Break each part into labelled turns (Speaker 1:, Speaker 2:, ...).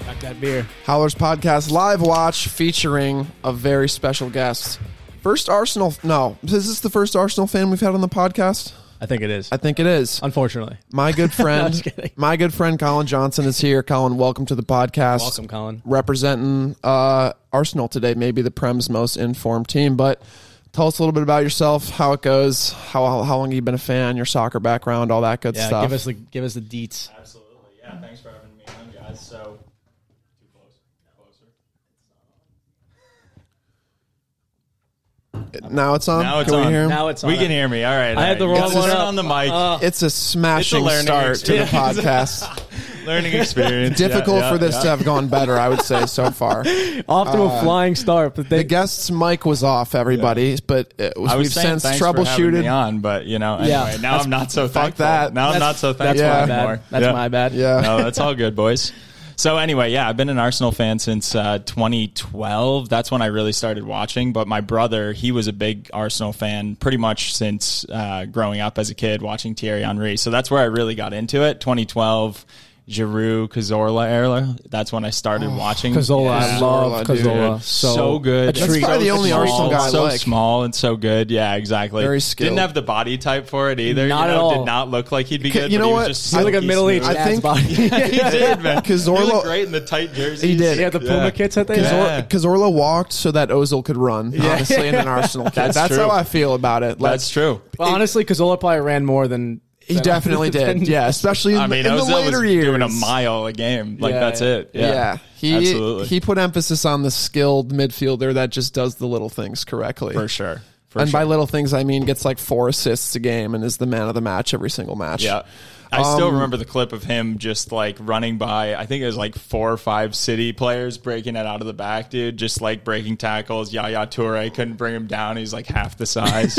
Speaker 1: Back that beer.
Speaker 2: Howlers Podcast Live Watch featuring a very special guest. First Arsenal. No, is this the first Arsenal fan we've had on the podcast?
Speaker 1: I think it is.
Speaker 2: I think it is.
Speaker 1: Unfortunately.
Speaker 2: My good friend,
Speaker 1: Just kidding.
Speaker 2: my good friend Colin Johnson is here. Colin, welcome to the podcast.
Speaker 1: Welcome, Colin.
Speaker 2: Representing uh, Arsenal today, maybe the Prem's most informed team. But tell us a little bit about yourself, how it goes, how how, how long you've been a fan, your soccer background, all that good
Speaker 1: Yeah,
Speaker 2: stuff.
Speaker 1: give us the give us the deets.
Speaker 3: Absolutely. Yeah, thanks for having me on, guys. So, too close. Closer.
Speaker 2: now it's on.
Speaker 3: Now it's
Speaker 2: Um, can
Speaker 3: on.
Speaker 2: We hear him?
Speaker 1: Now it's on.
Speaker 3: we can hear me. All right.
Speaker 1: I had the
Speaker 3: all right.
Speaker 1: wrong
Speaker 3: It's
Speaker 1: one
Speaker 3: just
Speaker 1: up.
Speaker 3: on the mic.
Speaker 1: Uh,
Speaker 2: it's a smashing
Speaker 3: learning
Speaker 2: start to the
Speaker 3: experience.
Speaker 2: podcast.
Speaker 3: Learning experience. Yeah,
Speaker 2: Difficult
Speaker 3: yeah,
Speaker 2: for this
Speaker 3: yeah.
Speaker 2: to have gone better, I would say, so far.
Speaker 1: off to a flying start, but
Speaker 2: The
Speaker 1: they
Speaker 2: guest's mic was off, everybody, but it was,
Speaker 3: I was
Speaker 2: we've
Speaker 3: saying
Speaker 2: since
Speaker 3: thanks for having me
Speaker 2: troubleshooted.
Speaker 3: on, but you know, anyway,
Speaker 1: Yeah.
Speaker 3: now I'm not so thankful.
Speaker 2: that.
Speaker 3: Now I'm not so
Speaker 1: that's
Speaker 3: thankful
Speaker 2: Yeah.
Speaker 1: my bad.
Speaker 3: anymore.
Speaker 1: That's
Speaker 3: Yeah.
Speaker 1: my bad.
Speaker 2: Yeah.
Speaker 3: no, that's all good, boys. So anyway, yeah, I've been an Arsenal fan since uh, 2012. That's when I really started watching. But my brother, he was a big Arsenal fan pretty much since uh, growing up as a kid, watching Thierry Henry. So that's where I really got into it. 2012, Giroud, Cazorla era. That's when I started watching.
Speaker 1: Cazorla, I
Speaker 2: Cazorla,
Speaker 1: love
Speaker 2: dude.
Speaker 1: Cazorla.
Speaker 3: So, good.
Speaker 1: That's
Speaker 2: probably the only
Speaker 3: small,
Speaker 2: Arsenal guy I
Speaker 3: So
Speaker 2: like.
Speaker 3: small and so good. Yeah, exactly.
Speaker 2: Very skilled.
Speaker 3: Didn't have the body type for it either.
Speaker 1: Not
Speaker 3: you
Speaker 1: at
Speaker 3: know,
Speaker 1: all.
Speaker 3: Did not look like he'd be
Speaker 2: Ca-
Speaker 3: good.
Speaker 2: you
Speaker 3: but
Speaker 2: know
Speaker 3: he
Speaker 2: what?
Speaker 3: Was just
Speaker 2: He's
Speaker 1: He's like a
Speaker 3: silky
Speaker 1: middle aged
Speaker 3: smooth.
Speaker 2: I
Speaker 1: dad's
Speaker 2: think-
Speaker 1: body.
Speaker 3: he did, man.
Speaker 2: Cazorla-
Speaker 3: he looked great in the tight jerseys.
Speaker 2: He did.
Speaker 1: Yeah, the Puma kits that they
Speaker 3: Yeah.
Speaker 2: Because Orla walked so that Ozil could run, honestly, in an Arsenal kit. That's,
Speaker 3: That's true.
Speaker 2: how I feel about it. Like,
Speaker 3: That's true.
Speaker 1: Well, honestly, Cazorla probably ran more than
Speaker 2: He definitely did. Yeah, especially in,
Speaker 3: I mean,
Speaker 2: in
Speaker 3: I
Speaker 2: the
Speaker 3: was,
Speaker 2: later
Speaker 3: was
Speaker 2: years.
Speaker 3: doing a mile a game. Like
Speaker 1: Yeah,
Speaker 3: that's
Speaker 1: yeah.
Speaker 3: it. Yeah,
Speaker 2: He
Speaker 3: absolutely
Speaker 2: he put emphasis on the skilled midfielder that just does the little things correctly.
Speaker 3: for sure. For
Speaker 2: and
Speaker 3: sure.
Speaker 2: by little things, I mean gets like four assists a game and is the man of the match every single match.
Speaker 3: Yeah. I
Speaker 2: Um,
Speaker 3: still remember the clip of him just like running by. I think it was like four or five City players breaking it out of the back, dude. Just like breaking tackles. Yaya Toure couldn't bring him down. He's like half the size.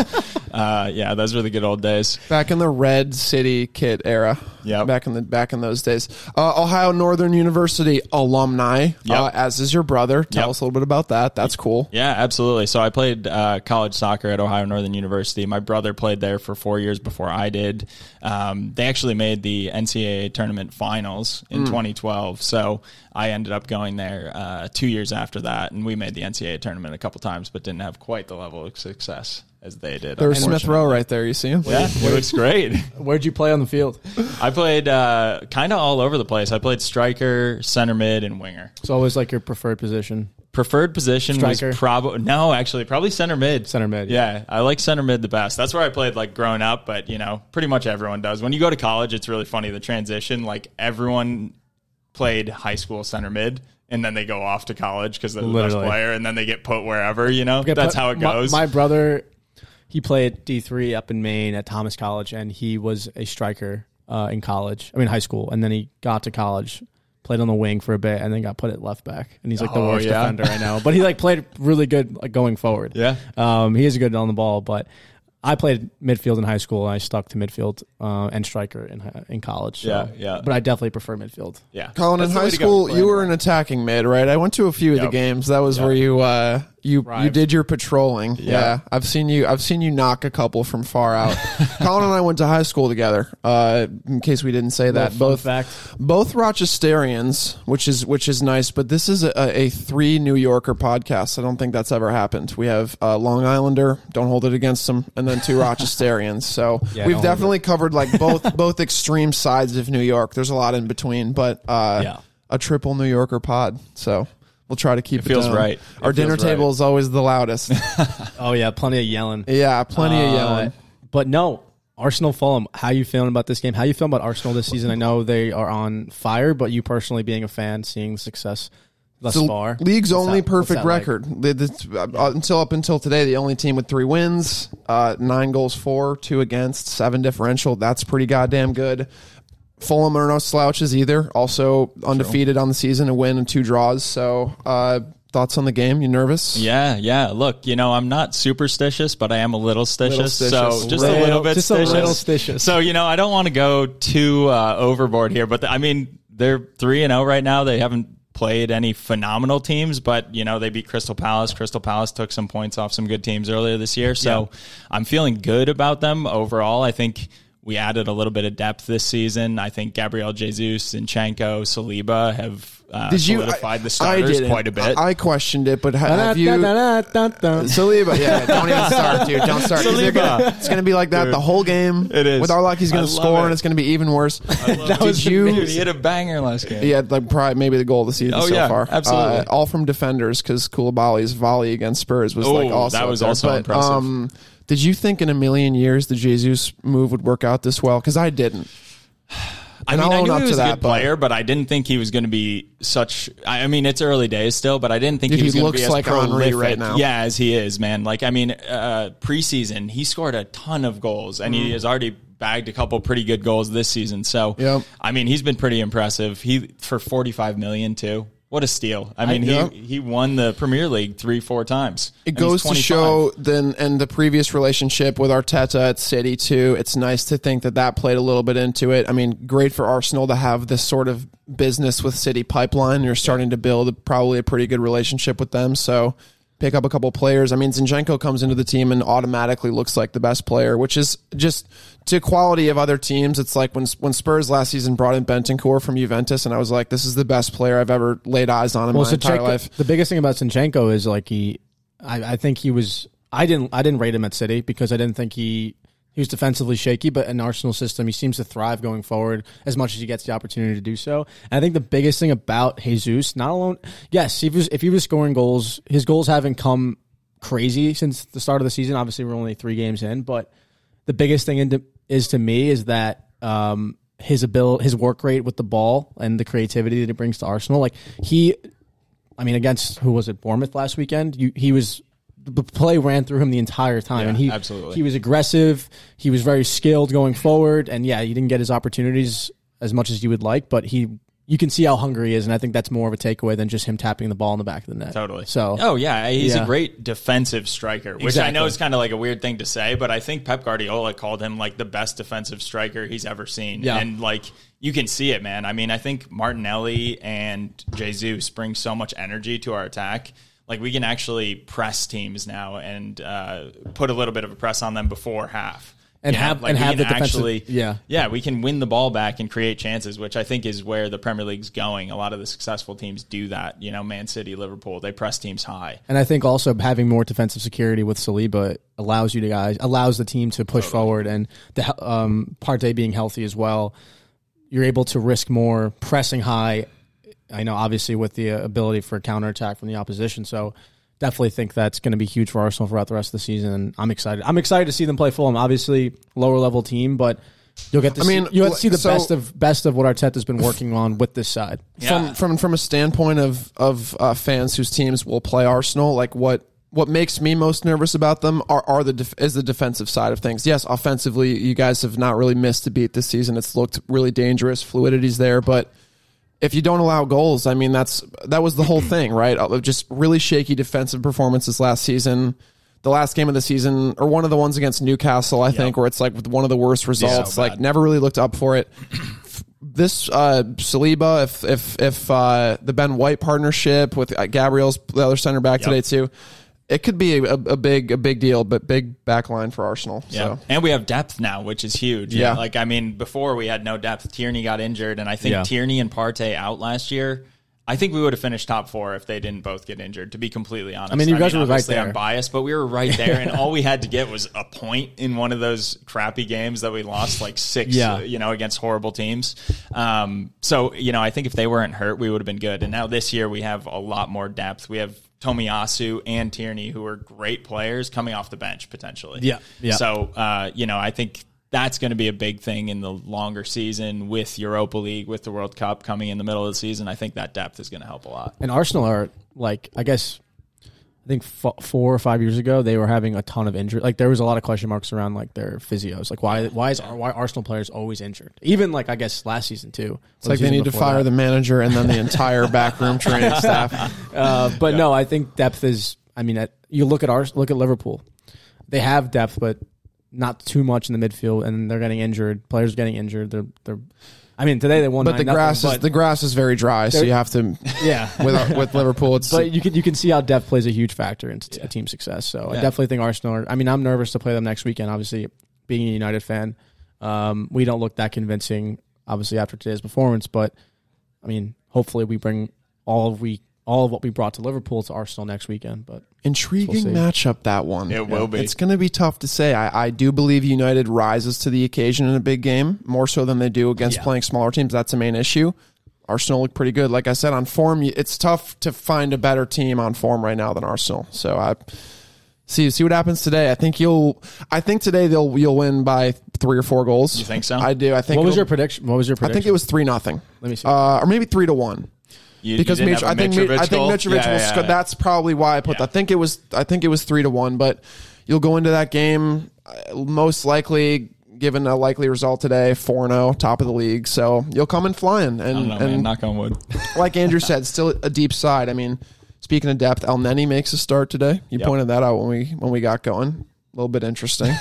Speaker 3: uh, yeah, those were the good old days.
Speaker 2: Back in the Red City Kit era.
Speaker 3: Yep.
Speaker 2: Back in the back in those days. Uh, Ohio Northern University alumni, uh,
Speaker 3: Yep.
Speaker 2: as is your brother. Tell
Speaker 3: Yep.
Speaker 2: us a little bit about that. That's cool.
Speaker 3: Yeah, absolutely. So I played uh, college soccer at Ohio Northern University. My brother played there for four years before I did. Um, they actually made the NCAA tournament finals in 2012. So I ended up going there uh, two years after that, and we made the NCAA tournament a couple times, but didn't have quite the level of success as they did.
Speaker 2: There's Smith Rowe right there. You see him?
Speaker 3: Yeah, it looks great.
Speaker 1: Where'd you play on the field?
Speaker 3: I played uh, kind of all over the place. I played striker, center mid, and winger.
Speaker 1: It's always like your preferred position.
Speaker 3: Preferred position
Speaker 1: Striker.
Speaker 3: was probably no, actually probably center mid.
Speaker 1: Center mid,
Speaker 3: Yeah, I like center mid the best. That's where I played like growing up, but you know, pretty much everyone does. When you go to college, it's really funny the transition. Like everyone played high school center mid, and then they go off to college because they're the
Speaker 1: Literally.
Speaker 3: best player, and then they get put wherever. You know,
Speaker 1: Yeah,
Speaker 3: that's
Speaker 1: but
Speaker 3: how it
Speaker 1: my-
Speaker 3: goes.
Speaker 1: My, brother, he played D three up in Maine at Thomas College, and he was a striker uh, in college. I mean, high school, and then he got to college, played on the wing for a bit, and then got put at left back. And he's like the
Speaker 3: Oh,
Speaker 1: worst
Speaker 3: yeah.
Speaker 1: defender I know, but he like played really good like, going forward.
Speaker 3: Yeah.
Speaker 1: um, he is good on the ball, but. I played midfield in high school, and I stuck to midfield uh, and striker in hi- in college. so-
Speaker 3: Yeah, yeah.
Speaker 1: But I definitely prefer midfield.
Speaker 3: yeah,
Speaker 2: Colin,
Speaker 3: That's
Speaker 2: in
Speaker 3: the
Speaker 2: high
Speaker 3: way to go.
Speaker 2: school, you were an attacking mid, right? I went to a few of the
Speaker 3: Yep.
Speaker 2: games. That was where you uh, you you
Speaker 1: Thrived.
Speaker 2: did your patrolling. Yeah. I've seen you. I've seen you knock a couple from far out. Colin and I went to high school together. Uh, in case we didn't say that,
Speaker 1: fun
Speaker 2: both
Speaker 1: fact.
Speaker 2: both Rochesterians, which is which is nice. But this is a, a three New Yorker podcast. I don't think that's ever happened. We have uh, Long Islander. Don't hold it against them, and then two Rochesterians. So
Speaker 1: Yeah,
Speaker 2: we've
Speaker 1: don't hold it.
Speaker 2: definitely definitely covered like both both extreme sides of New York. There's a lot in between, but uh,
Speaker 1: Yeah.
Speaker 2: a triple New Yorker pod. So we'll try to keep it,
Speaker 3: feels
Speaker 2: down.
Speaker 3: right. It
Speaker 2: Our dinner
Speaker 3: feels right.
Speaker 2: table is always the loudest.
Speaker 1: Oh yeah, plenty of yelling.
Speaker 2: yeah, plenty of
Speaker 1: Uh,
Speaker 2: yelling.
Speaker 1: But no, Arsenal Fulham. How you feeling about this game? How you feeling about Arsenal this season? I know they are on fire, but you personally being a fan, seeing the success thus
Speaker 2: the
Speaker 1: far,
Speaker 2: league's
Speaker 1: what's
Speaker 2: only
Speaker 1: that- what's
Speaker 2: perfect
Speaker 1: that like?
Speaker 2: record. The- this- uh, until up until today, the only team with three wins, uh, nine goals for, two against, seven differential. That's pretty goddamn good. Fulham are no slouches either. Also undefeated on the season, a win and two draws. So, uh, thoughts on the game? You nervous?
Speaker 3: Yeah, yeah. Look, you know, I'm not superstitious, but I am a little stitious.
Speaker 2: stitious.
Speaker 3: So just
Speaker 1: Little-
Speaker 3: a little bit
Speaker 1: just a
Speaker 3: stitious.
Speaker 1: little stitious.
Speaker 3: So, you know, I don't want to go too uh, overboard here, but the, I mean, they're 3 and 0 right now. They haven't played any phenomenal teams, but, you know, they beat Crystal Palace. Crystal Palace took some points off some good teams earlier this year. So I'm feeling good about them overall. I think. We added a little bit of depth this season. I think Gabriel Jesus, Inchenko, Saliba have uh, solidified the starters
Speaker 2: didn't.
Speaker 3: quite a bit.
Speaker 2: I, I questioned it, but ha-
Speaker 1: Da-
Speaker 2: have you?
Speaker 1: da- da- da- da- da.
Speaker 2: Saliba, yeah, don't even start, dude. Don't start. 'Cause they're gonna-
Speaker 3: Saliba.
Speaker 2: it's going to be like that the whole game.
Speaker 3: It is.
Speaker 2: With our luck, he's
Speaker 3: I
Speaker 2: going to
Speaker 3: love
Speaker 2: score,
Speaker 3: it.
Speaker 2: and it's going to be even worse. Did
Speaker 3: was
Speaker 2: you?
Speaker 3: Dude, he hit a banger last game.
Speaker 2: He had like probably maybe the goal of the season
Speaker 3: Oh,
Speaker 2: so
Speaker 3: yeah,
Speaker 2: far. Uh,
Speaker 3: absolutely.
Speaker 2: all from defenders because Koulibaly's volley against Spurs was like
Speaker 3: Oh,
Speaker 2: also
Speaker 3: that
Speaker 2: up
Speaker 3: was
Speaker 2: there.
Speaker 3: also
Speaker 2: But,
Speaker 3: impressive.
Speaker 2: Um, did you think in a million years the Jesus move would work out this well? Because I didn't.
Speaker 3: I
Speaker 2: And
Speaker 3: mean,
Speaker 2: I'll
Speaker 3: I
Speaker 2: own
Speaker 3: knew
Speaker 2: up
Speaker 3: he
Speaker 2: to
Speaker 3: was a
Speaker 2: that,
Speaker 3: good
Speaker 2: but-
Speaker 3: player, but I didn't think he was going to be such. I I mean, it's early days still, but I didn't think
Speaker 2: Dude,
Speaker 3: he was
Speaker 2: he
Speaker 3: going to be
Speaker 2: looks
Speaker 3: as
Speaker 2: like Henry
Speaker 3: prolific,
Speaker 2: right now.
Speaker 3: Yeah, as he is, man. Like, I mean, uh, preseason he scored a ton of goals, and
Speaker 2: Mm.
Speaker 3: he has already bagged a couple pretty good goals this season. So,
Speaker 2: Yep.
Speaker 3: I mean, he's been pretty impressive. He for forty five million too. What a steal! I mean,
Speaker 2: yep.
Speaker 3: he he won the Premier League three four times.
Speaker 2: It
Speaker 3: and he's
Speaker 2: goes to
Speaker 3: 25.
Speaker 2: show then, and the previous relationship with Arteta at City too. It's nice to think that that played a little bit into it. I mean, great for Arsenal to have this sort of business with City pipeline. You're starting to build probably a pretty good relationship with them. So pick up a couple players. I mean, Zinchenko comes into the team and automatically looks like the best player, which is just to quality of other teams. It's like when when Spurs last season brought in Bentancur from Juventus, and I was like, this is the best player I've ever laid eyes on in
Speaker 1: Well,
Speaker 2: my entire
Speaker 1: Zinchenko-
Speaker 2: life.
Speaker 1: The biggest thing about Sinchenko is like he, I, I think he was. I didn't. I didn't rate him at City because I didn't think he he was defensively shaky. But in Arsenal system, he seems to thrive going forward as much as he gets the opportunity to do so. And I think the biggest thing about Jesus, not alone, yes, he was if he was scoring goals, his goals haven't come crazy since the start of the season. Obviously, we're only three games in, but the biggest thing into, is to me is that um, his ability, his work rate with the ball, and the creativity that it brings to Arsenal. Like he, I mean, against who was it, Bournemouth last weekend? You, he was the play ran through him the entire time, and he
Speaker 3: absolutely.
Speaker 1: he was aggressive. He was very skilled going forward, and yeah, he didn't get his opportunities as much as you would like, but he. You can see how hungry he is, and I think that's more of a takeaway than just him tapping the ball in the back of the net.
Speaker 3: Totally.
Speaker 1: So,
Speaker 3: oh yeah, he's
Speaker 1: Yeah.
Speaker 3: a great defensive striker, which I know is kind of like a weird thing to say, but I think Pep Guardiola called him like the best defensive striker he's ever seen.
Speaker 1: Yeah.
Speaker 3: And like you can see it, man. I mean, I think Martinelli and Jesus bring so much energy to our attack. Like we can actually press teams now and uh, put a little bit of a press on them before half.
Speaker 1: And
Speaker 3: know,
Speaker 1: have- and
Speaker 3: we
Speaker 1: have
Speaker 3: can
Speaker 1: the defensive- yeah.
Speaker 3: yeah, we can win the ball back and create chances, which I think is where the Premier League's going. A lot of the successful teams do that. You know, Man City, Liverpool, they press teams high.
Speaker 1: And I think also having more defensive security with Saliba allows you to guys allows the team to push forward, and the he- um, Partey being healthy as well, you're able to risk more pressing high. I know, obviously, with the uh, ability for counterattack from the opposition, so definitely think that's going to be huge for Arsenal throughout the rest of the season. And I'm excited. I'm excited to see them play Fulham. Obviously, lower level team, but you'll get to see,
Speaker 2: mean,
Speaker 1: you will see the
Speaker 2: so-
Speaker 1: best of best of what Arteta's been working on with this side.
Speaker 3: Yeah.
Speaker 2: from from from a standpoint of of uh, fans whose teams will play Arsenal, like what what makes me most nervous about them are are the def- is the defensive side of things. Yes, offensively, you guys have not really missed a beat this season. It's looked really dangerous. Fluidity's there, but if you don't allow goals, I mean that's that was the whole thing, right? Of Just really shaky defensive performances last season. The last game of the season, or one of the ones against Newcastle, I think, where it's like with one of the worst results. like never really looked up for it. This uh, Saliba, if if if uh, the Ben White partnership with uh, Gabriel's the other center back today too, it could be a, a big a big deal, but big back line for Arsenal.
Speaker 3: Yeah.
Speaker 2: So.
Speaker 3: And we have depth now, which is huge.
Speaker 2: Yeah.
Speaker 3: Like, I mean, before we had no depth. Tierney got injured, and I think
Speaker 1: Yeah.
Speaker 3: Tierney and Partey out last year. I think we would have finished top four if they didn't both get injured, to be completely honest.
Speaker 1: I mean, you guys were right
Speaker 3: obviously
Speaker 1: there.
Speaker 3: I'm biased, but we were right there, and all we had to get was a point in one of those crappy games that we lost like six,
Speaker 1: Yeah.
Speaker 3: uh, you know, against horrible teams. Um, so, you know, I think if they weren't hurt, we would have been good. And now this year we have a lot more depth. We have Tomiyasu and Tierney, who are great players coming off the bench potentially.
Speaker 1: Yeah, yeah.
Speaker 3: So, uh, you know, I think that's going to be a big thing in the longer season with Europa League, with the World Cup coming in the middle of the season. I think that depth is going to help a lot.
Speaker 1: And Arsenal are like, I guess, I think f- four or five years ago they were having a ton of injury. Like there was a lot of question marks around like their physios. Like why why is why are Arsenal players always injured? Even like I guess last season too.
Speaker 2: It's like they need to fire the manager and then the entire backroom training staff.
Speaker 1: Uh, but no, I think depth is. I mean, at, you look at our look at Liverpool. They have depth, but not too much in the midfield, and they're getting injured. Players are getting injured. They're they're. I mean, today they won.
Speaker 2: But the
Speaker 1: 9-0,
Speaker 2: grass is
Speaker 1: but-
Speaker 2: the grass is very dry, so
Speaker 1: They're-
Speaker 2: you have to
Speaker 1: yeah.
Speaker 2: with uh, with Liverpool. It's
Speaker 1: But you can you can see how depth plays a huge factor in t- team success. So I definitely think Arsenal. Are, I mean, I'm nervous to play them next weekend. Obviously, being a United fan, um, we don't look that convincing. Obviously, after today's performance, but I mean, hopefully, we bring all of we all of what we brought to Liverpool to Arsenal next weekend. But
Speaker 2: intriguing
Speaker 1: We'll see.
Speaker 2: matchup that one.
Speaker 3: It will be.
Speaker 2: It's going to be tough to say. I, I do believe United rises to the occasion in a big game more so than they do against
Speaker 1: Yeah.
Speaker 2: playing smaller teams. That's the main issue. Arsenal look pretty good. Like I said, on form, you- it's tough to find a better team on form right now than Arsenal. So I see see what happens today. I think you'll. I think today they'll you'll win by three or four goals.
Speaker 3: You think so?
Speaker 2: I do. I think.
Speaker 1: what was
Speaker 2: it'll-
Speaker 1: your prediction? What was your
Speaker 2: I
Speaker 1: prediction?
Speaker 2: think it was three nothing.
Speaker 1: Let me see.
Speaker 2: Uh, or maybe three to one
Speaker 3: You- you
Speaker 2: because
Speaker 3: didn't
Speaker 2: Mitch,
Speaker 3: have a
Speaker 2: I think Mi- I think
Speaker 3: goal?
Speaker 2: Mitrovic
Speaker 3: Yeah,
Speaker 2: will
Speaker 3: yeah,
Speaker 2: score.
Speaker 3: yeah.
Speaker 2: That's probably why I put.
Speaker 3: Yeah.
Speaker 2: That. I think it was. I think it was three to one. But you'll go into that game uh, most likely, given a likely result today, four 0 top of the league. So you'll come in flying.
Speaker 3: I don't
Speaker 2: And
Speaker 3: know, man.
Speaker 2: and
Speaker 3: Knock on wood.
Speaker 2: like Andrew said, still a deep side. I mean, speaking of depth, El Neni makes a start today. You pointed that out when we when we got going. A little bit interesting.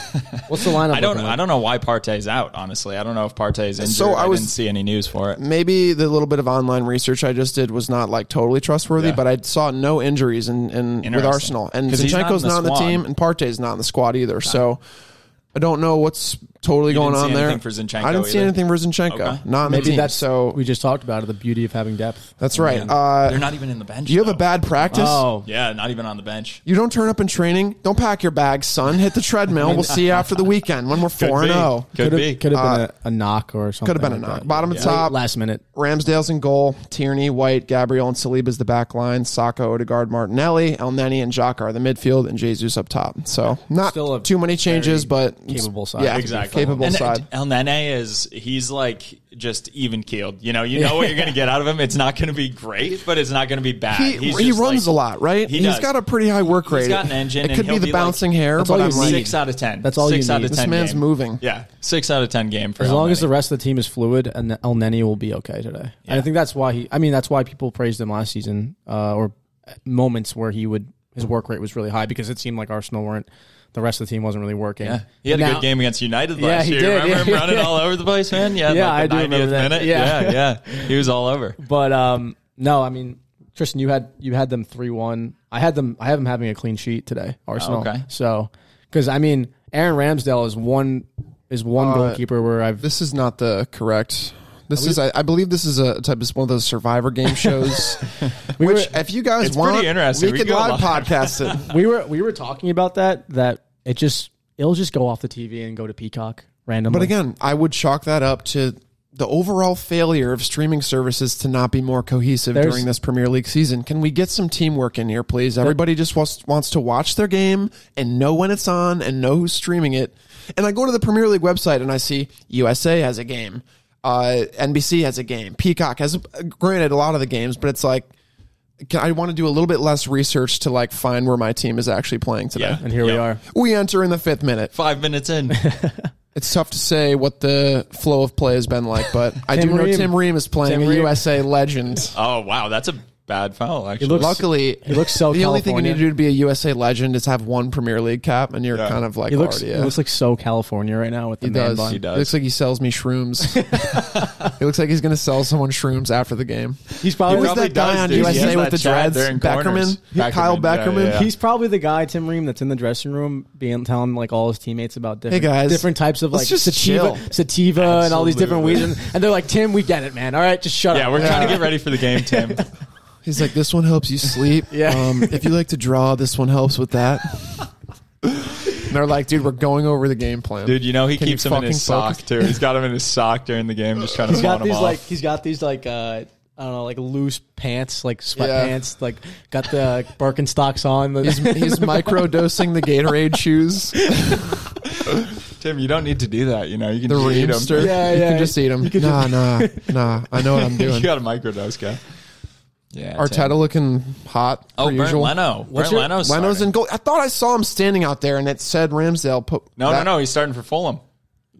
Speaker 1: What's the lineup?
Speaker 3: I don't.
Speaker 1: looking like?
Speaker 3: I don't know why Partey's out. Honestly, I don't know if Partey's injured.
Speaker 2: So
Speaker 3: So
Speaker 2: I
Speaker 3: I,
Speaker 2: was-
Speaker 3: didn't see any news for it.
Speaker 2: Maybe the little bit of online research I just did was not like totally trustworthy,
Speaker 3: Yeah.
Speaker 2: but I saw no injuries in, in with
Speaker 3: Interesting.
Speaker 2: Arsenal, and
Speaker 3: 'Cause he's not
Speaker 2: Zinchenko's
Speaker 3: in the
Speaker 2: not on the,
Speaker 3: squad.
Speaker 2: team, and Partey's not in the squad either. So I don't know what's totally
Speaker 3: You didn't
Speaker 2: going on
Speaker 3: see
Speaker 2: there.
Speaker 3: anything for Zinchenko
Speaker 2: I didn't see
Speaker 3: either.
Speaker 2: anything for Zinchenko.
Speaker 3: Okay.
Speaker 2: Not on the
Speaker 1: Maybe
Speaker 2: team.
Speaker 1: that's
Speaker 2: so.
Speaker 1: we just talked about it. The beauty of having depth.
Speaker 2: that's right.
Speaker 1: Man.
Speaker 2: Uh,
Speaker 3: They're not even in the bench.
Speaker 2: you have a
Speaker 3: though.
Speaker 2: bad practice.
Speaker 1: oh,
Speaker 3: Yeah, not even on the bench.
Speaker 2: You don't turn up in training. Don't pack your bags, son. Hit the treadmill. We'll see you after the weekend when we're four and oh. zero.
Speaker 3: Could
Speaker 1: have-
Speaker 3: be.
Speaker 1: could have been a, a knock or something.
Speaker 2: Could have Uh, been a
Speaker 1: like
Speaker 2: knock.
Speaker 1: that.
Speaker 2: Bottom of
Speaker 1: Yeah.
Speaker 2: top.
Speaker 1: last minute.
Speaker 2: Ramsdale's in goal. Tierney, White, Gabriel, and Saliba is the back line. Saka, Odegaard, Martinelli, El Neni, and Jaka are the midfield, and Jesus up top. So not
Speaker 1: Still a
Speaker 2: too many changes, but
Speaker 1: capable side.
Speaker 2: Yeah,
Speaker 3: Exactly.
Speaker 2: Capable
Speaker 3: and uh,
Speaker 2: side.
Speaker 3: El Nene is he's like just even keeled. You know, you know what you're going to get out of him. It's not going to be great, but it's not going to be bad.
Speaker 2: He,
Speaker 3: He's
Speaker 2: he
Speaker 3: just
Speaker 2: runs
Speaker 3: like-
Speaker 2: a lot, right?
Speaker 3: He
Speaker 2: He's
Speaker 3: does.
Speaker 2: got a pretty high work rate.
Speaker 3: He's got an engine.
Speaker 2: It
Speaker 3: and
Speaker 2: could be
Speaker 3: he'll
Speaker 2: the
Speaker 3: like
Speaker 2: bouncing hair,
Speaker 1: That's
Speaker 2: but
Speaker 1: all
Speaker 2: I'm
Speaker 1: you
Speaker 2: like,
Speaker 3: six out of ten.
Speaker 1: That's all you
Speaker 3: Six out
Speaker 1: need.
Speaker 3: of
Speaker 2: This
Speaker 3: ten.
Speaker 2: man's
Speaker 3: game.
Speaker 2: moving.
Speaker 3: Yeah, six out of ten game for
Speaker 1: As
Speaker 3: El
Speaker 1: long as
Speaker 3: Nene.
Speaker 1: the rest of the team is fluid, and El Neni will be okay today. And I think that's why he. I mean, that's why people praised him last season, uh, or moments where he would his work rate was really high because it seemed like Arsenal weren't. The rest of the team wasn't really working.
Speaker 3: Yeah. He had a
Speaker 1: Now-
Speaker 3: good game against United
Speaker 1: Yeah,
Speaker 3: last
Speaker 1: he
Speaker 3: year.
Speaker 1: did.
Speaker 3: Remember him
Speaker 1: Yeah.
Speaker 3: running all over the place, man? Yeah,
Speaker 1: Yeah,
Speaker 3: like the
Speaker 1: I do
Speaker 3: 90th
Speaker 1: remember that.
Speaker 3: minute.
Speaker 1: Yeah.
Speaker 3: yeah, yeah. He was all over.
Speaker 1: But um, no, I mean, Tristan, you had you had them three one. I had them. I have them having a clean sheet today. Arsenal.
Speaker 3: Oh, okay.
Speaker 1: So, because I mean, Aaron Ramsdale is one is one
Speaker 3: Uh,
Speaker 1: goalkeeper where I've
Speaker 2: This is not the correct. This is, I, I believe, this is a type of one of those Survivor game shows. which, if you guys
Speaker 3: It's pretty
Speaker 2: want,
Speaker 3: interesting.
Speaker 2: we
Speaker 3: We
Speaker 2: could
Speaker 3: go
Speaker 2: live
Speaker 3: live.
Speaker 2: podcast it.
Speaker 1: we were we were talking about that that it just it'll just go off the TV and go to Peacock randomly.
Speaker 2: But again, I would chalk that up to the overall failure of streaming services to not be more cohesive
Speaker 1: There's-
Speaker 2: during this Premier League season. Can we get some teamwork in here, please? Everybody just wants, wants to watch their game and know when it's on and know who's streaming it. And I go to the Premier League website and I see USA has a game, uh, NBC has a game, Peacock has, a, granted, a lot of the games, but it's like, can, I want to do a little bit less research to like find where my team is actually playing today.
Speaker 3: Yeah.
Speaker 1: and here we
Speaker 3: Yeah.
Speaker 1: are.
Speaker 2: We enter in the fifth minute
Speaker 3: Five minutes in.
Speaker 2: it's tough to say what the flow of play has been like, but I do
Speaker 1: Tim
Speaker 2: know
Speaker 1: Ream.
Speaker 2: Tim Ream is playing
Speaker 1: Tim
Speaker 2: a
Speaker 1: Ream.
Speaker 2: USA legend.
Speaker 3: oh wow, that's a bad foul. Actually,
Speaker 1: looks-
Speaker 2: Luckily,
Speaker 1: He looks so
Speaker 2: the only thing you need to do
Speaker 1: California.
Speaker 2: to be a USA legend is have one Premier League cap, and you're
Speaker 3: Yeah.
Speaker 2: kind of like
Speaker 1: He looks
Speaker 2: already.
Speaker 1: he
Speaker 2: a-
Speaker 1: looks like so California right now with the
Speaker 2: he
Speaker 1: man
Speaker 2: does.
Speaker 1: bun.
Speaker 3: He does.
Speaker 2: Looks like he sells me shrooms. he looks like he's going to sell someone shrooms after the game.
Speaker 1: He's
Speaker 2: Who
Speaker 1: probably,
Speaker 2: was
Speaker 3: probably
Speaker 2: that guy
Speaker 3: does,
Speaker 2: on
Speaker 3: dude. He has
Speaker 2: USA with
Speaker 3: that
Speaker 2: the
Speaker 3: chat
Speaker 2: dreads?
Speaker 3: there in
Speaker 2: Beckerman,
Speaker 3: corners.
Speaker 2: Kyle
Speaker 3: Beckerman, yeah,
Speaker 2: Beckerman.
Speaker 3: yeah, yeah.
Speaker 1: he's probably the guy Tim Ream that's in the dressing room being telling like all his teammates about different
Speaker 2: guys.
Speaker 1: different types of
Speaker 2: Let's
Speaker 1: like
Speaker 2: just
Speaker 1: sativa
Speaker 2: chill.
Speaker 1: sativa and all these different weeds
Speaker 3: Absolutely.
Speaker 1: and, and they're like Tim we get it man all right just shut
Speaker 3: yeah,
Speaker 1: up
Speaker 3: we're trying to get ready for the game, Tim.
Speaker 2: He's like, this one helps you sleep.
Speaker 1: Yeah.
Speaker 2: Um, if you like to draw, this one helps with that. And they're like, dude, we're going over the game plan.
Speaker 3: Dude, you know he
Speaker 2: Can
Speaker 3: keeps
Speaker 2: you
Speaker 3: him in his
Speaker 2: fucking
Speaker 3: sock
Speaker 2: focus?
Speaker 3: too. He's got him in his sock during the game, just trying to
Speaker 1: he's got
Speaker 3: pawn him
Speaker 1: these
Speaker 3: off.
Speaker 1: like he's got these like uh I don't know, like loose pants, like sweatpants, like got the Birkenstocks on. The,
Speaker 2: He's micro dosing the Gatorade shoes.
Speaker 3: Tim, you don't need to do that. You know, you can
Speaker 2: The
Speaker 3: just eat 'em.
Speaker 2: Reamster.
Speaker 1: Yeah,
Speaker 2: you
Speaker 1: yeah.
Speaker 2: can just eat them. Nah, nah, nah. I know what I'm
Speaker 3: You
Speaker 2: doing.
Speaker 3: got a microdose guy. Yeah. Tim.
Speaker 2: Arteta looking hot.
Speaker 3: Oh,
Speaker 2: per
Speaker 3: Brent
Speaker 2: usual.
Speaker 3: Leno. Brent
Speaker 2: your-
Speaker 3: Leno's
Speaker 2: Leno's
Speaker 3: starting.
Speaker 2: in goal. I thought I saw him standing out there, and it said Ramsdale. Put
Speaker 3: No,
Speaker 2: that-
Speaker 3: no, no. He's starting for Fulham.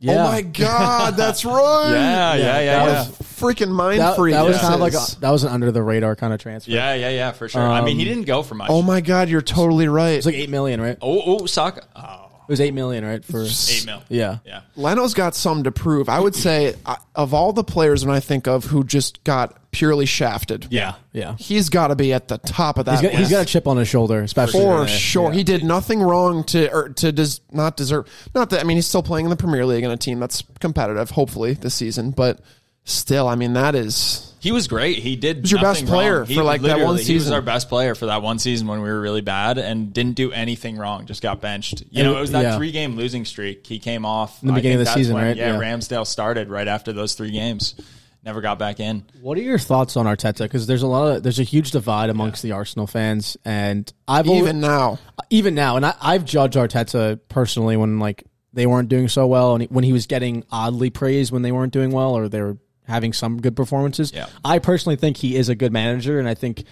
Speaker 2: Oh my God, that's right.
Speaker 3: Yeah, yeah, yeah,
Speaker 2: That
Speaker 3: yeah.
Speaker 2: was freaking mind
Speaker 1: that,
Speaker 2: freak.
Speaker 1: that was
Speaker 2: this
Speaker 1: kind of like
Speaker 2: is.
Speaker 1: a, that was an under the radar kind of transfer.
Speaker 3: Yeah, yeah, yeah, for sure. I mean, he didn't go for much.
Speaker 2: oh
Speaker 3: Oh,
Speaker 2: my God, you're totally right.
Speaker 1: It's like eight million, right? It
Speaker 3: oh, Saka. Oh,
Speaker 1: was eight million, right? For
Speaker 3: eight mil.
Speaker 1: yeah,
Speaker 3: Yeah.
Speaker 2: Leno's got some to prove. I would say I, of all the players when I think of who just got purely shafted,
Speaker 3: Yeah.
Speaker 1: yeah.
Speaker 2: he's got to be at the top of that.
Speaker 1: He's got, he's
Speaker 2: list.
Speaker 1: got a chip on his shoulder, especially
Speaker 2: for sure. He did nothing wrong to or to does not deserve. Not that I mean, he's still playing in the Premier League in a team that's competitive, hopefully this season. But still, I mean, that is
Speaker 3: He was great. He did.
Speaker 2: was your
Speaker 3: nothing
Speaker 2: best player
Speaker 3: wrong. He
Speaker 2: for, like, that
Speaker 3: literally-
Speaker 2: one
Speaker 3: He was
Speaker 2: season.
Speaker 3: our best player for that one season when we were really bad and didn't do anything wrong. Just got benched. You know, it was that
Speaker 1: yeah.
Speaker 3: three game losing streak. He came off in
Speaker 1: the beginning of the season, right?
Speaker 3: Yeah,
Speaker 1: Yeah.
Speaker 3: Ramsdale started right after those three games. Never got back in.
Speaker 1: What are your thoughts on Arteta? Because there's a lot of there's a huge divide amongst the Arsenal fans, and I've always-
Speaker 2: even now.
Speaker 1: even now, and I, I've judged Arteta personally when like they weren't doing so well, and he- when he was getting oddly praised when they weren't doing well, or they were having some good performances.
Speaker 3: Yeah.
Speaker 1: I personally think he is a good manager, and I think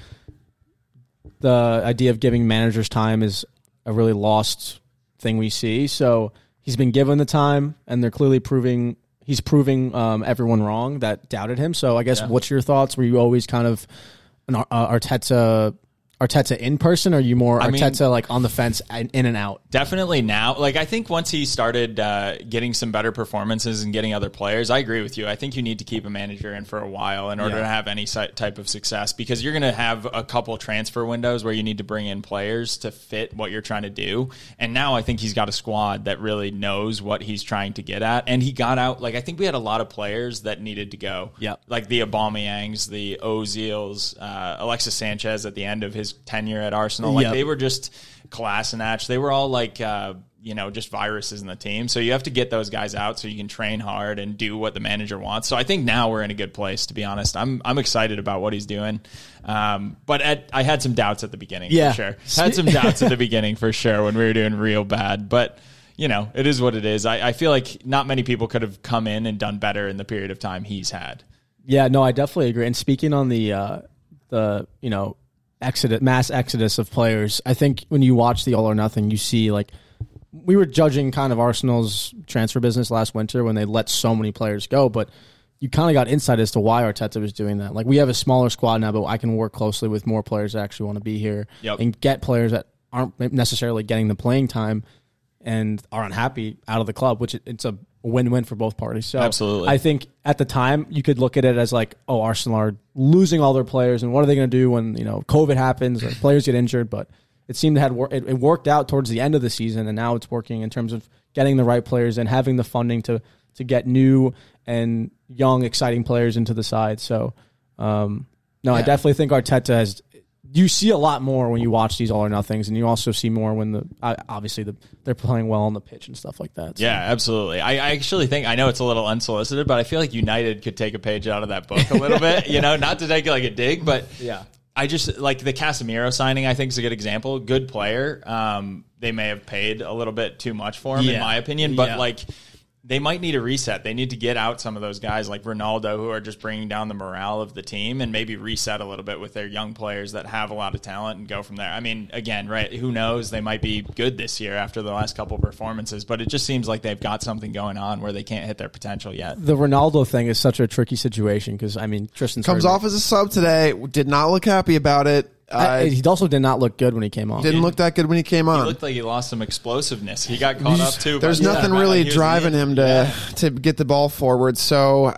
Speaker 1: the idea of giving managers time is a really lost thing we see. So he's been given the time, and they're clearly proving he's proving um, everyone wrong that doubted him. So I guess what's your thoughts? Were you always kind of an Ar- uh, Arteta? Arteta in person, or are you more
Speaker 3: I mean-
Speaker 1: Arteta like on the fence and in and out?
Speaker 3: Definitely now. Like I think once he started uh, getting some better performances and getting other players, I agree with you. I think you need to keep a manager in for a while in order to have any si- type of success because you're going to have a couple transfer windows where you need to bring in players to fit what you're trying to do. And now I think he's got a squad that really knows what he's trying to get at. And he got out like I think we had a lot of players that needed to go.
Speaker 1: Yep.
Speaker 3: Like the Aubameyangs, the Ozils, uh, Alexis Sanchez at the end of his tenure at Arsenal. Like
Speaker 1: Yep.
Speaker 3: they were just Kolasinac. They were all like, uh, you know, just viruses in the team. So you have to get those guys out so you can train hard and do what the manager wants. So I think now we're in a good place, to be honest. I'm I'm excited about what he's doing. Um, but at, I had some doubts at the beginning,
Speaker 1: Yeah.
Speaker 3: for sure. Had some doubts at the beginning, for sure, when we were doing real bad. But, you know, it is what it is. I, I feel like not many people could have come in and done better in the period of time he's had.
Speaker 1: Yeah, no, I definitely agree. And speaking on the uh, the you know exodus, mass exodus of players, I think when you watch the All or Nothing, you see like we were judging kind of Arsenal's transfer business last winter when they let so many players go, but you kind of got insight as to why Arteta was doing that. Like we have a smaller squad now, but I can work closely with more players that actually want to be here
Speaker 3: Yep.
Speaker 1: and get players that aren't necessarily getting the playing time and are unhappy out of the club, which it- it's a win-win for both parties. So
Speaker 3: Absolutely.
Speaker 1: I think at the time you could look at it as like, oh, Arsenal are losing all their players, and what are they going to do when you know COVID happens or players get injured? But it seemed to had wor- it, it worked out towards the end of the season, and now it's working in terms of getting the right players and having the funding to to get new and young, exciting players into the side. So, um, no, I definitely think Arteta has. You see a lot more when you watch these all or nothings, and you also see more when the I- obviously the, they're playing well on the pitch and stuff like that. So.
Speaker 3: Yeah, absolutely. I, I actually think I know it's a little unsolicited, but I feel like United could take a page out of that book a little bit. You know, not to take like a dig, but
Speaker 1: Yeah.
Speaker 3: I just like the Casemiro signing. I think is a good example. Good player. Um, they may have paid a little bit too much for him, in
Speaker 1: Yeah.
Speaker 3: my opinion, but
Speaker 1: Yeah.
Speaker 3: like. They might need a reset. They need to get out some of those guys like Ronaldo, who are just bringing down the morale of the team, and maybe reset a little bit with their young players that have a lot of talent and go from there. I mean, again, right? Who knows? They might be good this year after the last couple performances, but it just seems like they've got something going on where they can't hit their potential yet.
Speaker 1: the Ronaldo thing is such a tricky situation because I mean Tristan
Speaker 2: Comes off as a sub today. Did not look happy about it. I,
Speaker 1: I, he also did not look good when he came on.
Speaker 2: didn't look that good when he came
Speaker 3: It
Speaker 2: on.
Speaker 3: looked like he lost some explosiveness. He got caught up too. by
Speaker 2: There's
Speaker 3: the
Speaker 2: nothing
Speaker 3: time, right?
Speaker 2: really
Speaker 3: Like, he was
Speaker 2: driving
Speaker 3: in-
Speaker 2: him to to get the ball forward. So,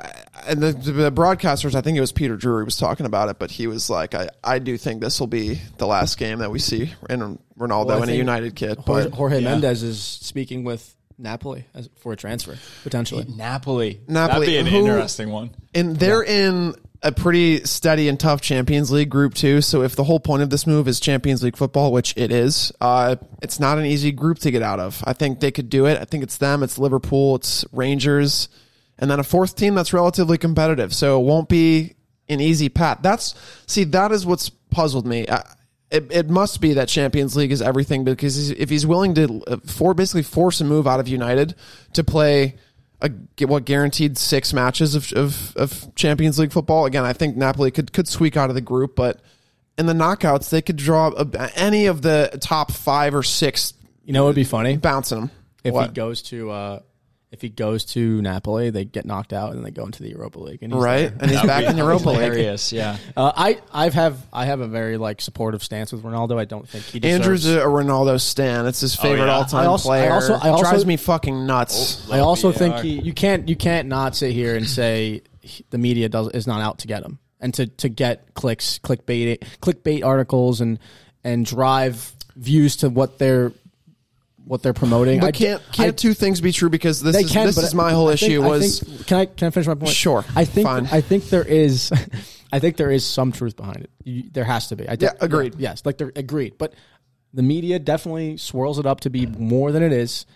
Speaker 2: and the, the broadcasters, I think it was Peter Drury was talking about it, but he was like, I, I do think this will be the last game that we see in Ronaldo
Speaker 1: I
Speaker 2: and a
Speaker 1: think
Speaker 2: United kid.
Speaker 1: Jorge,
Speaker 2: But
Speaker 1: Jorge Mendes is speaking with Napoli as, for a transfer potentially.
Speaker 3: Napoli.
Speaker 2: Napoli,
Speaker 3: That'd be an
Speaker 2: who-
Speaker 3: interesting one.
Speaker 2: and they're in a pretty steady and tough Champions League group too. So if the whole point of this move is Champions League football, which it is, uh, it's not an easy group to get out of. I think they could do it. I think it's them. It's Liverpool. It's Rangers, and then a fourth team that's relatively competitive. So it won't be an easy path. That's see, that is what's puzzled me. I, it, it must be that Champions League is everything because he's, if he's willing to uh, for basically force a move out of United to play a gu- what guaranteed six matches of, of of Champions League football again, I think Napoli could could squeak out of the group, but in the knockouts they could draw a, any of the top five or six
Speaker 1: You know, it would be funny
Speaker 2: bouncing them.
Speaker 1: if he goes to uh, if he goes to Napoli, they get knocked out and they go into the Europa League. And he's
Speaker 2: right,
Speaker 1: there.
Speaker 2: and he's back in Europa League.
Speaker 3: Hilarious, yeah.
Speaker 1: Uh, I I've have I have a very like supportive stance with Ronaldo. I don't think he deserves.
Speaker 2: Andrew's a Ronaldo stan. It's his favorite
Speaker 3: yeah.
Speaker 2: all-time
Speaker 1: Oh, I also- I
Speaker 2: player.
Speaker 1: also- I also- Oh,
Speaker 2: drives me fucking nuts.
Speaker 1: I also
Speaker 3: Love
Speaker 1: think
Speaker 3: VR.
Speaker 1: he, you can't you can't not sit here and say he- the media does is not out to get him and to to get clicks clickbait clickbait articles and and drive views to what they're what they're promoting.
Speaker 2: But
Speaker 1: I d-
Speaker 2: can't can't
Speaker 1: I-
Speaker 2: two things be true? Because this
Speaker 1: they
Speaker 2: is,
Speaker 1: can.
Speaker 2: this
Speaker 1: but
Speaker 2: is my whole
Speaker 1: I think-
Speaker 2: issue
Speaker 1: I
Speaker 2: was
Speaker 1: think- can I can I finish my point?
Speaker 2: Sure.
Speaker 1: I think
Speaker 2: Fine.
Speaker 1: I think there is I think there is some truth behind it. You, there has to be. I
Speaker 2: Yeah,
Speaker 1: think-
Speaker 2: agreed.
Speaker 1: Yes, like they're agreed. But the media definitely swirls it up to be more than it is.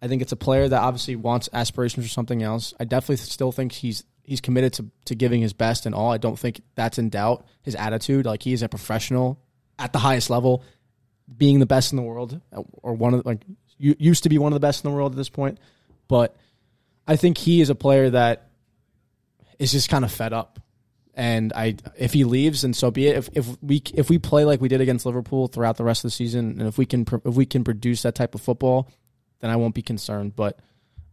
Speaker 1: I think it's a player that obviously wants aspirations for something else. I definitely still think he's he's committed to, to giving his best and all. I don't think that's in doubt. His attitude, like he is a professional at the highest level, being the best in the world, or one of like you used to be one of the best in the world at this point. But I think he is a player that is just kind of fed up. And I, if he leaves, and so be it. If, if we if we play like we did against Liverpool throughout the rest of the season, and if we can pr- if we can produce that type of football, then I won't be concerned. But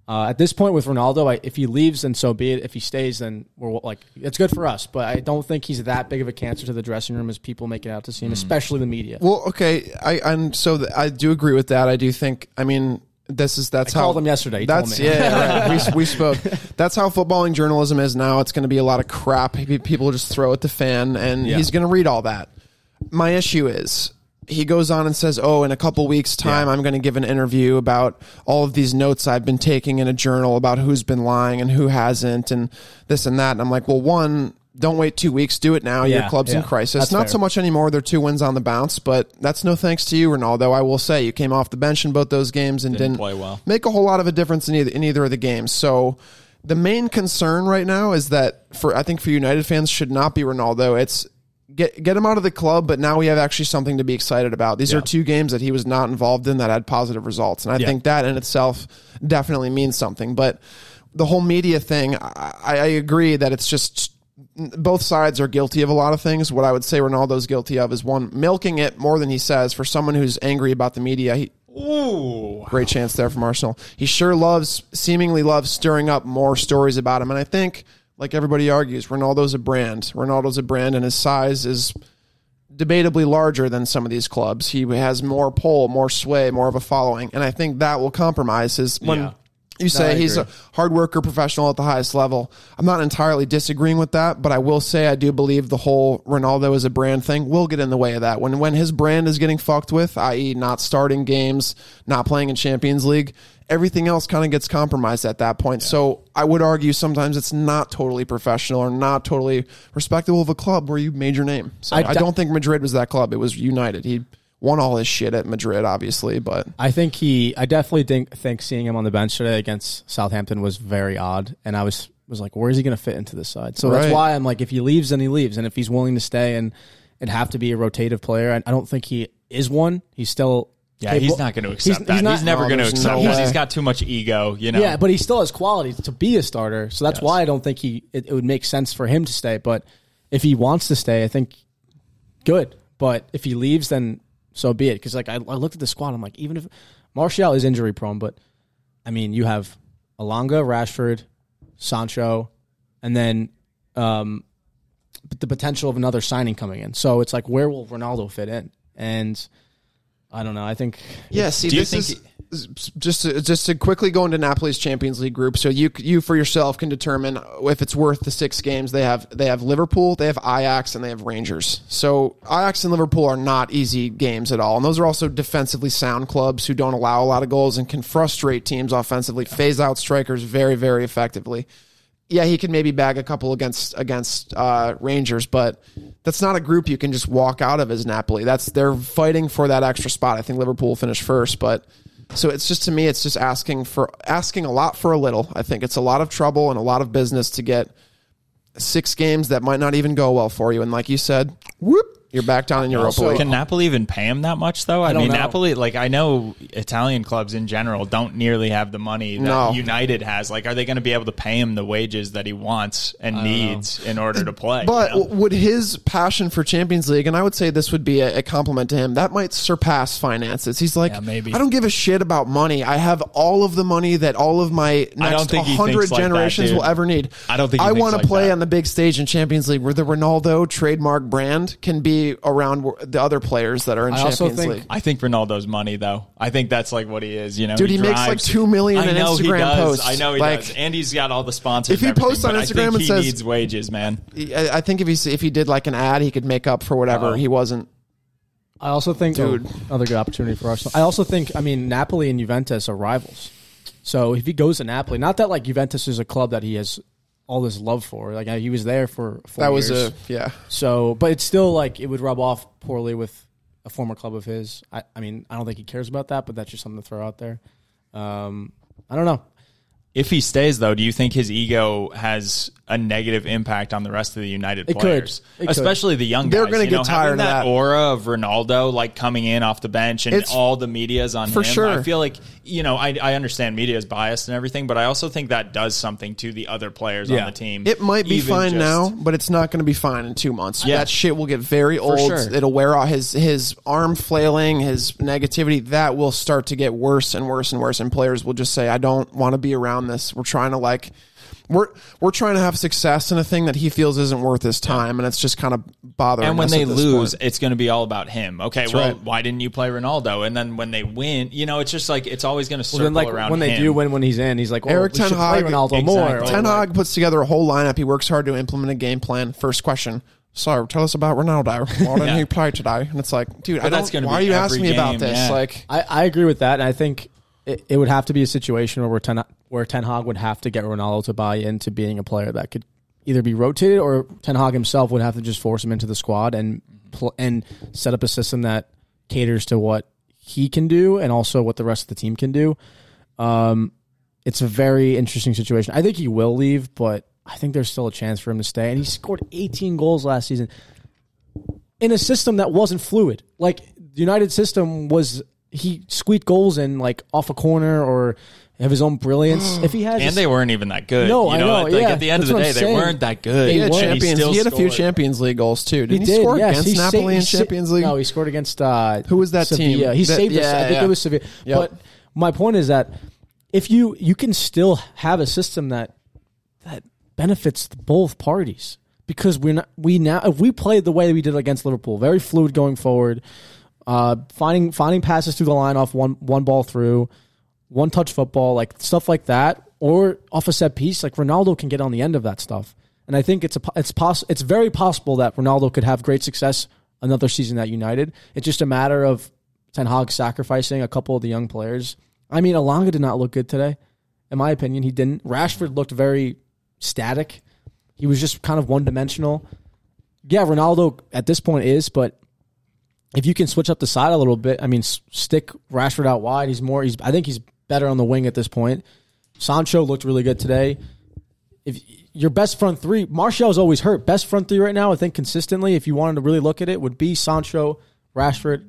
Speaker 1: uh, at this point with Ronaldo, I, if he leaves, then so be it. If he stays, then we're like it's good for us. But I don't think he's that big of a cancer to the dressing room as people make it out to seem, especially the media.
Speaker 2: Hmm. well, okay. I I'm so th- I do agree with that. I do think. I mean, this is that's
Speaker 1: I
Speaker 2: how
Speaker 1: called him yesterday. He
Speaker 2: that's
Speaker 1: told me.
Speaker 2: yeah. yeah, right. we we spoke. That's how footballing journalism is now. It's going to be a lot of crap. Pe- People just throw at the fan, and he's going to read all that. My issue is. He goes on and says, "Oh, in a couple weeks' time, I'm going to give an interview about all of these notes I've been taking in a journal about who's been lying and who hasn't, and this and that." And I'm like, "Well, one, don't wait two weeks. Do it now. Your
Speaker 1: Yeah,
Speaker 2: club's in
Speaker 1: yeah.
Speaker 2: crisis.
Speaker 1: That's
Speaker 2: Not
Speaker 1: fair.
Speaker 2: so much anymore. They're two wins on the bounce, but that's no thanks to you, Ronaldo. I will say you came off the bench in both those games and didn't,
Speaker 3: play well.
Speaker 2: make a whole lot of a difference in either, in either of the games. So the main concern right now is that for I think for United fans should not be Ronaldo. It's get get him out of the club, but now we have actually something to be excited about. These are two games that he was not involved in that had positive results, and I think that in itself definitely means something. But the whole media thing, I, I agree that it's just both sides are guilty of a lot of things. What I would say Ronaldo's guilty of is one milking it more than he says. For someone who's angry about the media, he, Great chance there from Arsenal. He sure loves, seemingly loves stirring up more stories about him. And I think, like everybody argues, Ronaldo's a brand. Ronaldo's a brand, and his size is debatably larger than some of these clubs. He has more pull, more sway, more of a following. And I think that will compromise his. When you say
Speaker 1: I
Speaker 2: he's a hard worker, professional at the highest level, I'm not entirely disagreeing with that, but I will say I do believe the whole Ronaldo is a brand thing will get in the way of that. When, when his brand is getting fucked with, i.e., not starting games, not playing in Champions League, everything else kind of gets compromised at that point. So I would argue sometimes it's not totally professional or not totally respectable of a club where you made your name. So I,
Speaker 1: I
Speaker 2: I
Speaker 1: d-
Speaker 2: don't think Madrid was that club. It was United. He won all his shit at Madrid, obviously, but
Speaker 1: I think he. I definitely think think seeing him on the bench today against Southampton was very odd, and I was was like, where is he going to fit into this side? So
Speaker 2: Right.
Speaker 1: that's why I'm like, if he leaves, then he leaves, and if he's willing to stay and and have to be a rotative player, I, I don't think he is one. He's still
Speaker 3: Yeah, he's
Speaker 1: capable-
Speaker 3: not going to accept
Speaker 1: he's-
Speaker 3: that. He's,
Speaker 1: He's, not,
Speaker 3: never
Speaker 2: No,
Speaker 3: going to
Speaker 2: there's
Speaker 3: accept
Speaker 2: no
Speaker 3: that.
Speaker 2: way.
Speaker 3: He's got too much ego, you know.
Speaker 1: Yeah, but he still has qualities to be a starter. So that's why I don't think he it, it would make sense for him to stay. But if he wants to stay, I think good. But if he leaves, then so be it. Because like I, I looked at the squad, I'm like, even if Martial is injury prone, but I mean, you have Alanga, Rashford, Sancho, and then um, but the potential of another signing coming in. So it's like, where will Ronaldo fit in? And I don't know. I think
Speaker 2: Yeah, see,
Speaker 3: Do you
Speaker 2: this
Speaker 3: think-
Speaker 2: is just to, just to quickly go into Napoli's Champions League group. So you you for yourself can determine if it's worth the six games they have. They have Liverpool, they have Ajax, and they have Rangers. So Ajax and Liverpool are not easy games at all, and those are also defensively sound clubs who don't allow a lot of goals and can frustrate teams offensively, phase out strikers very very effectively yeah, he can maybe bag a couple against against uh, Rangers, but that's not a group you can just walk out of as Napoli. That's they're fighting for that extra spot. I think Liverpool will finish first, but so it's just to me, it's just asking for asking a lot for a little. I think it's a lot of trouble and a lot of business to get six games that might not even go well for you, and like you said, whoop, you're back down in Europa
Speaker 3: Also,
Speaker 2: League.
Speaker 3: can Napoli even pay him that much though? I,
Speaker 1: don't
Speaker 3: mean,
Speaker 1: know.
Speaker 3: Napoli. Like I know Italian clubs in general don't nearly have the money that
Speaker 2: No.
Speaker 3: United has. Like, are they going to be able to pay him the wages that he wants and needs in order to play? you
Speaker 2: But
Speaker 3: know?
Speaker 2: w would his passion for Champions League, and I would say this would be a, a compliment to him, that might surpass finances. He's like,
Speaker 3: Yeah, maybe.
Speaker 2: I don't give a shit about money. I have all of the money that all of my
Speaker 3: I don't
Speaker 2: next
Speaker 3: think he
Speaker 2: hundred
Speaker 3: thinks like that,
Speaker 2: generations
Speaker 3: dude.
Speaker 2: will ever need.
Speaker 3: I don't think he
Speaker 2: I
Speaker 3: thinks
Speaker 2: want
Speaker 3: like
Speaker 2: to play
Speaker 3: that.
Speaker 2: on the big stage in Champions League, where the Ronaldo trademark brand can be around wh- the other players that are in
Speaker 1: I
Speaker 2: Champions
Speaker 1: also think-
Speaker 2: League.
Speaker 3: I think Ronaldo's money though. I think that's like what he is. You know,
Speaker 2: Dude, he makes, like,
Speaker 3: drives-
Speaker 2: $2 million in
Speaker 3: I know he
Speaker 2: Instagram
Speaker 3: does.
Speaker 2: posts.
Speaker 3: I know he
Speaker 2: Like,
Speaker 3: does, and he's got all the sponsors.
Speaker 2: if he
Speaker 3: and everything,
Speaker 2: posts on
Speaker 3: but I
Speaker 2: Instagram
Speaker 3: think
Speaker 2: and
Speaker 3: he
Speaker 2: says-
Speaker 3: needs wages, man.
Speaker 2: I, I think if he if he did like an ad, he could make up for whatever he wasn't.
Speaker 1: I also think
Speaker 2: Dude.
Speaker 1: oh, another good opportunity for Arsenal. I also think I mean Napoli and Juventus are rivals. So if he goes to Napoli, not that like Juventus is a club that he has all this love for. Like uh, he was there for four
Speaker 2: That was
Speaker 1: years.
Speaker 2: a yeah.
Speaker 1: so, but it's still like it would rub off poorly with a former club of his. I, I mean, I don't think he cares about that, but that's just something to throw out there. Um, I don't know.
Speaker 3: If he stays, though, do you think his ego has a negative impact on the rest of the United
Speaker 1: It could.
Speaker 3: players,
Speaker 1: It could.
Speaker 3: especially the young?
Speaker 2: They're
Speaker 3: guys,
Speaker 2: gonna
Speaker 3: you
Speaker 2: get
Speaker 3: know,
Speaker 2: tired
Speaker 3: having
Speaker 2: of
Speaker 3: that,
Speaker 2: that.
Speaker 3: aura of Ronaldo, like coming in off the bench, and
Speaker 2: It's-
Speaker 3: all the media's on
Speaker 2: for
Speaker 3: him.
Speaker 2: sure.
Speaker 3: I feel like you know, I, I understand media is biased and everything, but I also think that does something to the other players
Speaker 1: Yeah.
Speaker 3: on the team.
Speaker 2: It might be
Speaker 3: Even
Speaker 2: fine
Speaker 3: just-
Speaker 2: now, but it's not going to be fine in two months.
Speaker 3: Yeah.
Speaker 2: That shit will get very old.
Speaker 3: sure.
Speaker 2: It'll wear off. His his arm flailing, his negativity that will start to get worse and worse and worse. And players will just say, "I don't want to be around this." We're trying to like, we're we're trying to have success in a thing that he feels isn't worth his time, and it's just kind of bothering.
Speaker 3: And when
Speaker 2: us
Speaker 3: they
Speaker 2: at this
Speaker 3: lose,
Speaker 2: point.
Speaker 3: it's going to be all about him. Okay, well,
Speaker 2: right.
Speaker 3: why didn't you play Ronaldo? And then when they win, you know, it's just like it's always going to circle
Speaker 1: then like
Speaker 3: around.
Speaker 1: when they
Speaker 3: him.
Speaker 1: do win, when he's in, he's like, oh,
Speaker 2: Eric
Speaker 1: Eric we
Speaker 2: Ten
Speaker 1: should play
Speaker 2: Hag-
Speaker 1: Ronaldo more.
Speaker 3: Exactly.
Speaker 2: Ten Hag puts together a whole lineup. He works hard to implement a game plan. First question. Sorry, tell us about Ronaldo. Why didn't
Speaker 3: Yeah.
Speaker 2: he play today? And it's like, dude, I
Speaker 3: that's
Speaker 2: don't.
Speaker 3: gonna
Speaker 2: Why are
Speaker 3: be
Speaker 2: you
Speaker 3: every
Speaker 2: asking me about
Speaker 3: game,
Speaker 2: this?
Speaker 3: yeah.
Speaker 2: Like,
Speaker 1: I, I agree with that, and I think it, it would have to be a situation where Ten where Ten Hag would have to get Ronaldo to buy into being a player that could either be rotated or Ten Hag himself would have to just force him into the squad and pl- and set up a system that caters to what he can do and also what the rest of the team can do. Um, it's a very interesting situation. I think he will leave, but I think there's still a chance for him to stay. And he scored 18 goals last season in a system that wasn't fluid. Like the United system was, he squeaked goals in like off a corner or have his own brilliance. if he had,
Speaker 3: and they weren't even that good.
Speaker 1: No,
Speaker 3: you
Speaker 1: I
Speaker 3: know,
Speaker 1: know,
Speaker 3: Like
Speaker 1: yeah,
Speaker 3: at the end
Speaker 1: that's
Speaker 3: of the
Speaker 1: what
Speaker 3: day,
Speaker 1: I'm
Speaker 3: they
Speaker 1: saying.
Speaker 3: weren't that good.
Speaker 2: He had
Speaker 3: and
Speaker 1: won.
Speaker 3: he
Speaker 2: champions.
Speaker 3: still
Speaker 2: He, had a few
Speaker 3: scored.
Speaker 2: Champions League goals too. Didn't he,
Speaker 1: did,
Speaker 2: score
Speaker 1: yes.
Speaker 2: against
Speaker 1: He
Speaker 2: Napoli
Speaker 1: sa-
Speaker 2: in
Speaker 1: he sa-
Speaker 2: Champions League?
Speaker 1: No, he scored against uh,
Speaker 2: Who was that team?
Speaker 1: Sevilla. He
Speaker 2: That-
Speaker 1: saved us.
Speaker 2: yeah,
Speaker 1: I think
Speaker 2: yeah.
Speaker 1: it was Sevilla.
Speaker 2: Yep.
Speaker 1: But my point is that if you you can still have a system that that benefits both parties because we're not we now if we played the way we did against Liverpool, very fluid going forward, uh, finding finding passes through the line off one one ball through, one touch football, like stuff like that, or off a set piece, like Ronaldo can get on the end of that stuff. And I think it's a po- it's poss- it's very possible that Ronaldo could have great success another season at United. It's just a matter of Ten Hag sacrificing a couple of the young players. I mean, Alanga did not look good today, in my opinion. He didn't. Rashford looked very static. He was just kind of one dimensional. Yeah, Ronaldo at this point is, but if you can switch up the side a little bit, I mean, s- stick Rashford out wide. He's more. He's. I think he's better on the wing at this point. Sancho looked really good today. If your best front three, Martial's always hurt. Best front three right now, I think consistently, if you wanted to really look at it, would be Sancho, Rashford,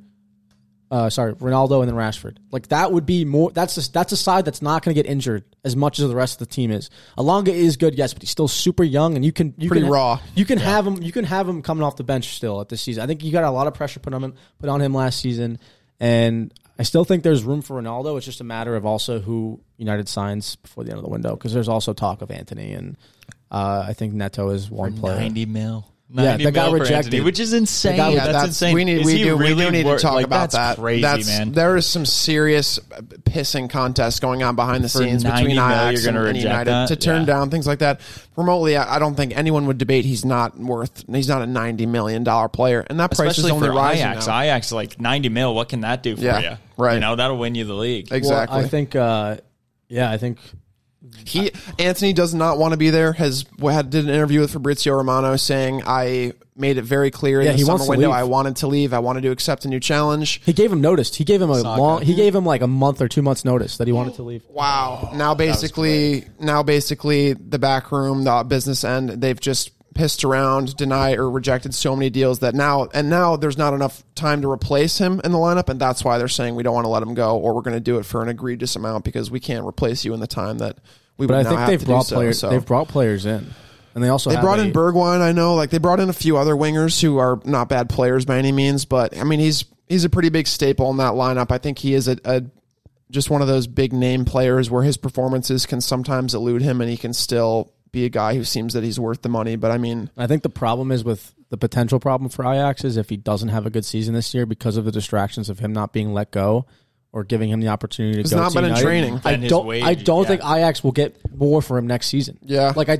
Speaker 1: uh, sorry, Ronaldo, and then Rashford. Like that would be more. That's a, that's a side that's not going to get injured as much as the rest of the team is. Alonga is good, yes, but he's still super young, and you can you
Speaker 2: Pretty
Speaker 1: can,
Speaker 2: raw.
Speaker 1: You can have him. You can have him coming off the bench still at this season. I think you got a lot of pressure put on him put on him last season, and I still think there's room for Ronaldo. It's just a matter of also who United signs before the end of the window because there's also talk of Anthony and. Uh, I think Neto is one player.
Speaker 3: Ninety mil.
Speaker 1: Yeah,
Speaker 3: 90
Speaker 1: that got
Speaker 3: mil for
Speaker 1: rejected.
Speaker 3: Anthony, which is insane.
Speaker 2: Yeah,
Speaker 3: that's, insane.
Speaker 2: We need,
Speaker 3: Is
Speaker 2: we
Speaker 3: he
Speaker 2: do, we
Speaker 3: really
Speaker 2: do need
Speaker 3: wor-
Speaker 2: to talk
Speaker 3: like,
Speaker 2: about
Speaker 3: that's
Speaker 2: that.
Speaker 3: Crazy
Speaker 2: That's-
Speaker 3: man.
Speaker 2: There is some serious uh, pissing contest going on behind the scenes
Speaker 3: 90
Speaker 2: between
Speaker 3: mil,
Speaker 2: Ajax
Speaker 3: you're
Speaker 2: and,
Speaker 3: gonna
Speaker 2: and
Speaker 3: reject
Speaker 2: United
Speaker 3: that?
Speaker 2: to turn
Speaker 3: Yeah.
Speaker 2: down things like that. Remotely, I, I don't think anyone would debate he's not worth. He's not a ninety million dollar player, and that price
Speaker 3: Especially
Speaker 2: is only
Speaker 3: for
Speaker 2: rising
Speaker 3: Ajax.
Speaker 2: now.
Speaker 3: Ajax like ninety mil. What can that do for
Speaker 2: Yeah,
Speaker 3: you?
Speaker 2: right.
Speaker 3: You know that'll win you the league.
Speaker 2: exactly.
Speaker 1: Well, I think, uh, yeah, I think
Speaker 2: He Anthony does not want to be there. Has had did an interview with Fabrizio Romano saying I made it very clear
Speaker 1: Yeah,
Speaker 2: in the
Speaker 1: he
Speaker 2: summer
Speaker 1: wants to
Speaker 2: window
Speaker 1: leave.
Speaker 2: I wanted to leave. I wanted to accept a new challenge.
Speaker 1: he gave him notice. He gave him a long. He gave him like a month or two months notice that he wanted to leave.
Speaker 2: Wow. Now basically now basically the back room, the business end, they've just pissed around, denied or rejected so many deals that now and now there's not enough time to replace him in the lineup, and that's why they're saying we don't want to let him go, or we're going to do it for an egregious amount because we can't replace you in the time that we
Speaker 1: But
Speaker 2: would
Speaker 1: I
Speaker 2: now
Speaker 1: think
Speaker 2: have
Speaker 1: they've
Speaker 2: to
Speaker 1: brought
Speaker 2: do so,
Speaker 1: players.
Speaker 2: so.
Speaker 1: They've brought players in, and they also
Speaker 2: They
Speaker 1: have
Speaker 2: brought
Speaker 1: a-
Speaker 2: in Bergwijn, I know. Like they brought in a few other wingers who are not bad players by any means, but I mean he's he's a pretty big staple in that lineup. I think he is a, a just one of those big name players where his performances can sometimes elude him, and he can still be a guy who seems that he's worth the money. But I mean,
Speaker 1: I think the problem is with the potential problem for Ajax is if he doesn't have a good season this year because of the distractions of him not being let go or giving him the opportunity to
Speaker 2: He's
Speaker 1: go.
Speaker 2: not
Speaker 1: to
Speaker 2: been in
Speaker 1: United.
Speaker 2: training.
Speaker 1: I
Speaker 3: And his
Speaker 1: don't.
Speaker 3: wage,
Speaker 1: I don't
Speaker 3: yeah.
Speaker 1: think Ajax will get more for him next season.
Speaker 2: Yeah.
Speaker 1: like I,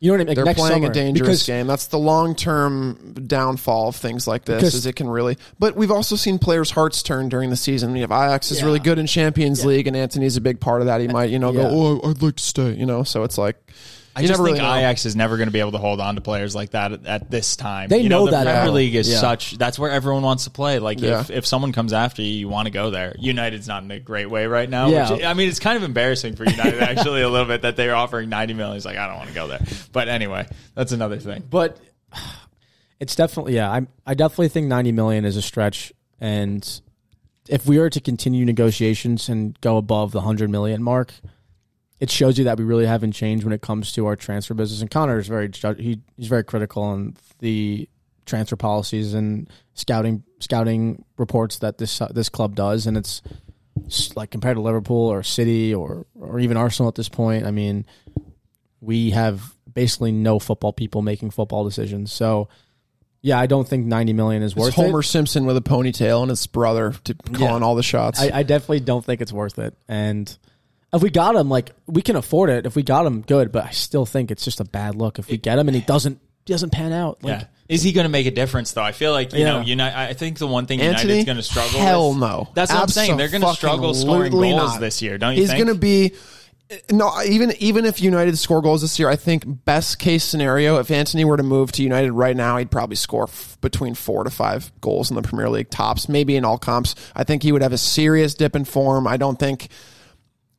Speaker 1: you know what I mean. Like
Speaker 2: they're
Speaker 1: next
Speaker 2: playing
Speaker 1: summer,
Speaker 2: a dangerous
Speaker 1: because
Speaker 2: game. That's the long term downfall of things like this
Speaker 1: Because-
Speaker 2: is it can really. But we've also seen players' hearts turn during the season. We have Ajax is
Speaker 1: Yeah.
Speaker 2: really good in Champions League, and Anthony's a big part of that. He might you know
Speaker 1: Yeah.
Speaker 2: go, oh, I'd like to stay, you know. So it's like.
Speaker 3: I
Speaker 2: you
Speaker 3: just
Speaker 2: never
Speaker 3: think
Speaker 2: really know.
Speaker 3: Ajax is never going to be able to hold on to players like that at, at this time.
Speaker 1: They
Speaker 3: You
Speaker 1: know
Speaker 3: the
Speaker 1: that
Speaker 3: Premier
Speaker 1: now.
Speaker 3: League is
Speaker 1: Yeah.
Speaker 3: such that's where everyone wants to play. Like
Speaker 2: Yeah.
Speaker 3: if, if someone comes after you, you want to go there. United's not in a great way right now.
Speaker 1: Yeah.
Speaker 3: Which, I mean, it's kind of embarrassing for United actually a little bit that they're offering ninety million. He's like, I don't want to go there. But anyway, that's another thing.
Speaker 1: but it's definitely yeah. I I definitely think ninety million is a stretch, and if we are to continue negotiations and go above the hundred million mark, it shows you that we really haven't changed when it comes to our transfer business. And Connor is very ju- he, he's very critical on the transfer policies and scouting scouting reports that this this club does, and it's s- like compared to Liverpool or City or or even Arsenal at this point. I mean, we have basically no football people making football decisions. So, yeah, I don't think ninety million is
Speaker 2: It's
Speaker 1: worth
Speaker 2: Homer
Speaker 1: it.
Speaker 2: Simpson with a ponytail and his brother to calling all the shots.
Speaker 1: I, I definitely don't think it's worth it. And if we got him, like we can afford it. If we got him, good. But I still think it's just a bad look if we get him and he doesn't he doesn't pan out. Like,
Speaker 3: Yeah. Is he going to make a difference though? I feel like you
Speaker 1: Yeah.
Speaker 3: know, United. I think the one thing
Speaker 2: Anthony,
Speaker 3: United's going to struggle.
Speaker 2: Hell
Speaker 3: with,
Speaker 2: no.
Speaker 3: That's what I'm saying. They're going to struggle scoring
Speaker 2: Absolutely
Speaker 3: goals
Speaker 2: not.
Speaker 3: this year, don't you?
Speaker 2: He's
Speaker 3: think?
Speaker 2: going to be. No, even even if United score goals this year, I think best case scenario, if Anthony were to move to United right now, he'd probably score f- between four to five goals in the Premier League tops, maybe in all comps. I think he would have a serious dip in form. I don't think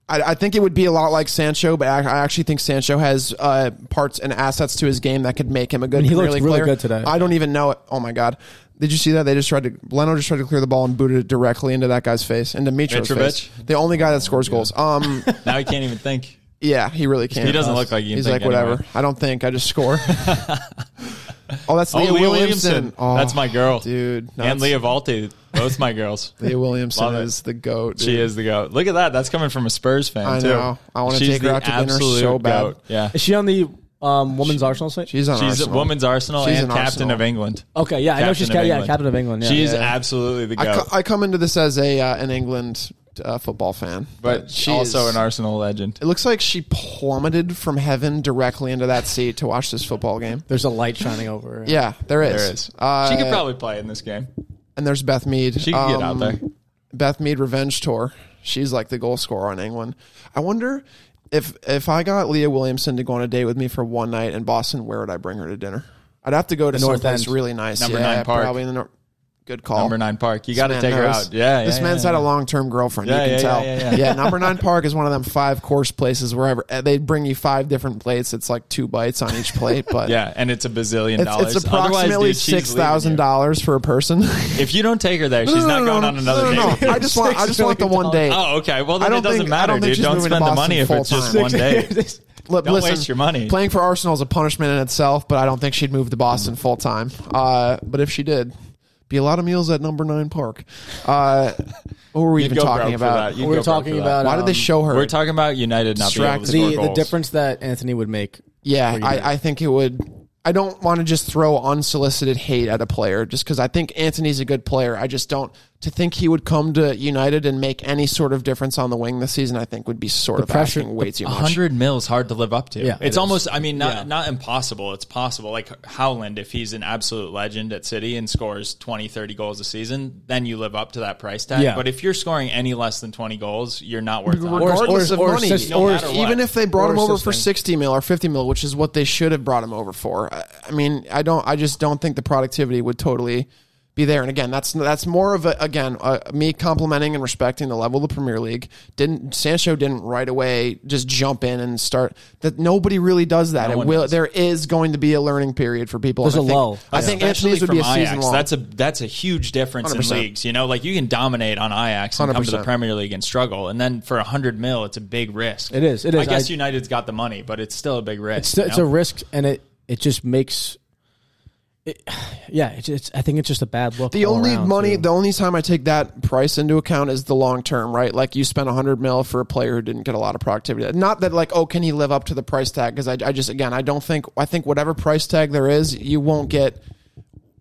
Speaker 2: I, I think it would be a lot like Sancho, but I, I actually think Sancho has uh, parts and assets to his game that could make him a good
Speaker 1: he
Speaker 2: Premier
Speaker 1: looked
Speaker 2: League
Speaker 1: really
Speaker 2: player.
Speaker 1: good today.
Speaker 2: I don't even know it. Oh my god! Did you see that? They just tried to Leno just tried to clear the ball and booted it directly into that guy's face, into Mitro's
Speaker 3: Mitrovic?
Speaker 2: face. The only guy that scores goals. Um,
Speaker 3: now he can't even think.
Speaker 2: yeah, he really can't.
Speaker 3: He doesn't look like he can
Speaker 2: He's
Speaker 3: think
Speaker 2: like whatever.
Speaker 3: anyway.
Speaker 2: I don't think. I just score. oh, that's
Speaker 3: Oh,
Speaker 2: Leah
Speaker 3: Leah
Speaker 2: Williamson.
Speaker 3: Williamson.
Speaker 2: Oh,
Speaker 3: That's my girl,
Speaker 2: dude. No,
Speaker 3: and
Speaker 2: that's-
Speaker 3: Leah Valti, both my girls.
Speaker 2: Leah Williamson
Speaker 3: Love it.
Speaker 2: is the goat.
Speaker 3: She
Speaker 2: dude.
Speaker 3: is the goat. Look at that. That's coming from a Spurs fan.
Speaker 2: I
Speaker 3: too.
Speaker 2: know. I wanna
Speaker 3: She's
Speaker 2: take her
Speaker 3: the
Speaker 2: out to dinner
Speaker 3: absolute
Speaker 2: so bad.
Speaker 3: goat. Yeah,
Speaker 1: Is she on the um, women's Arsenal site?
Speaker 2: She's on.
Speaker 3: she's
Speaker 2: Arsenal.
Speaker 3: a women's Arsenal
Speaker 2: She's
Speaker 3: and
Speaker 2: an
Speaker 3: captain
Speaker 2: Arsenal. Oh,
Speaker 3: of England.
Speaker 1: okay, yeah, I know she's
Speaker 3: of
Speaker 1: ca- yeah,
Speaker 3: England.
Speaker 1: captain of England. Yeah,
Speaker 3: She is
Speaker 1: yeah.
Speaker 3: absolutely the
Speaker 2: I,
Speaker 3: goat,
Speaker 2: co- I come into this as a uh, an England uh, football fan,
Speaker 3: but she's also
Speaker 2: is-
Speaker 3: an Arsenal legend.
Speaker 2: It looks like she plummeted from heaven directly into that seat to watch this football game.
Speaker 1: There's a light shining over. her.
Speaker 2: Yeah, there is.
Speaker 3: There is.
Speaker 2: Uh, um,
Speaker 3: she could probably play in this game.
Speaker 2: and there's Beth Mead.
Speaker 3: She could get out there.
Speaker 2: Beth Mead revenge tour. She's like the goal scorer on England. I wonder if if I got Leah Williamson to go on a date with me for one night in Boston, where would I bring her to dinner? I'd have to go to
Speaker 1: The North
Speaker 2: someplace
Speaker 1: End.
Speaker 2: really nice.
Speaker 3: Number
Speaker 2: yeah,
Speaker 3: nine park.
Speaker 2: Probably in the nor- good call.
Speaker 3: Number nine Park. You got to
Speaker 2: man
Speaker 3: take her
Speaker 2: knows.
Speaker 3: out. Yeah, yeah
Speaker 2: this
Speaker 3: yeah,
Speaker 2: man's
Speaker 3: yeah.
Speaker 2: had a long-term girlfriend.
Speaker 3: Yeah,
Speaker 2: you
Speaker 3: yeah,
Speaker 2: can tell.
Speaker 3: yeah, yeah,
Speaker 2: Number Nine Park is one of them five-course places where ever- they bring you five different plates. It's like two bites on each plate, but
Speaker 3: Yeah, and it's a bazillion
Speaker 2: it's,
Speaker 3: dollars.
Speaker 2: it's approximately
Speaker 3: Otherwise, dude, she's leaving
Speaker 2: six thousand dollars for a person.
Speaker 3: you. If you don't take her there, she's
Speaker 2: No,
Speaker 3: not
Speaker 2: no,
Speaker 3: going
Speaker 2: no,
Speaker 3: on another
Speaker 2: no, no,
Speaker 3: date.
Speaker 2: no. I just want. I just want the one date.
Speaker 3: Oh, okay. Well, then
Speaker 2: I
Speaker 3: it
Speaker 2: don't
Speaker 3: doesn't
Speaker 2: think- I
Speaker 3: matter,
Speaker 2: don't think
Speaker 3: dude.
Speaker 2: she's
Speaker 3: Don't
Speaker 2: moving to
Speaker 3: spend the
Speaker 2: Boston
Speaker 3: money if it's
Speaker 2: full
Speaker 3: just
Speaker 2: time.
Speaker 3: one day.
Speaker 2: Look,
Speaker 3: Don't
Speaker 2: listen,
Speaker 3: waste your money.
Speaker 2: Playing for Arsenal is a punishment in itself, but I don't think she'd move to Boston full time. Uh, but if she did, be a lot of meals at Number Nine Park. Uh, what were we even talking about?
Speaker 1: We were talking about
Speaker 2: Why did they
Speaker 1: um,
Speaker 2: show her?
Speaker 3: We're talking about United not being able to
Speaker 2: Distracted.
Speaker 3: score
Speaker 1: the, the
Speaker 3: goals.
Speaker 1: difference that Anthony would make?
Speaker 2: Yeah,
Speaker 1: Or you did.
Speaker 2: I, I think it would. I don't want to just throw unsolicited hate at a player just because I think Anthony's a good player. I just don't to think he would come to United and make any sort of difference on the wing this season. I think would be sort of
Speaker 1: pressure-
Speaker 2: asking way too
Speaker 3: A
Speaker 2: much.
Speaker 3: hundred mil is hard to live up to.
Speaker 1: Yeah, it
Speaker 3: it's
Speaker 1: is.
Speaker 3: almost. I mean, not not impossible. It's possible. Like Howland, if he's an absolute legend at City and scores 20, 30 goals a season, then you live up to that price tag.
Speaker 1: Yeah.
Speaker 3: But if you're scoring any less than twenty goals, you're not worth. a hundred.
Speaker 2: Regardless
Speaker 1: or-
Speaker 2: of
Speaker 1: or
Speaker 2: money,
Speaker 1: assist-
Speaker 3: No or- matter what.
Speaker 2: even if they brought
Speaker 1: Or
Speaker 2: him over for
Speaker 1: assisting.
Speaker 2: sixty mil or fifty mil, which is what they should have brought him over for. I, I mean, I don't. I just don't think the productivity would totally be there. And again, that's that's more of a again uh, me complimenting and respecting the level of the Premier League. Didn't Sancho didn't right away just jump in and start that nobody really does that. it
Speaker 3: one
Speaker 2: will
Speaker 3: does.
Speaker 2: there is going to be a learning period for people.
Speaker 1: There's
Speaker 2: And I
Speaker 1: a
Speaker 2: think,
Speaker 1: lull.
Speaker 2: I think
Speaker 3: Especially
Speaker 2: Anthony's would be a
Speaker 3: from
Speaker 2: season
Speaker 3: Ajax.
Speaker 2: long.
Speaker 3: That's a that's a huge difference in
Speaker 2: 100%.
Speaker 3: leagues. You know, like you can dominate on Ajax and come to the
Speaker 2: 100%.
Speaker 3: Premier League and struggle, and then for hundred mil, it's a big risk.
Speaker 1: It is, it
Speaker 3: I
Speaker 1: is.
Speaker 3: guess
Speaker 1: I-
Speaker 3: United's got the money, but it's still a big risk.
Speaker 1: It's, it's
Speaker 3: you
Speaker 1: a
Speaker 3: know?
Speaker 1: risk, and it it just makes. It, yeah, it's, it's. I think it's just a bad look.
Speaker 2: The
Speaker 1: all
Speaker 2: only
Speaker 1: around,
Speaker 2: money,
Speaker 1: too.
Speaker 2: the only time I take that price into account is the long term, right? Like you spent 100 mil for a player who didn't get a lot of productivity. Not that like, oh, can he live up to the price tag? Because I, I just, again, I don't think, I think whatever price tag there is, you won't get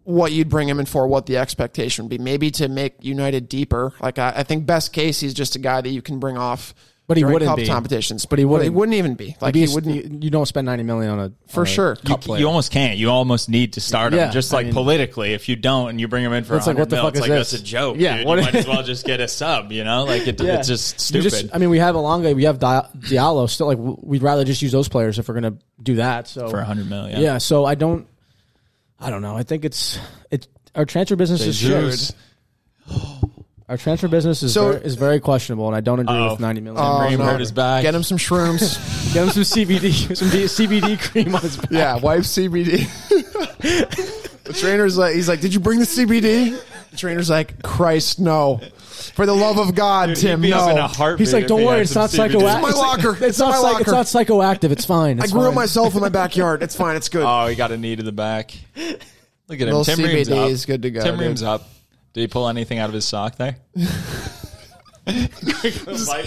Speaker 2: what you'd bring him in for, what the expectation would be. Maybe to make United deeper. Like I, I think best case, he's just a guy that you can bring off.
Speaker 1: But he
Speaker 2: during
Speaker 1: wouldn't
Speaker 2: cup
Speaker 1: be.
Speaker 2: competitions,
Speaker 1: But he wouldn't.
Speaker 2: It wouldn't even be like
Speaker 1: Be
Speaker 2: he
Speaker 1: a-
Speaker 2: wouldn't.
Speaker 1: You, you don't spend ninety million on a
Speaker 2: For
Speaker 1: on a
Speaker 2: sure.
Speaker 1: cup
Speaker 3: You,
Speaker 1: player.
Speaker 3: you almost can't. You almost need to start him.
Speaker 1: Yeah,
Speaker 3: just
Speaker 1: I
Speaker 3: like
Speaker 1: mean-
Speaker 3: politically, if you don't and you bring him in for
Speaker 1: It's like,
Speaker 3: 100
Speaker 1: what the
Speaker 3: mil,
Speaker 1: fuck
Speaker 3: it's
Speaker 1: is
Speaker 3: like
Speaker 1: this?
Speaker 3: that's a joke.
Speaker 1: Yeah,
Speaker 3: dude.
Speaker 1: what-
Speaker 3: you might as well just get a sub. You know, like it, it's just
Speaker 1: You
Speaker 3: stupid.
Speaker 1: just- I mean, we have Alonga, we have Di- Diallo. Still, like w- we'd rather just use those players if we're gonna do that. So
Speaker 3: for 100 mil, yeah.
Speaker 1: yeah. So I don't. I don't know. I think it's it's our transfer business is
Speaker 3: Jesus.
Speaker 1: shit. Our transfer business is
Speaker 2: So-
Speaker 1: very, is very questionable, and I don't agree
Speaker 3: Uh-oh.
Speaker 1: with ninety million.
Speaker 2: Oh,
Speaker 3: Graham
Speaker 2: no.
Speaker 3: hurt his back.
Speaker 2: Get him some shrooms.
Speaker 1: Get him some CBD, some D- CBD cream on his back.
Speaker 2: yeah, wipe CBD. the trainer's like, he's like, "Did you bring the CBD?" The trainer's like, "Christ, no! For the love of God,
Speaker 3: Dude, he'd
Speaker 2: Tim,
Speaker 3: be up in a
Speaker 2: no!
Speaker 3: heartbeat
Speaker 1: He's like,
Speaker 3: if
Speaker 1: don't
Speaker 3: he
Speaker 1: worry,
Speaker 3: had
Speaker 1: it's
Speaker 3: some
Speaker 1: not
Speaker 3: CBD."
Speaker 2: It's in
Speaker 1: psychoactive.
Speaker 2: my locker.
Speaker 1: It's,
Speaker 2: It's in
Speaker 1: not
Speaker 2: my
Speaker 1: psych-
Speaker 2: locker.
Speaker 1: It's not psychoactive. It's fine.
Speaker 2: I
Speaker 1: It's
Speaker 2: grew
Speaker 1: fine.
Speaker 2: it myself in my backyard. It's fine. It's good."
Speaker 3: Oh, he got a knee to the back. Look at him.
Speaker 2: Little
Speaker 3: Tim
Speaker 2: CBD
Speaker 3: Ream's up.
Speaker 2: is good to go,
Speaker 3: Tim
Speaker 2: dude.
Speaker 3: Ream's up. Did he pull anything out of his sock there?
Speaker 2: Just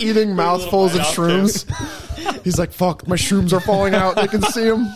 Speaker 2: eating mouthfuls of shrooms. he's like, "Fuck, my shrooms are falling out. They can see them.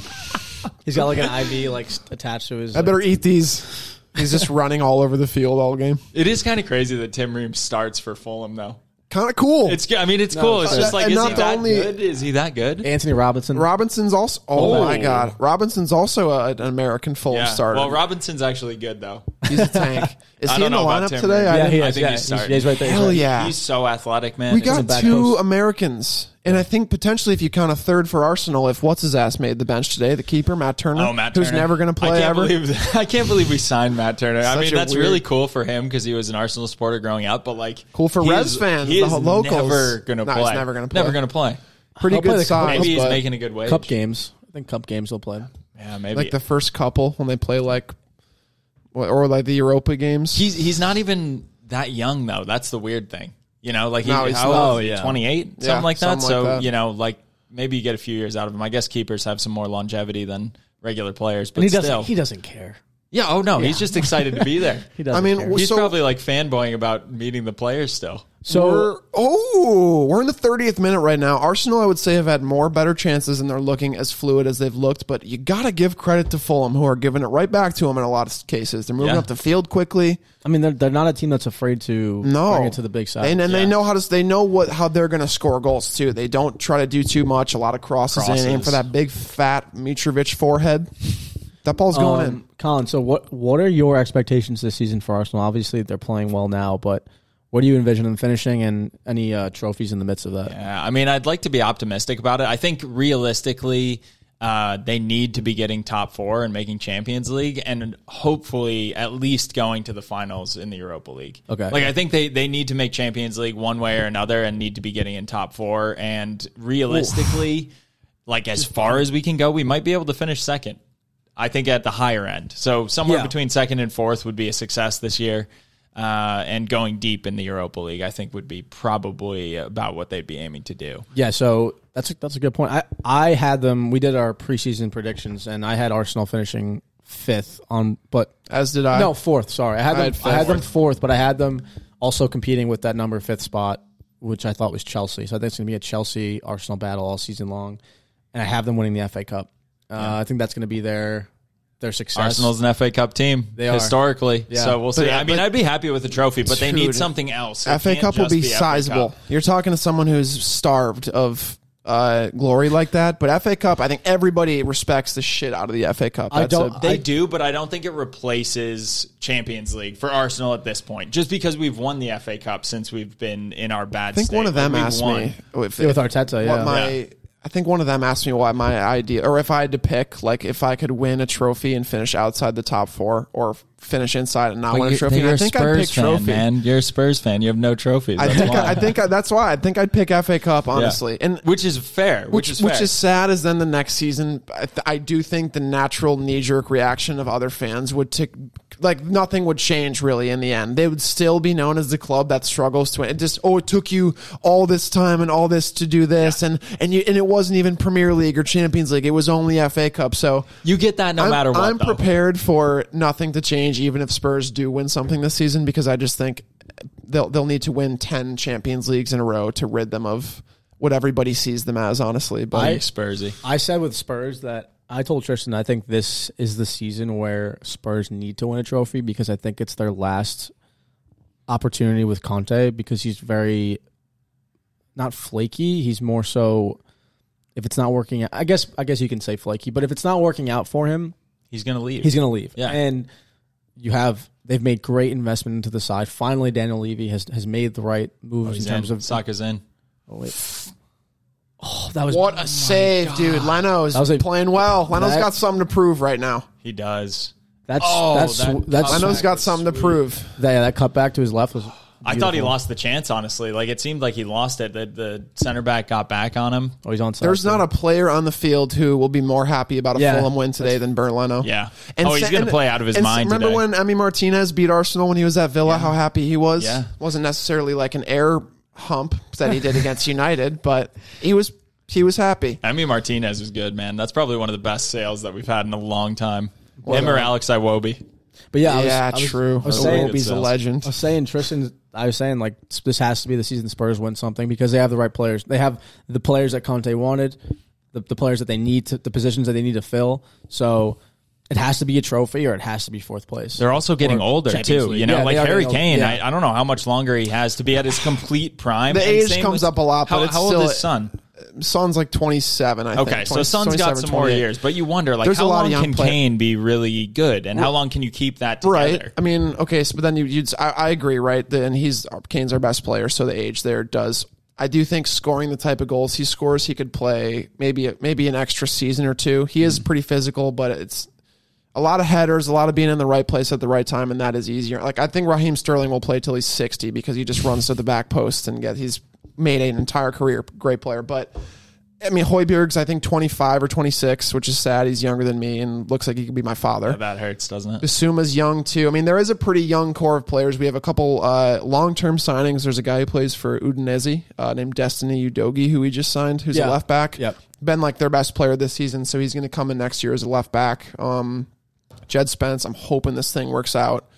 Speaker 1: He's got like an IV like s- attached to his.
Speaker 2: I better eat these." He's just running all over the field all game.
Speaker 3: It is kind of crazy that Tim Ream starts for Fulham, though.
Speaker 2: Kind of cool.
Speaker 3: It's. I mean, it's cool. It's
Speaker 2: it's-
Speaker 3: just like,
Speaker 2: and
Speaker 3: is
Speaker 2: not
Speaker 3: he
Speaker 2: the
Speaker 3: that
Speaker 2: only-
Speaker 3: good? Is he that good?
Speaker 1: Anthony Robinson.
Speaker 2: Robinson's also. Oh,
Speaker 3: Oh.
Speaker 2: my God, Robinson's also a, an American Fulham
Speaker 3: Yeah.
Speaker 2: starter.
Speaker 3: Well, Robinson's actually good though.
Speaker 2: he's a tank. Is
Speaker 3: I
Speaker 2: he
Speaker 3: don't
Speaker 2: in the
Speaker 3: know about
Speaker 2: lineup
Speaker 3: Tim
Speaker 2: today?
Speaker 3: Ream.
Speaker 2: I
Speaker 1: yeah,
Speaker 2: didn't-
Speaker 1: he
Speaker 3: I
Speaker 1: is.
Speaker 3: think
Speaker 1: yeah,
Speaker 3: he's
Speaker 1: he's,
Speaker 3: starting.
Speaker 1: he's right there. He's
Speaker 2: Hell
Speaker 1: right.
Speaker 2: yeah!
Speaker 3: He's so athletic, man.
Speaker 2: We
Speaker 3: It's-
Speaker 2: got
Speaker 1: back
Speaker 2: two
Speaker 1: post.
Speaker 2: Americans, and I think potentially if you count a third for Arsenal, if what's his ass made the bench today, the keeper Matt Turner,
Speaker 3: Oh, Matt
Speaker 2: who's
Speaker 3: Turner.
Speaker 2: never going to
Speaker 3: I
Speaker 2: play
Speaker 3: can't
Speaker 2: ever.
Speaker 3: Believe, I can't believe we signed Matt Turner. I
Speaker 2: Such
Speaker 3: mean,
Speaker 2: a
Speaker 3: that's
Speaker 2: weird-
Speaker 3: really cool for him because he was an Arsenal supporter growing up. But like,
Speaker 2: Cool for
Speaker 3: he
Speaker 2: Reds
Speaker 3: is-
Speaker 2: fans,
Speaker 3: He
Speaker 2: the
Speaker 3: is
Speaker 2: locals.
Speaker 3: never gonna
Speaker 2: No,
Speaker 3: play.
Speaker 2: he's never gonna play. Uh,
Speaker 3: Never gonna play.
Speaker 2: Pretty
Speaker 1: I'll play
Speaker 2: good
Speaker 1: the couple-
Speaker 2: size,
Speaker 3: Maybe he's
Speaker 2: but
Speaker 3: making a good wage.
Speaker 1: Cup games. I think cup games he'll play.
Speaker 3: Yeah, maybe.
Speaker 2: like the first couple when they play like or like the Europa games.
Speaker 3: he's he's not even that young though. That's the weird thing. You know, like he,
Speaker 2: No, he's
Speaker 3: how
Speaker 2: not.
Speaker 3: old is he?
Speaker 1: Oh, yeah.
Speaker 3: 28, something
Speaker 2: Yeah,
Speaker 3: like that.
Speaker 2: something
Speaker 3: so,
Speaker 2: like that.
Speaker 3: you know, like maybe you get a few years out of him. I guess keepers have some more longevity than regular players, but
Speaker 1: And he doesn't.
Speaker 3: still.
Speaker 1: He doesn't care.
Speaker 3: yeah, oh no, he's just excited to be there.
Speaker 1: He doesn't.
Speaker 2: I mean,
Speaker 1: care.
Speaker 2: w-
Speaker 3: he's
Speaker 2: so
Speaker 3: probably like fanboying about meeting the players still.
Speaker 1: so
Speaker 2: we're oh we're in the 30th minute right now. Arsenal, I would say, have had more better chances, and they're looking as fluid as they've looked. But you got to give credit to Fulham, who are giving it right back to them in a lot of cases. They're moving
Speaker 3: Yeah.
Speaker 2: up the field quickly.
Speaker 1: I mean, they're, they're not a team that's afraid to
Speaker 2: No,
Speaker 1: bring it to the big side.
Speaker 2: and, and they
Speaker 3: Yeah.
Speaker 2: know how to. They know what how they're going to score goals too. They don't try to do too much. A lot of crosses, and aim
Speaker 3: Crosses.
Speaker 2: for that big fat Mitrovic forehead. That ball's going
Speaker 1: Um, Colin, so what what are your expectations this season for Arsenal? Obviously, they're playing well now, but what do you envision them finishing, and any uh, trophies in the midst of that?
Speaker 3: Yeah, I mean, I'd like to be optimistic about it. I think realistically, uh, they need to be getting top four and making Champions League, and hopefully at least going to the finals in the Europa League.
Speaker 1: Okay.
Speaker 3: like I think they they need to make Champions League one way or another, and need to be getting in top four. And realistically, like as far as we can go, we might be able to finish second. I think at the higher end, so somewhere
Speaker 1: Yeah.
Speaker 3: between second and fourth would be a success this year. Uh, and going deep in the Europa League, I think would be probably about what they'd be aiming to do.
Speaker 1: Yeah, so that's a, that's a good point. I I had them. We did our preseason predictions, and I had Arsenal finishing fifth on, but
Speaker 2: in, as did I.
Speaker 1: no fourth. Sorry, I had them.
Speaker 2: had
Speaker 1: I had them fourth, but I had them also competing with that number fifth spot, which I thought was Chelsea. So I think it's going to be a Chelsea Arsenal battle all season long, and I have them winning the FA Cup. Uh, I think that's going to be their their success.
Speaker 3: Arsenal's an FA Cup team
Speaker 1: They are.
Speaker 3: historically,
Speaker 1: Yeah.
Speaker 3: so we'll see.
Speaker 2: But- uh,
Speaker 3: I mean,
Speaker 2: but-
Speaker 3: I'd be happy with a trophy, but they
Speaker 2: Dude,
Speaker 3: need something else. It
Speaker 2: FA
Speaker 3: can't
Speaker 2: Cup will
Speaker 3: just
Speaker 2: be
Speaker 3: FA
Speaker 2: sizable.
Speaker 3: Cup.
Speaker 2: You're talking to someone who's starved of uh, glory like that. But FA Cup, I think everybody respects the shit out of the FA Cup.
Speaker 1: I
Speaker 2: That's a-
Speaker 1: don't-
Speaker 3: They do, but I don't think it replaces Champions League for Arsenal at this point. Just because we've won the FA Cup since we've been in our bad.
Speaker 2: I think one of them asked me if,
Speaker 1: Yeah, with Arteta,
Speaker 2: what
Speaker 1: yeah.
Speaker 2: my I think one of them asked me why my idea, or if I had to pick, like if I could win a trophy and finish outside the top four, or finish inside and not
Speaker 3: But
Speaker 2: win a
Speaker 3: you're-
Speaker 2: trophy.
Speaker 3: you're
Speaker 2: I
Speaker 3: a
Speaker 2: think I'd
Speaker 3: Spurs
Speaker 2: pick
Speaker 3: fan,
Speaker 2: trophy.
Speaker 3: man. You're a Spurs fan. You have no trophies.
Speaker 2: I
Speaker 3: That's
Speaker 2: think
Speaker 3: why.
Speaker 2: I, think I, that's why I think I'd pick FA Cup
Speaker 3: Yeah.
Speaker 2: honestly, and
Speaker 3: which is fair. Which, is fair.
Speaker 2: which is sad. Is then the next season, I, th- I do think the natural knee jerk reaction of other fans would tick, like nothing would change really in the end. They would still be known as the club that struggles to it just oh it took you all this time and all this to do this and and you and it wasn't even Premier League or Champions League. It was only FA Cup. So
Speaker 3: you get that no
Speaker 2: I'm,
Speaker 3: matter what.
Speaker 2: I'm
Speaker 3: though.
Speaker 2: prepared for nothing to change, even if Spurs do win something this season, because I just think they'll they'll need to win ten Champions Leagues in a row to rid them of what everybody sees them as. Honestly, but
Speaker 3: I Spursy.
Speaker 1: I said with Spurs that I told Tristan I think this is the season where Spurs need to win a trophy because I think it's their last opportunity with Conte because he's very not flaky. He's more so if it's not working out. I guess I guess you can say flaky, but if it's not working out for him,
Speaker 3: He's gonna leave.
Speaker 1: he's going to leave.
Speaker 3: Yeah.
Speaker 1: And you have they've made great investment into the side. Finally, Daniel Levy has has made the right moves in terms
Speaker 3: Oh, in.
Speaker 1: of
Speaker 3: Saka's in.
Speaker 1: Oh, wait. Oh, that was
Speaker 2: what a save, dude! Leno's
Speaker 1: That was a-
Speaker 2: playing well. Leno's
Speaker 1: that-
Speaker 2: got something to prove right now.
Speaker 3: He does.
Speaker 1: that's
Speaker 3: Oh,
Speaker 1: that's
Speaker 3: that-
Speaker 1: that's
Speaker 3: I know
Speaker 2: Leno's
Speaker 3: Smack
Speaker 2: got
Speaker 3: was
Speaker 2: something to prove.
Speaker 1: That, that cut back to his left was.
Speaker 3: I thought he
Speaker 1: beautiful.
Speaker 3: lost the chance. Honestly, like it seemed like he lost it. That the center back got back on him.
Speaker 1: Oh, he's on. side.
Speaker 2: There's not a player on the field who will be more happy about a
Speaker 1: Yeah.
Speaker 2: Fulham win today than Bernd Leno.
Speaker 3: Yeah. Oh, he's gonna play out of his
Speaker 2: and
Speaker 3: mind
Speaker 2: Remember
Speaker 3: today.
Speaker 2: when Emi Martinez beat Arsenal when he was at Villa? How happy he was.
Speaker 3: Yeah.
Speaker 2: wasn't necessarily like an air hump that he did against United, but he was he was happy.
Speaker 3: Emmy Martinez was good, man. That's probably one of the best sales that we've had in a long time. Him or Alex Iwobi.
Speaker 1: But yeah, I was,
Speaker 2: yeah,
Speaker 1: I was-
Speaker 2: true.
Speaker 1: I was,
Speaker 3: Overrated
Speaker 1: saying,
Speaker 2: Iwobi's a
Speaker 3: sales.
Speaker 2: legend.
Speaker 1: I was saying Tristan. I was saying like this has to be the season Spurs win something because they have the right players. They have the players that Conte wanted, the, the players that they need, to, the positions that they need to fill. So it has to be a trophy or it has to be fourth place.
Speaker 3: They're also getting
Speaker 1: Or
Speaker 3: older
Speaker 1: Champions
Speaker 3: too.
Speaker 1: League.
Speaker 3: You know,
Speaker 1: Yeah,
Speaker 3: like
Speaker 1: they are
Speaker 3: Harry
Speaker 1: getting
Speaker 3: Kane.
Speaker 1: older. Yeah.
Speaker 3: I, I don't know how much longer he has to be at his complete prime.
Speaker 2: The
Speaker 3: And
Speaker 2: age
Speaker 3: same
Speaker 2: comes
Speaker 3: with-
Speaker 2: up a lot, but
Speaker 3: how,
Speaker 2: it's
Speaker 3: how old
Speaker 2: still-
Speaker 3: is Son?
Speaker 2: Son's like 27, I
Speaker 3: Okay,
Speaker 2: think.
Speaker 3: so Son's got
Speaker 2: 27,
Speaker 3: some more
Speaker 2: 28.
Speaker 3: years, but you wonder like
Speaker 2: There's a
Speaker 3: how
Speaker 2: lot of
Speaker 3: long
Speaker 2: young
Speaker 3: can
Speaker 2: play-
Speaker 3: Kane be really good, and how long can you keep that together?
Speaker 2: Right. I mean, okay, so but then you, you'd I, I agree, right? The- And he's Kane's our best player, so the age there does. I do think scoring the type of goals he scores, he could play maybe maybe an extra season or two. He is pretty physical, but it's a lot of headers, a lot of being in the right place at the right time, and that is easier. Like I think Raheem Sterling will play till he's sixty because he just runs to the back post and get he's made an entire career great player, but. I mean, Hoiberg's I think twenty five or twenty six, which is sad. He's younger than me and looks like he could be my father.
Speaker 3: That hurts, doesn't it?
Speaker 2: Basuma's young too. I mean, there is a pretty young core of players. We have a couple uh, long-term signings. There's a guy who plays for Udinese uh, named Destiny Udogi, who we just signed, who's
Speaker 1: Yeah.
Speaker 2: a left back.
Speaker 1: Yep.
Speaker 2: Been like their best player this season, so he's going to come in next year as a left back. Um, Jed Spence. I'm hoping this thing works out.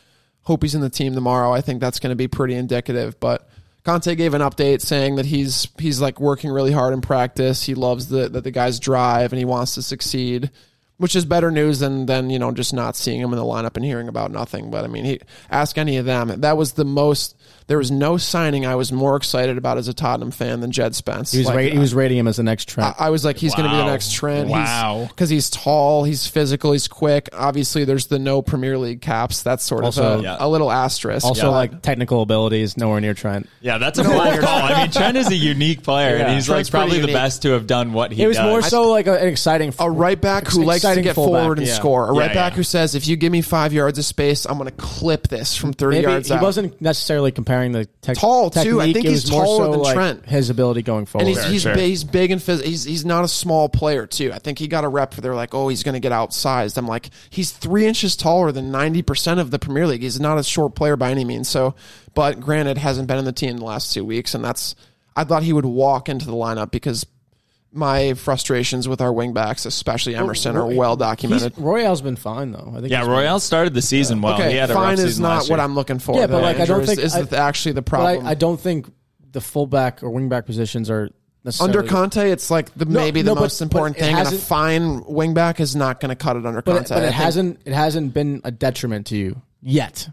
Speaker 2: Hope he's in the team tomorrow. I think that's going to be pretty indicative. But Conte gave an update saying that he's he's like working really hard in practice. He loves the, that the guys drive and he wants to succeed, which is better news than than you know just not seeing him in the lineup and hearing about nothing. But I mean, he ask any of them. That was the most. There was no signing I was more excited about as a Tottenham fan than Jed Spence.
Speaker 1: he was
Speaker 2: Like,
Speaker 1: ra- he was rating him as the next
Speaker 2: I,
Speaker 1: Trent.
Speaker 2: I was like, he's going to be
Speaker 3: Wow.
Speaker 2: the next trend.
Speaker 3: Wow.
Speaker 2: Because he's, tall, he's physical, he's quick. Obviously, there's the no Premier League caps. That's sort
Speaker 1: Also-
Speaker 2: of a,
Speaker 3: Yeah.
Speaker 2: a little asterisk.
Speaker 1: also,
Speaker 3: Yeah.
Speaker 1: like technical ability is nowhere near Trent.
Speaker 3: Yeah, that's a blind call. I mean, Trent is a unique player, and
Speaker 1: Yeah.
Speaker 3: he's
Speaker 2: Trent's
Speaker 3: like probably
Speaker 2: pretty
Speaker 3: the
Speaker 2: unique.
Speaker 3: best to have done what he
Speaker 1: It was
Speaker 3: does.
Speaker 1: more so like a, an exciting.
Speaker 2: a right back who likes to
Speaker 1: Exciting
Speaker 2: get
Speaker 1: fullback,
Speaker 2: forward and
Speaker 1: yeah.
Speaker 2: score. A
Speaker 3: Yeah,
Speaker 2: right back
Speaker 3: yeah.
Speaker 2: who says, if you give me five yards of space, I'm going to clip this from 30
Speaker 1: Maybe
Speaker 2: yards
Speaker 1: he
Speaker 2: out.
Speaker 1: wasn't necessarily comparing the tech,
Speaker 2: Tall, too. I
Speaker 1: technique.
Speaker 2: think
Speaker 1: It
Speaker 2: he's
Speaker 1: was more
Speaker 2: taller
Speaker 1: so,
Speaker 2: than
Speaker 1: like,
Speaker 2: Trent.
Speaker 1: His ability going forward.
Speaker 2: and he's, he's,
Speaker 3: sure.
Speaker 2: big, he's big and phys- he's he's not a small player too. I think he got a rep for they're like, oh, he's going to get outsized. I'm like, he's three inches taller than ninety percent of the Premier League. He's not a short player by any means. So, but granted, hasn't been in the team in the last two weeks, and that's I thought he would walk into the lineup because my frustrations with our wingbacks, especially Emerson, are well documented.
Speaker 1: He's, Royale's been fine though. I think.
Speaker 3: yeah,
Speaker 1: he's-
Speaker 3: Royale started the season well. he
Speaker 2: Okay,
Speaker 3: had a
Speaker 2: fine
Speaker 3: rough
Speaker 2: is
Speaker 3: season
Speaker 2: not
Speaker 3: last year.
Speaker 2: what I'm looking for.
Speaker 1: Yeah, but,
Speaker 2: though,
Speaker 1: like, I don't
Speaker 2: Andrew,
Speaker 1: think-
Speaker 2: is, is
Speaker 1: I-
Speaker 2: the- actually the
Speaker 1: But
Speaker 2: problem.
Speaker 1: I, I don't think the fullback or wingback positions are necessarily
Speaker 2: under Conte, it's like the maybe the
Speaker 1: no, but-
Speaker 2: most important
Speaker 1: but it
Speaker 2: thing, and a
Speaker 1: hasn't-
Speaker 2: fine wingback is not going to cut it under
Speaker 1: But,
Speaker 2: Conte.
Speaker 1: it, but
Speaker 2: I
Speaker 1: it
Speaker 2: think-
Speaker 1: hasn't. It hasn't been a detriment to you yet.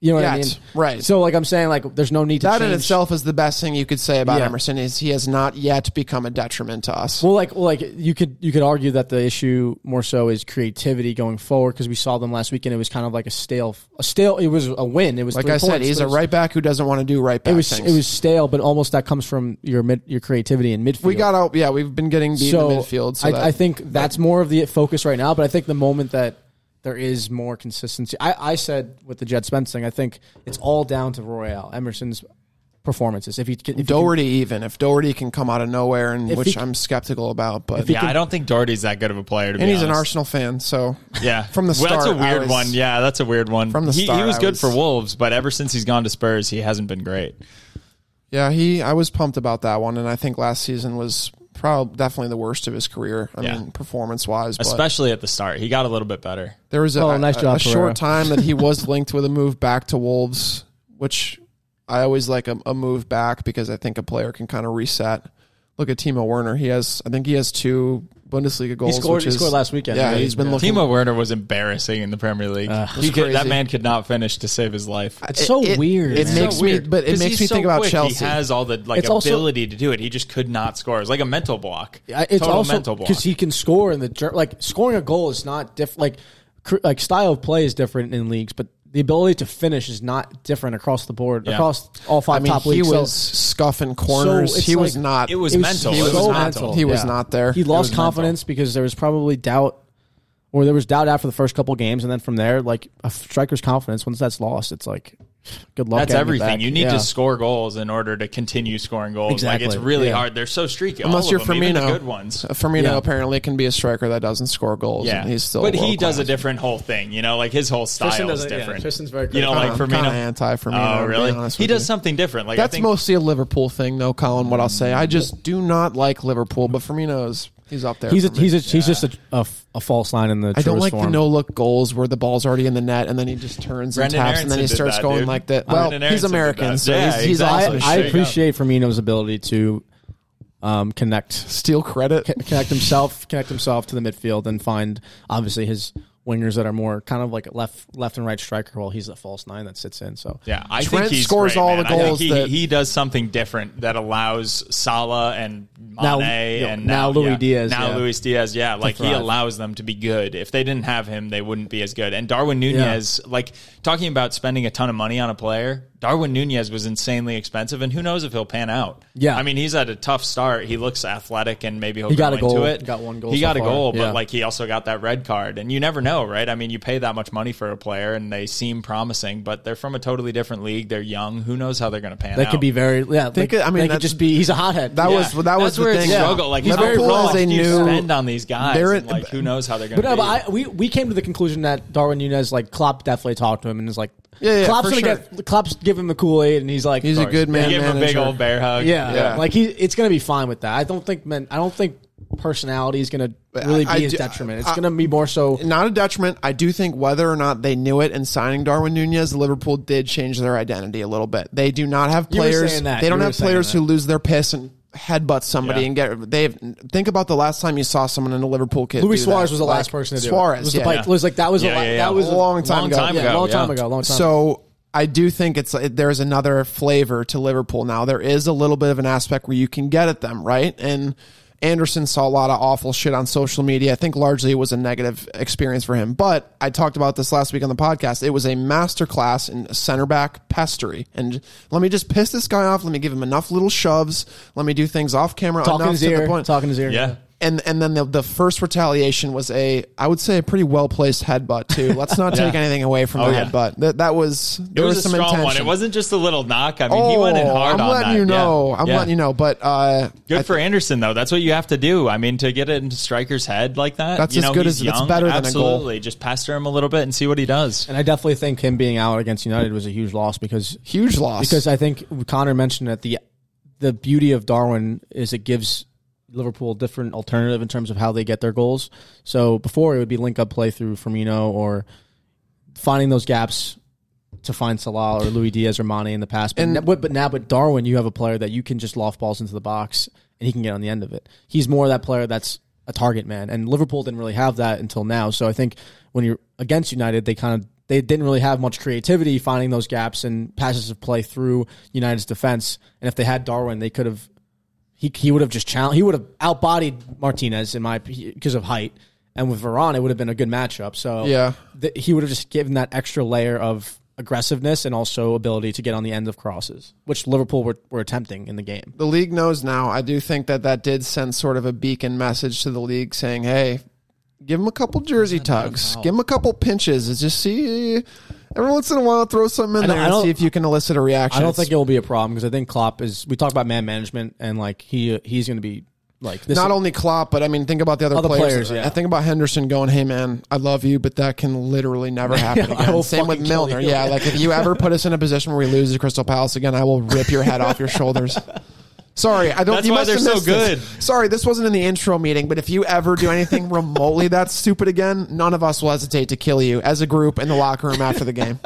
Speaker 1: You know what I mean?
Speaker 2: Yet, right.
Speaker 1: So like I'm saying, like there's no need to
Speaker 2: that in
Speaker 1: change-
Speaker 2: itself is the best thing you could say about
Speaker 1: Yeah.
Speaker 2: Emerson is he has not yet become a detriment to us.
Speaker 1: Well, like, well, like you could you could argue that the issue more so is creativity going forward because we saw them last weekend. It was kind of like a stale, a stale. It was a win. It was
Speaker 2: like
Speaker 1: three
Speaker 2: I said,
Speaker 1: points,
Speaker 2: he's
Speaker 1: but it
Speaker 2: a
Speaker 1: was-
Speaker 2: right back who doesn't want to do right back
Speaker 1: It was
Speaker 2: things.
Speaker 1: it was stale, but almost that comes from your mid, your creativity in midfield.
Speaker 2: we got out. Yeah, we've been getting beat
Speaker 1: so
Speaker 2: in the midfield. So
Speaker 1: I,
Speaker 2: that,
Speaker 1: I think that's more of the focus right now. But I think the moment that there is more consistency, I, I said with the Jed Spence thing, I think it's all down to Royale Emerson's performances. If he can- if he can-
Speaker 2: Doherty, even if Doherty can come out of nowhere, and
Speaker 1: If
Speaker 2: which
Speaker 1: he-
Speaker 2: I'm skeptical about, but
Speaker 3: Yeah, I don't think Doherty's that good of a player to be
Speaker 2: and he's an
Speaker 3: honest.
Speaker 2: Arsenal fan, so
Speaker 3: Yeah,
Speaker 2: From the
Speaker 3: Well, that's a
Speaker 2: start, I
Speaker 3: weird
Speaker 2: was-
Speaker 3: one. Yeah, that's a weird one.
Speaker 2: From the
Speaker 3: he,
Speaker 2: start,
Speaker 3: he was
Speaker 2: I
Speaker 3: good
Speaker 2: was-
Speaker 3: for Wolves, but ever since he's gone to Spurs, he hasn't been great.
Speaker 2: yeah, he. I was pumped about that one, and I think last season was probably definitely the worst of his career. I
Speaker 3: Yeah.
Speaker 2: mean, performance wise, but
Speaker 3: Especially at the start, he got a little bit better.
Speaker 2: There was a,
Speaker 1: Oh, nice
Speaker 2: a-
Speaker 1: job,
Speaker 2: a
Speaker 1: Pereira.
Speaker 2: short time that he was linked with a move back to Wolves, which I always like a, a move back because I think a player can kind of reset. Look at Timo Werner. He has, I think he has two Bundesliga
Speaker 1: he
Speaker 2: goals.
Speaker 1: scored
Speaker 2: which
Speaker 1: he
Speaker 2: is,
Speaker 1: scored last weekend.
Speaker 2: Yeah,
Speaker 1: right?
Speaker 2: he's been looking.
Speaker 3: Timo Werner was embarrassing in the Premier League. he could, that
Speaker 2: Uh, crazy.
Speaker 3: man could not finish to save his life.
Speaker 1: It's so weird,
Speaker 2: It
Speaker 1: man.
Speaker 2: makes
Speaker 3: so weird,
Speaker 2: me, but it
Speaker 3: 'cause
Speaker 2: makes
Speaker 3: he's
Speaker 2: me
Speaker 3: so
Speaker 2: think about
Speaker 3: quick.
Speaker 2: Chelsea.
Speaker 3: He has all the like
Speaker 1: It's also-
Speaker 3: ability to do it. He just could not score. It's like a mental block.
Speaker 1: I- it's
Speaker 3: Total
Speaker 1: also
Speaker 3: mental block.
Speaker 1: because he can score in the ger- like scoring a goal is not different. Like cr- like style of play is different in leagues, but the ability to finish is not different across the board
Speaker 3: Yeah.
Speaker 1: across all five
Speaker 2: I mean,
Speaker 1: top
Speaker 2: he
Speaker 1: leagues. So
Speaker 2: was scuffing corners.
Speaker 1: it's
Speaker 2: he was
Speaker 1: like-
Speaker 2: not.
Speaker 3: It was mental.
Speaker 1: he
Speaker 3: It
Speaker 1: was,
Speaker 3: was
Speaker 1: so
Speaker 3: mental.
Speaker 1: mental.
Speaker 2: He was not there.
Speaker 1: He
Speaker 2: It
Speaker 1: lost
Speaker 3: was
Speaker 1: confidence because there was probably doubt, or there was doubt after the first couple games, and then from there, like a striker's confidence once that's lost, it's like good luck.
Speaker 3: That's
Speaker 1: getting it
Speaker 3: everything.
Speaker 1: back.
Speaker 3: You need
Speaker 1: Yeah.
Speaker 3: to score goals in order to continue scoring goals.
Speaker 1: Exactly.
Speaker 3: Like it's really
Speaker 1: Yeah.
Speaker 3: hard. They're so streaky. all
Speaker 2: Unless
Speaker 3: of
Speaker 2: you're
Speaker 3: them, even the
Speaker 2: Firmino.
Speaker 3: good ones.
Speaker 2: Firmino
Speaker 1: Yeah.
Speaker 2: apparently can be a striker that doesn't score goals.
Speaker 3: Yeah,
Speaker 2: and he's still.
Speaker 3: But he does
Speaker 2: world-class.
Speaker 3: a different whole thing. You know, like his whole style is
Speaker 1: doesn't- yeah,
Speaker 3: different.
Speaker 1: Tristan's very
Speaker 3: You know, Oh, like
Speaker 2: I'm kind of
Speaker 3: Firmino.
Speaker 2: anti Firmino.
Speaker 3: Oh, really? He does something different. Like I
Speaker 2: That's
Speaker 3: think
Speaker 2: mostly a Liverpool thing, though, Colin. What I'll say, I just do not like Liverpool, but Firmino's he's up there.
Speaker 1: He's a,
Speaker 2: for me.
Speaker 1: he's a, he's just a, a, a false line in the.
Speaker 2: I don't
Speaker 1: truest
Speaker 2: like the
Speaker 1: form.
Speaker 2: no look goals where the ball's already in the net and then he just turns
Speaker 3: Brendan
Speaker 2: and taps and then
Speaker 3: Aronson
Speaker 2: he
Speaker 3: did
Speaker 2: starts
Speaker 3: that,
Speaker 2: going
Speaker 3: dude.
Speaker 2: like that. Well,
Speaker 3: Brendan
Speaker 2: he's
Speaker 3: Aronson did
Speaker 2: American,
Speaker 3: that.
Speaker 2: so
Speaker 3: Yeah,
Speaker 2: he's, he's
Speaker 3: exactly.
Speaker 2: awesome.
Speaker 1: I,
Speaker 2: as shit.
Speaker 1: I
Speaker 3: Straight up.
Speaker 1: appreciate Firmino's ability to um, connect,
Speaker 2: Steal credit.
Speaker 1: connect himself, connect himself to the midfield, and find obviously his wingers that are more kind of like left, left and right striker. While he's the false nine that sits in. So
Speaker 3: Yeah, I
Speaker 2: Trent
Speaker 3: think he
Speaker 2: scores all the goals
Speaker 3: he,
Speaker 2: that-
Speaker 3: he does something different that allows Salah and Mane
Speaker 1: Now-
Speaker 3: and
Speaker 1: now Luis
Speaker 3: yeah,
Speaker 1: Diaz,
Speaker 3: Now
Speaker 1: yeah.
Speaker 3: Luis Diaz, yeah, like he
Speaker 1: thrive.
Speaker 3: allows them to be good. If they didn't have him, they wouldn't be as good. And Darwin Nunez, like talking about spending a ton of money on a player, Darwin Nunez was insanely expensive, and who knows if he'll pan out.
Speaker 1: Yeah.
Speaker 3: I mean he's at a tough start. He looks athletic, and maybe he'll
Speaker 1: He
Speaker 3: grow
Speaker 1: got a goal.
Speaker 3: into it.
Speaker 1: Got one goal
Speaker 3: He
Speaker 1: so
Speaker 3: got a
Speaker 1: far.
Speaker 3: goal, but
Speaker 1: Yeah.
Speaker 3: like like he also got that red card and you never know right i mean you pay that much money for a player and they seem promising but they're from a totally different league they're young who knows how they're going to pan
Speaker 1: that
Speaker 3: out
Speaker 1: could be very. Yeah,
Speaker 2: Think
Speaker 1: like,
Speaker 2: it- I mean,
Speaker 1: they could
Speaker 2: that's-
Speaker 1: just be. He's a hothead.
Speaker 2: That
Speaker 3: Yeah.
Speaker 2: was that was
Speaker 3: That's
Speaker 2: the
Speaker 3: where
Speaker 2: thing.
Speaker 3: it's struggle like
Speaker 2: Liverpool
Speaker 3: how
Speaker 2: is
Speaker 3: much
Speaker 2: a
Speaker 3: do you
Speaker 2: new.
Speaker 3: spend on these guys
Speaker 2: They're-
Speaker 3: And, like who knows how they're going
Speaker 1: But no,
Speaker 3: to be
Speaker 1: but I, we we came to the conclusion that Darwin Nunez like Klopp definitely talked to him and is like,
Speaker 2: Yeah, yeah,
Speaker 1: Klopp's
Speaker 2: for
Speaker 1: gonna
Speaker 2: sure.
Speaker 1: get Klopp's give him the Kool Aid and he's like,
Speaker 2: He's a
Speaker 1: sorry.
Speaker 2: good man
Speaker 3: They give him a big
Speaker 2: manager.
Speaker 3: old bear hug
Speaker 1: Yeah.
Speaker 2: Yeah.
Speaker 1: like he, it's gonna be fine with that. I don't think men. I don't think personality is gonna really be
Speaker 2: I- I
Speaker 1: his
Speaker 2: do-
Speaker 1: detriment. It's
Speaker 2: I-
Speaker 1: gonna be more so.
Speaker 2: Not a detriment. I do think whether or not they knew it in signing Darwin Nunez, Liverpool did change their identity a little bit. They do not have
Speaker 1: You were
Speaker 2: players.
Speaker 1: saying that.
Speaker 2: They don't
Speaker 1: You were
Speaker 2: have
Speaker 1: saying
Speaker 2: players
Speaker 1: that.
Speaker 2: who lose their piss and headbutt somebody
Speaker 3: Yeah.
Speaker 2: and get. They have, think about the last time you saw someone in a Liverpool kid.
Speaker 1: Luis
Speaker 2: do
Speaker 1: Suarez
Speaker 2: that.
Speaker 1: was the
Speaker 2: Like,
Speaker 1: last person to do
Speaker 2: Suarez
Speaker 1: it. Was
Speaker 2: yeah.
Speaker 1: the bike, was like that was
Speaker 3: Yeah,
Speaker 1: a,
Speaker 3: yeah, yeah.
Speaker 1: that was
Speaker 2: A long time
Speaker 3: Long
Speaker 2: ago.
Speaker 3: time
Speaker 2: Yeah.
Speaker 1: yeah,
Speaker 3: ago,
Speaker 1: a long time
Speaker 3: yeah.
Speaker 1: ago. Long time. ago.
Speaker 2: So I do think it's it, there's another flavor to Liverpool now. There is a little bit of an aspect where you can get at them, right? And Anderson saw a lot of awful shit on social media. I think largely it was a negative experience for him. But I talked about this last week on the podcast. It was a masterclass in center back pestery. And let me just piss this guy off. Let me give him enough little shoves. Let me do things off camera
Speaker 1: talking
Speaker 2: enough
Speaker 1: his
Speaker 2: to the
Speaker 1: ear,
Speaker 2: point
Speaker 1: talking his ear.
Speaker 3: yeah
Speaker 2: and and then the, the first retaliation was a I would say a pretty well placed headbutt too. Let's not take anything away from
Speaker 3: Oh,
Speaker 2: the
Speaker 3: yeah.
Speaker 2: headbutt. That that was
Speaker 3: it
Speaker 2: there
Speaker 3: was,
Speaker 2: was,
Speaker 3: a
Speaker 2: some
Speaker 3: strong
Speaker 2: intention. Oh,
Speaker 3: one. It wasn't just a little knock. I mean, he went in hard
Speaker 2: I'm
Speaker 3: on
Speaker 2: letting
Speaker 3: that.
Speaker 2: you know.
Speaker 3: Yeah.
Speaker 2: I'm
Speaker 3: Yeah.
Speaker 2: letting you know. But uh,
Speaker 3: Good
Speaker 2: I-
Speaker 3: for Anderson though. That's what you have to do. I mean, to get it into striker's head like that.
Speaker 2: That's
Speaker 3: you
Speaker 2: as
Speaker 3: know,
Speaker 2: good
Speaker 3: he's
Speaker 2: as- that's
Speaker 3: young.
Speaker 2: better than a goal.
Speaker 3: Absolutely. Just pester him a little bit and see what he does.
Speaker 1: And I definitely think him being out against United was a huge loss because
Speaker 2: huge loss.
Speaker 1: because I think Connor mentioned that the the beauty of Darwin is it gives Liverpool a different alternative in terms of how they get their goals. So before it would be link up play through Firmino or finding those gaps to find Salah or Luis Diaz or Mane in the past. But, now, but now with Darwin, you have a player that you can just loft balls into the box and he can get on the end of it. He's more that player that's a target man, and Liverpool didn't really have that until now. So I think when you're against United, they kind of they didn't really have much creativity finding those gaps and passes of play through United's defense. And if they had Darwin, they could have he he would have just challenged. He would have outbodied Martinez in my because of height. And with Varane, it would have been a good matchup. So
Speaker 2: Yeah.
Speaker 1: th- he would have just given that extra layer of aggressiveness and also ability to get on the end of crosses, which Liverpool were, were attempting in the game.
Speaker 2: the league knows now. I do think that that did send sort of a beacon message to the league saying, "Hey, give him a couple jersey tugs, give him a couple pinches. It's just see every once in a while throw something
Speaker 1: I
Speaker 2: in
Speaker 1: don't-
Speaker 2: there
Speaker 1: I
Speaker 2: and
Speaker 1: don't-
Speaker 2: see if you can elicit a reaction."
Speaker 1: I don't think
Speaker 2: It's
Speaker 1: it will be a problem because I think Klopp is. We talk about man management and like he he's going to be like this.
Speaker 2: not only Klopp, but I mean, think about the other,
Speaker 1: Other
Speaker 2: players.
Speaker 1: players, yeah.
Speaker 2: I think about Henderson going, "Hey man, I love you, but that can literally never happen
Speaker 1: I
Speaker 2: again."
Speaker 1: will
Speaker 2: Same with
Speaker 1: fucking kill
Speaker 2: Milner.
Speaker 1: you.
Speaker 2: Yeah, like if you ever put us in a position where we lose to Crystal Palace again, I will rip your head off your shoulders. Sorry, I don't.
Speaker 3: That's
Speaker 2: you
Speaker 3: why
Speaker 2: must have
Speaker 3: they're so
Speaker 2: missed this. Sorry, this wasn't in the intro meeting, but if you ever do anything remotely that stupid again, none of us will hesitate to kill you as a group in the locker room after the game.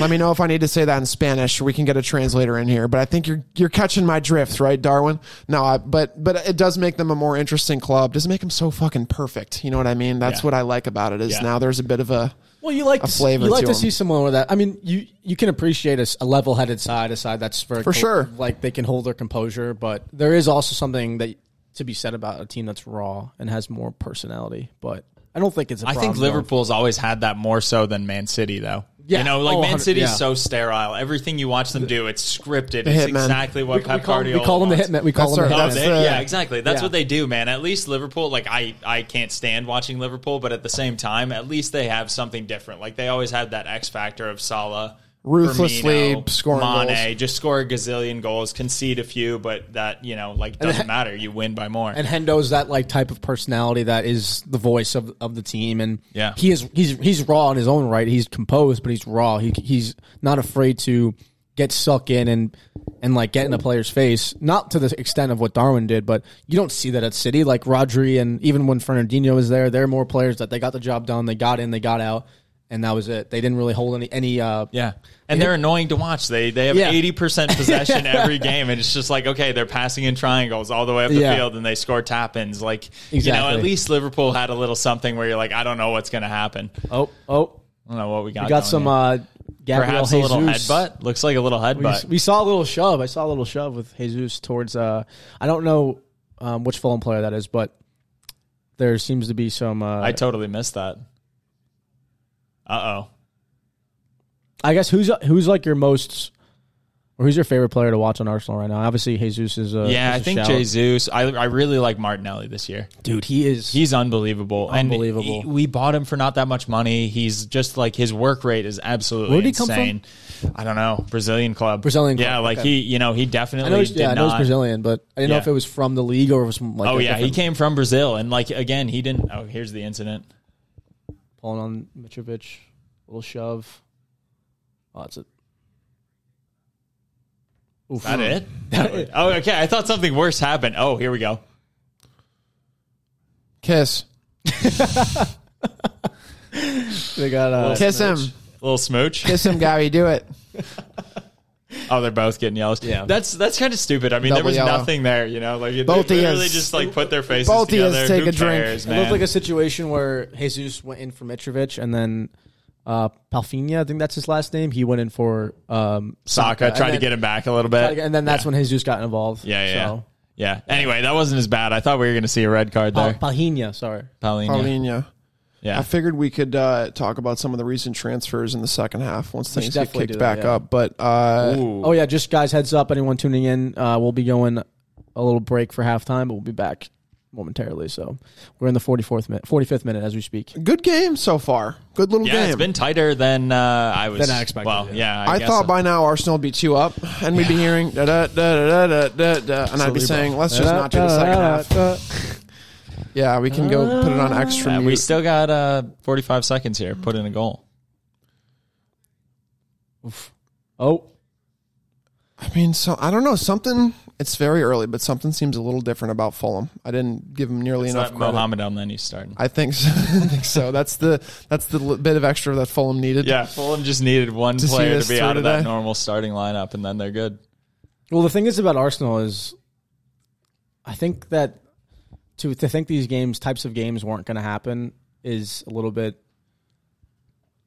Speaker 2: Let me know if I need to say that in Spanish. We can get a translator in here, but I think you're you're catching my drift, right, Darwin? No, I, but but it does make them a more interesting club. Doesn't make them so fucking perfect. You know what I mean? That's
Speaker 3: Yeah.
Speaker 2: what I like about it. Is
Speaker 3: Yeah.
Speaker 2: now there's a bit of a
Speaker 1: well, you like
Speaker 2: a flavor
Speaker 1: you like
Speaker 2: to
Speaker 1: to,
Speaker 2: him.
Speaker 1: see someone with that. I mean, you you can appreciate a, level headed side, a side that's very
Speaker 2: For
Speaker 1: co-
Speaker 2: sure.
Speaker 1: Like they can hold their composure, but there is also something that to be said about a team that's raw and has more personality. But I don't think it's. a
Speaker 3: I think
Speaker 1: problem, though.
Speaker 3: Liverpool's always had that more so than Man City, though.
Speaker 1: Yeah.
Speaker 3: You know, like
Speaker 1: Oh,
Speaker 3: Man
Speaker 1: 100
Speaker 3: City's
Speaker 1: yeah.
Speaker 3: so sterile. Everything you watch them do, it's scripted.
Speaker 2: The
Speaker 3: It's
Speaker 2: Hitmen.
Speaker 3: exactly what Pep
Speaker 1: We call,
Speaker 3: Guardiola
Speaker 1: we call them the
Speaker 3: wants.
Speaker 1: hitman. We call
Speaker 2: That's
Speaker 1: them the
Speaker 2: our-
Speaker 3: Oh,
Speaker 2: that's
Speaker 1: hitman.
Speaker 3: they-
Speaker 2: the-
Speaker 3: yeah, exactly. That's
Speaker 1: yeah.
Speaker 3: what they do, man. At least Liverpool, like I, I can't stand watching Liverpool, but at the same time, at least they have something different. Like they always have that X factor of Salah,
Speaker 2: Ruthlessly
Speaker 3: Firmino,
Speaker 2: scoring
Speaker 3: Mane,
Speaker 2: goals.
Speaker 3: just score a gazillion goals, concede a few, but that you know, like doesn't matter. You win by more.
Speaker 1: And Hendo's that like type of personality that is the voice of, of the team, and
Speaker 3: Yeah.
Speaker 1: he is he's he's raw in his own right. He's composed, but he's raw. He he's not afraid to get sucked in and and like get in the player's face. Not to the extent of what Darwin did, but you don't see that at City. Like Rodri, and even when Fernandinho was there, there are more players that they got the job done. They got in, they got out, and that was it. They didn't really hold any any. Uh,
Speaker 3: Yeah. And they're annoying to watch. They they have
Speaker 1: Yeah.
Speaker 3: eighty percent possession every game, and it's just like okay, they're passing in triangles all the way up the
Speaker 1: Yeah.
Speaker 3: field, and they score tap ins. Like you know,
Speaker 1: Exactly.
Speaker 3: at least Liverpool had a little something where you're like, I don't know what's going to happen. I
Speaker 1: Oh oh,
Speaker 3: don't know what we got.
Speaker 1: we got
Speaker 3: going
Speaker 1: some.
Speaker 3: here.
Speaker 1: Uh, Gabriel
Speaker 3: perhaps
Speaker 1: Jesus.
Speaker 3: a little headbutt. Looks like a little
Speaker 1: We,
Speaker 3: headbutt.
Speaker 1: we saw a little shove. I saw a little shove with Jesus towards. Uh, I don't know um, which Fulham player that is, but there seems to be some. Uh,
Speaker 3: I
Speaker 1: I
Speaker 3: totally missed that. Uh oh.
Speaker 1: guess who's who's like your most, or who's your favorite player to watch on Arsenal right now? Obviously, Jesus is. A, is
Speaker 3: Yeah, I
Speaker 1: Uh, a
Speaker 3: think
Speaker 1: shout.
Speaker 3: Jesus. I I really like Martinelli this year.
Speaker 1: dude, he is.
Speaker 3: He's unbelievable. And
Speaker 1: Unbelievable.
Speaker 3: he- we bought him for not that much money. He's just like his work rate is absolutely
Speaker 1: Where'd he come
Speaker 3: insane. I don't know. Brazilian club.
Speaker 1: Brazilian
Speaker 3: Yeah,
Speaker 1: club,
Speaker 3: like
Speaker 1: okay.
Speaker 3: he, you know, he
Speaker 1: I
Speaker 3: definitely
Speaker 1: know, he's,
Speaker 3: did
Speaker 1: yeah, I know he's
Speaker 3: not.
Speaker 1: Brazilian, but I didn't know
Speaker 3: Yeah.
Speaker 1: if it was from the league or it was from like.
Speaker 3: oh
Speaker 1: a
Speaker 3: yeah, he
Speaker 1: different-
Speaker 3: came from Brazil, and like again, he didn't. Oh, here's the incident.
Speaker 1: pulling on Mitrovic, little shove. Oh, that's it. Oof.
Speaker 3: Is that it? oh, okay. I thought something worse happened. Oh, here we go.
Speaker 2: kiss,
Speaker 1: They got uh,
Speaker 2: kiss him,
Speaker 3: Little smooch.
Speaker 2: kiss him, Gabby, do it.
Speaker 3: Oh, they're both getting yellows.
Speaker 1: Yeah.
Speaker 3: that's that's kind of stupid. I mean, there
Speaker 2: Double
Speaker 3: was
Speaker 2: yellow.
Speaker 3: nothing there. You know, like
Speaker 2: Both
Speaker 3: they literally
Speaker 2: is-
Speaker 3: just like put their faces
Speaker 2: both is
Speaker 3: together.
Speaker 2: take
Speaker 3: Who
Speaker 2: a drink.
Speaker 3: cares,
Speaker 2: It
Speaker 1: It looked
Speaker 3: man?
Speaker 1: like a situation where Jesus went in for Mitrovic and then uh, Palfinha, I think that's his last name. He went in for um,
Speaker 3: Saka
Speaker 1: and
Speaker 3: tried to
Speaker 1: then-
Speaker 3: get him back a little bit,
Speaker 1: and then that's when Jesus got involved.
Speaker 3: Yeah, yeah.
Speaker 1: So.
Speaker 3: yeah. Yeah. Anyway, that wasn't as bad. I thought we were going to see a red card there.
Speaker 1: Pal- Palhinha, sorry.
Speaker 3: Paulinho.
Speaker 2: Paulinho.
Speaker 3: Yeah.
Speaker 2: I figured we could uh, talk about some of the recent transfers in the second half once
Speaker 1: should
Speaker 2: things get
Speaker 1: definitely
Speaker 2: kicked
Speaker 1: do that,
Speaker 2: back
Speaker 1: yeah.
Speaker 2: up. But uh,
Speaker 3: Ooh.
Speaker 1: Oh yeah, just guys, heads up. Anyone tuning in, uh, we'll be going a little break for halftime, but we'll be back momentarily. So we're in the forty fourth minute, forty fifth minute as we speak.
Speaker 2: good game so far. Good little
Speaker 3: Yeah,
Speaker 2: game.
Speaker 3: it's been tighter than uh, I was.
Speaker 1: Than I expected,
Speaker 3: Well, yeah,
Speaker 2: I,
Speaker 3: guess
Speaker 2: thought
Speaker 3: so.
Speaker 2: by now Arsenal would be two up, and we'd be hearing da da da da da da da, and I'd be saying, let's just not do the second half. Yeah, we can go put it on extra.
Speaker 3: Yeah,
Speaker 2: mute.
Speaker 3: we still got uh, 45 seconds here. Put in a goal.
Speaker 1: Oh,
Speaker 2: I mean, so I don't know something. It's very early, but something seems a little different about Fulham. I didn't give him nearly
Speaker 3: Is
Speaker 2: enough
Speaker 3: that
Speaker 2: credit.
Speaker 3: Mohamed Elneny starting?
Speaker 2: I think so. I think so. That's the that's the li- bit of extra that Fulham needed.
Speaker 3: Yeah, Fulham just needed one
Speaker 2: see
Speaker 3: player
Speaker 2: us
Speaker 3: to be
Speaker 2: through
Speaker 3: out of that
Speaker 2: today.
Speaker 3: normal starting lineup, and then they're good.
Speaker 1: Well, the thing is about Arsenal is, I think that to to think these games, types of games, weren't going to happen is a little bit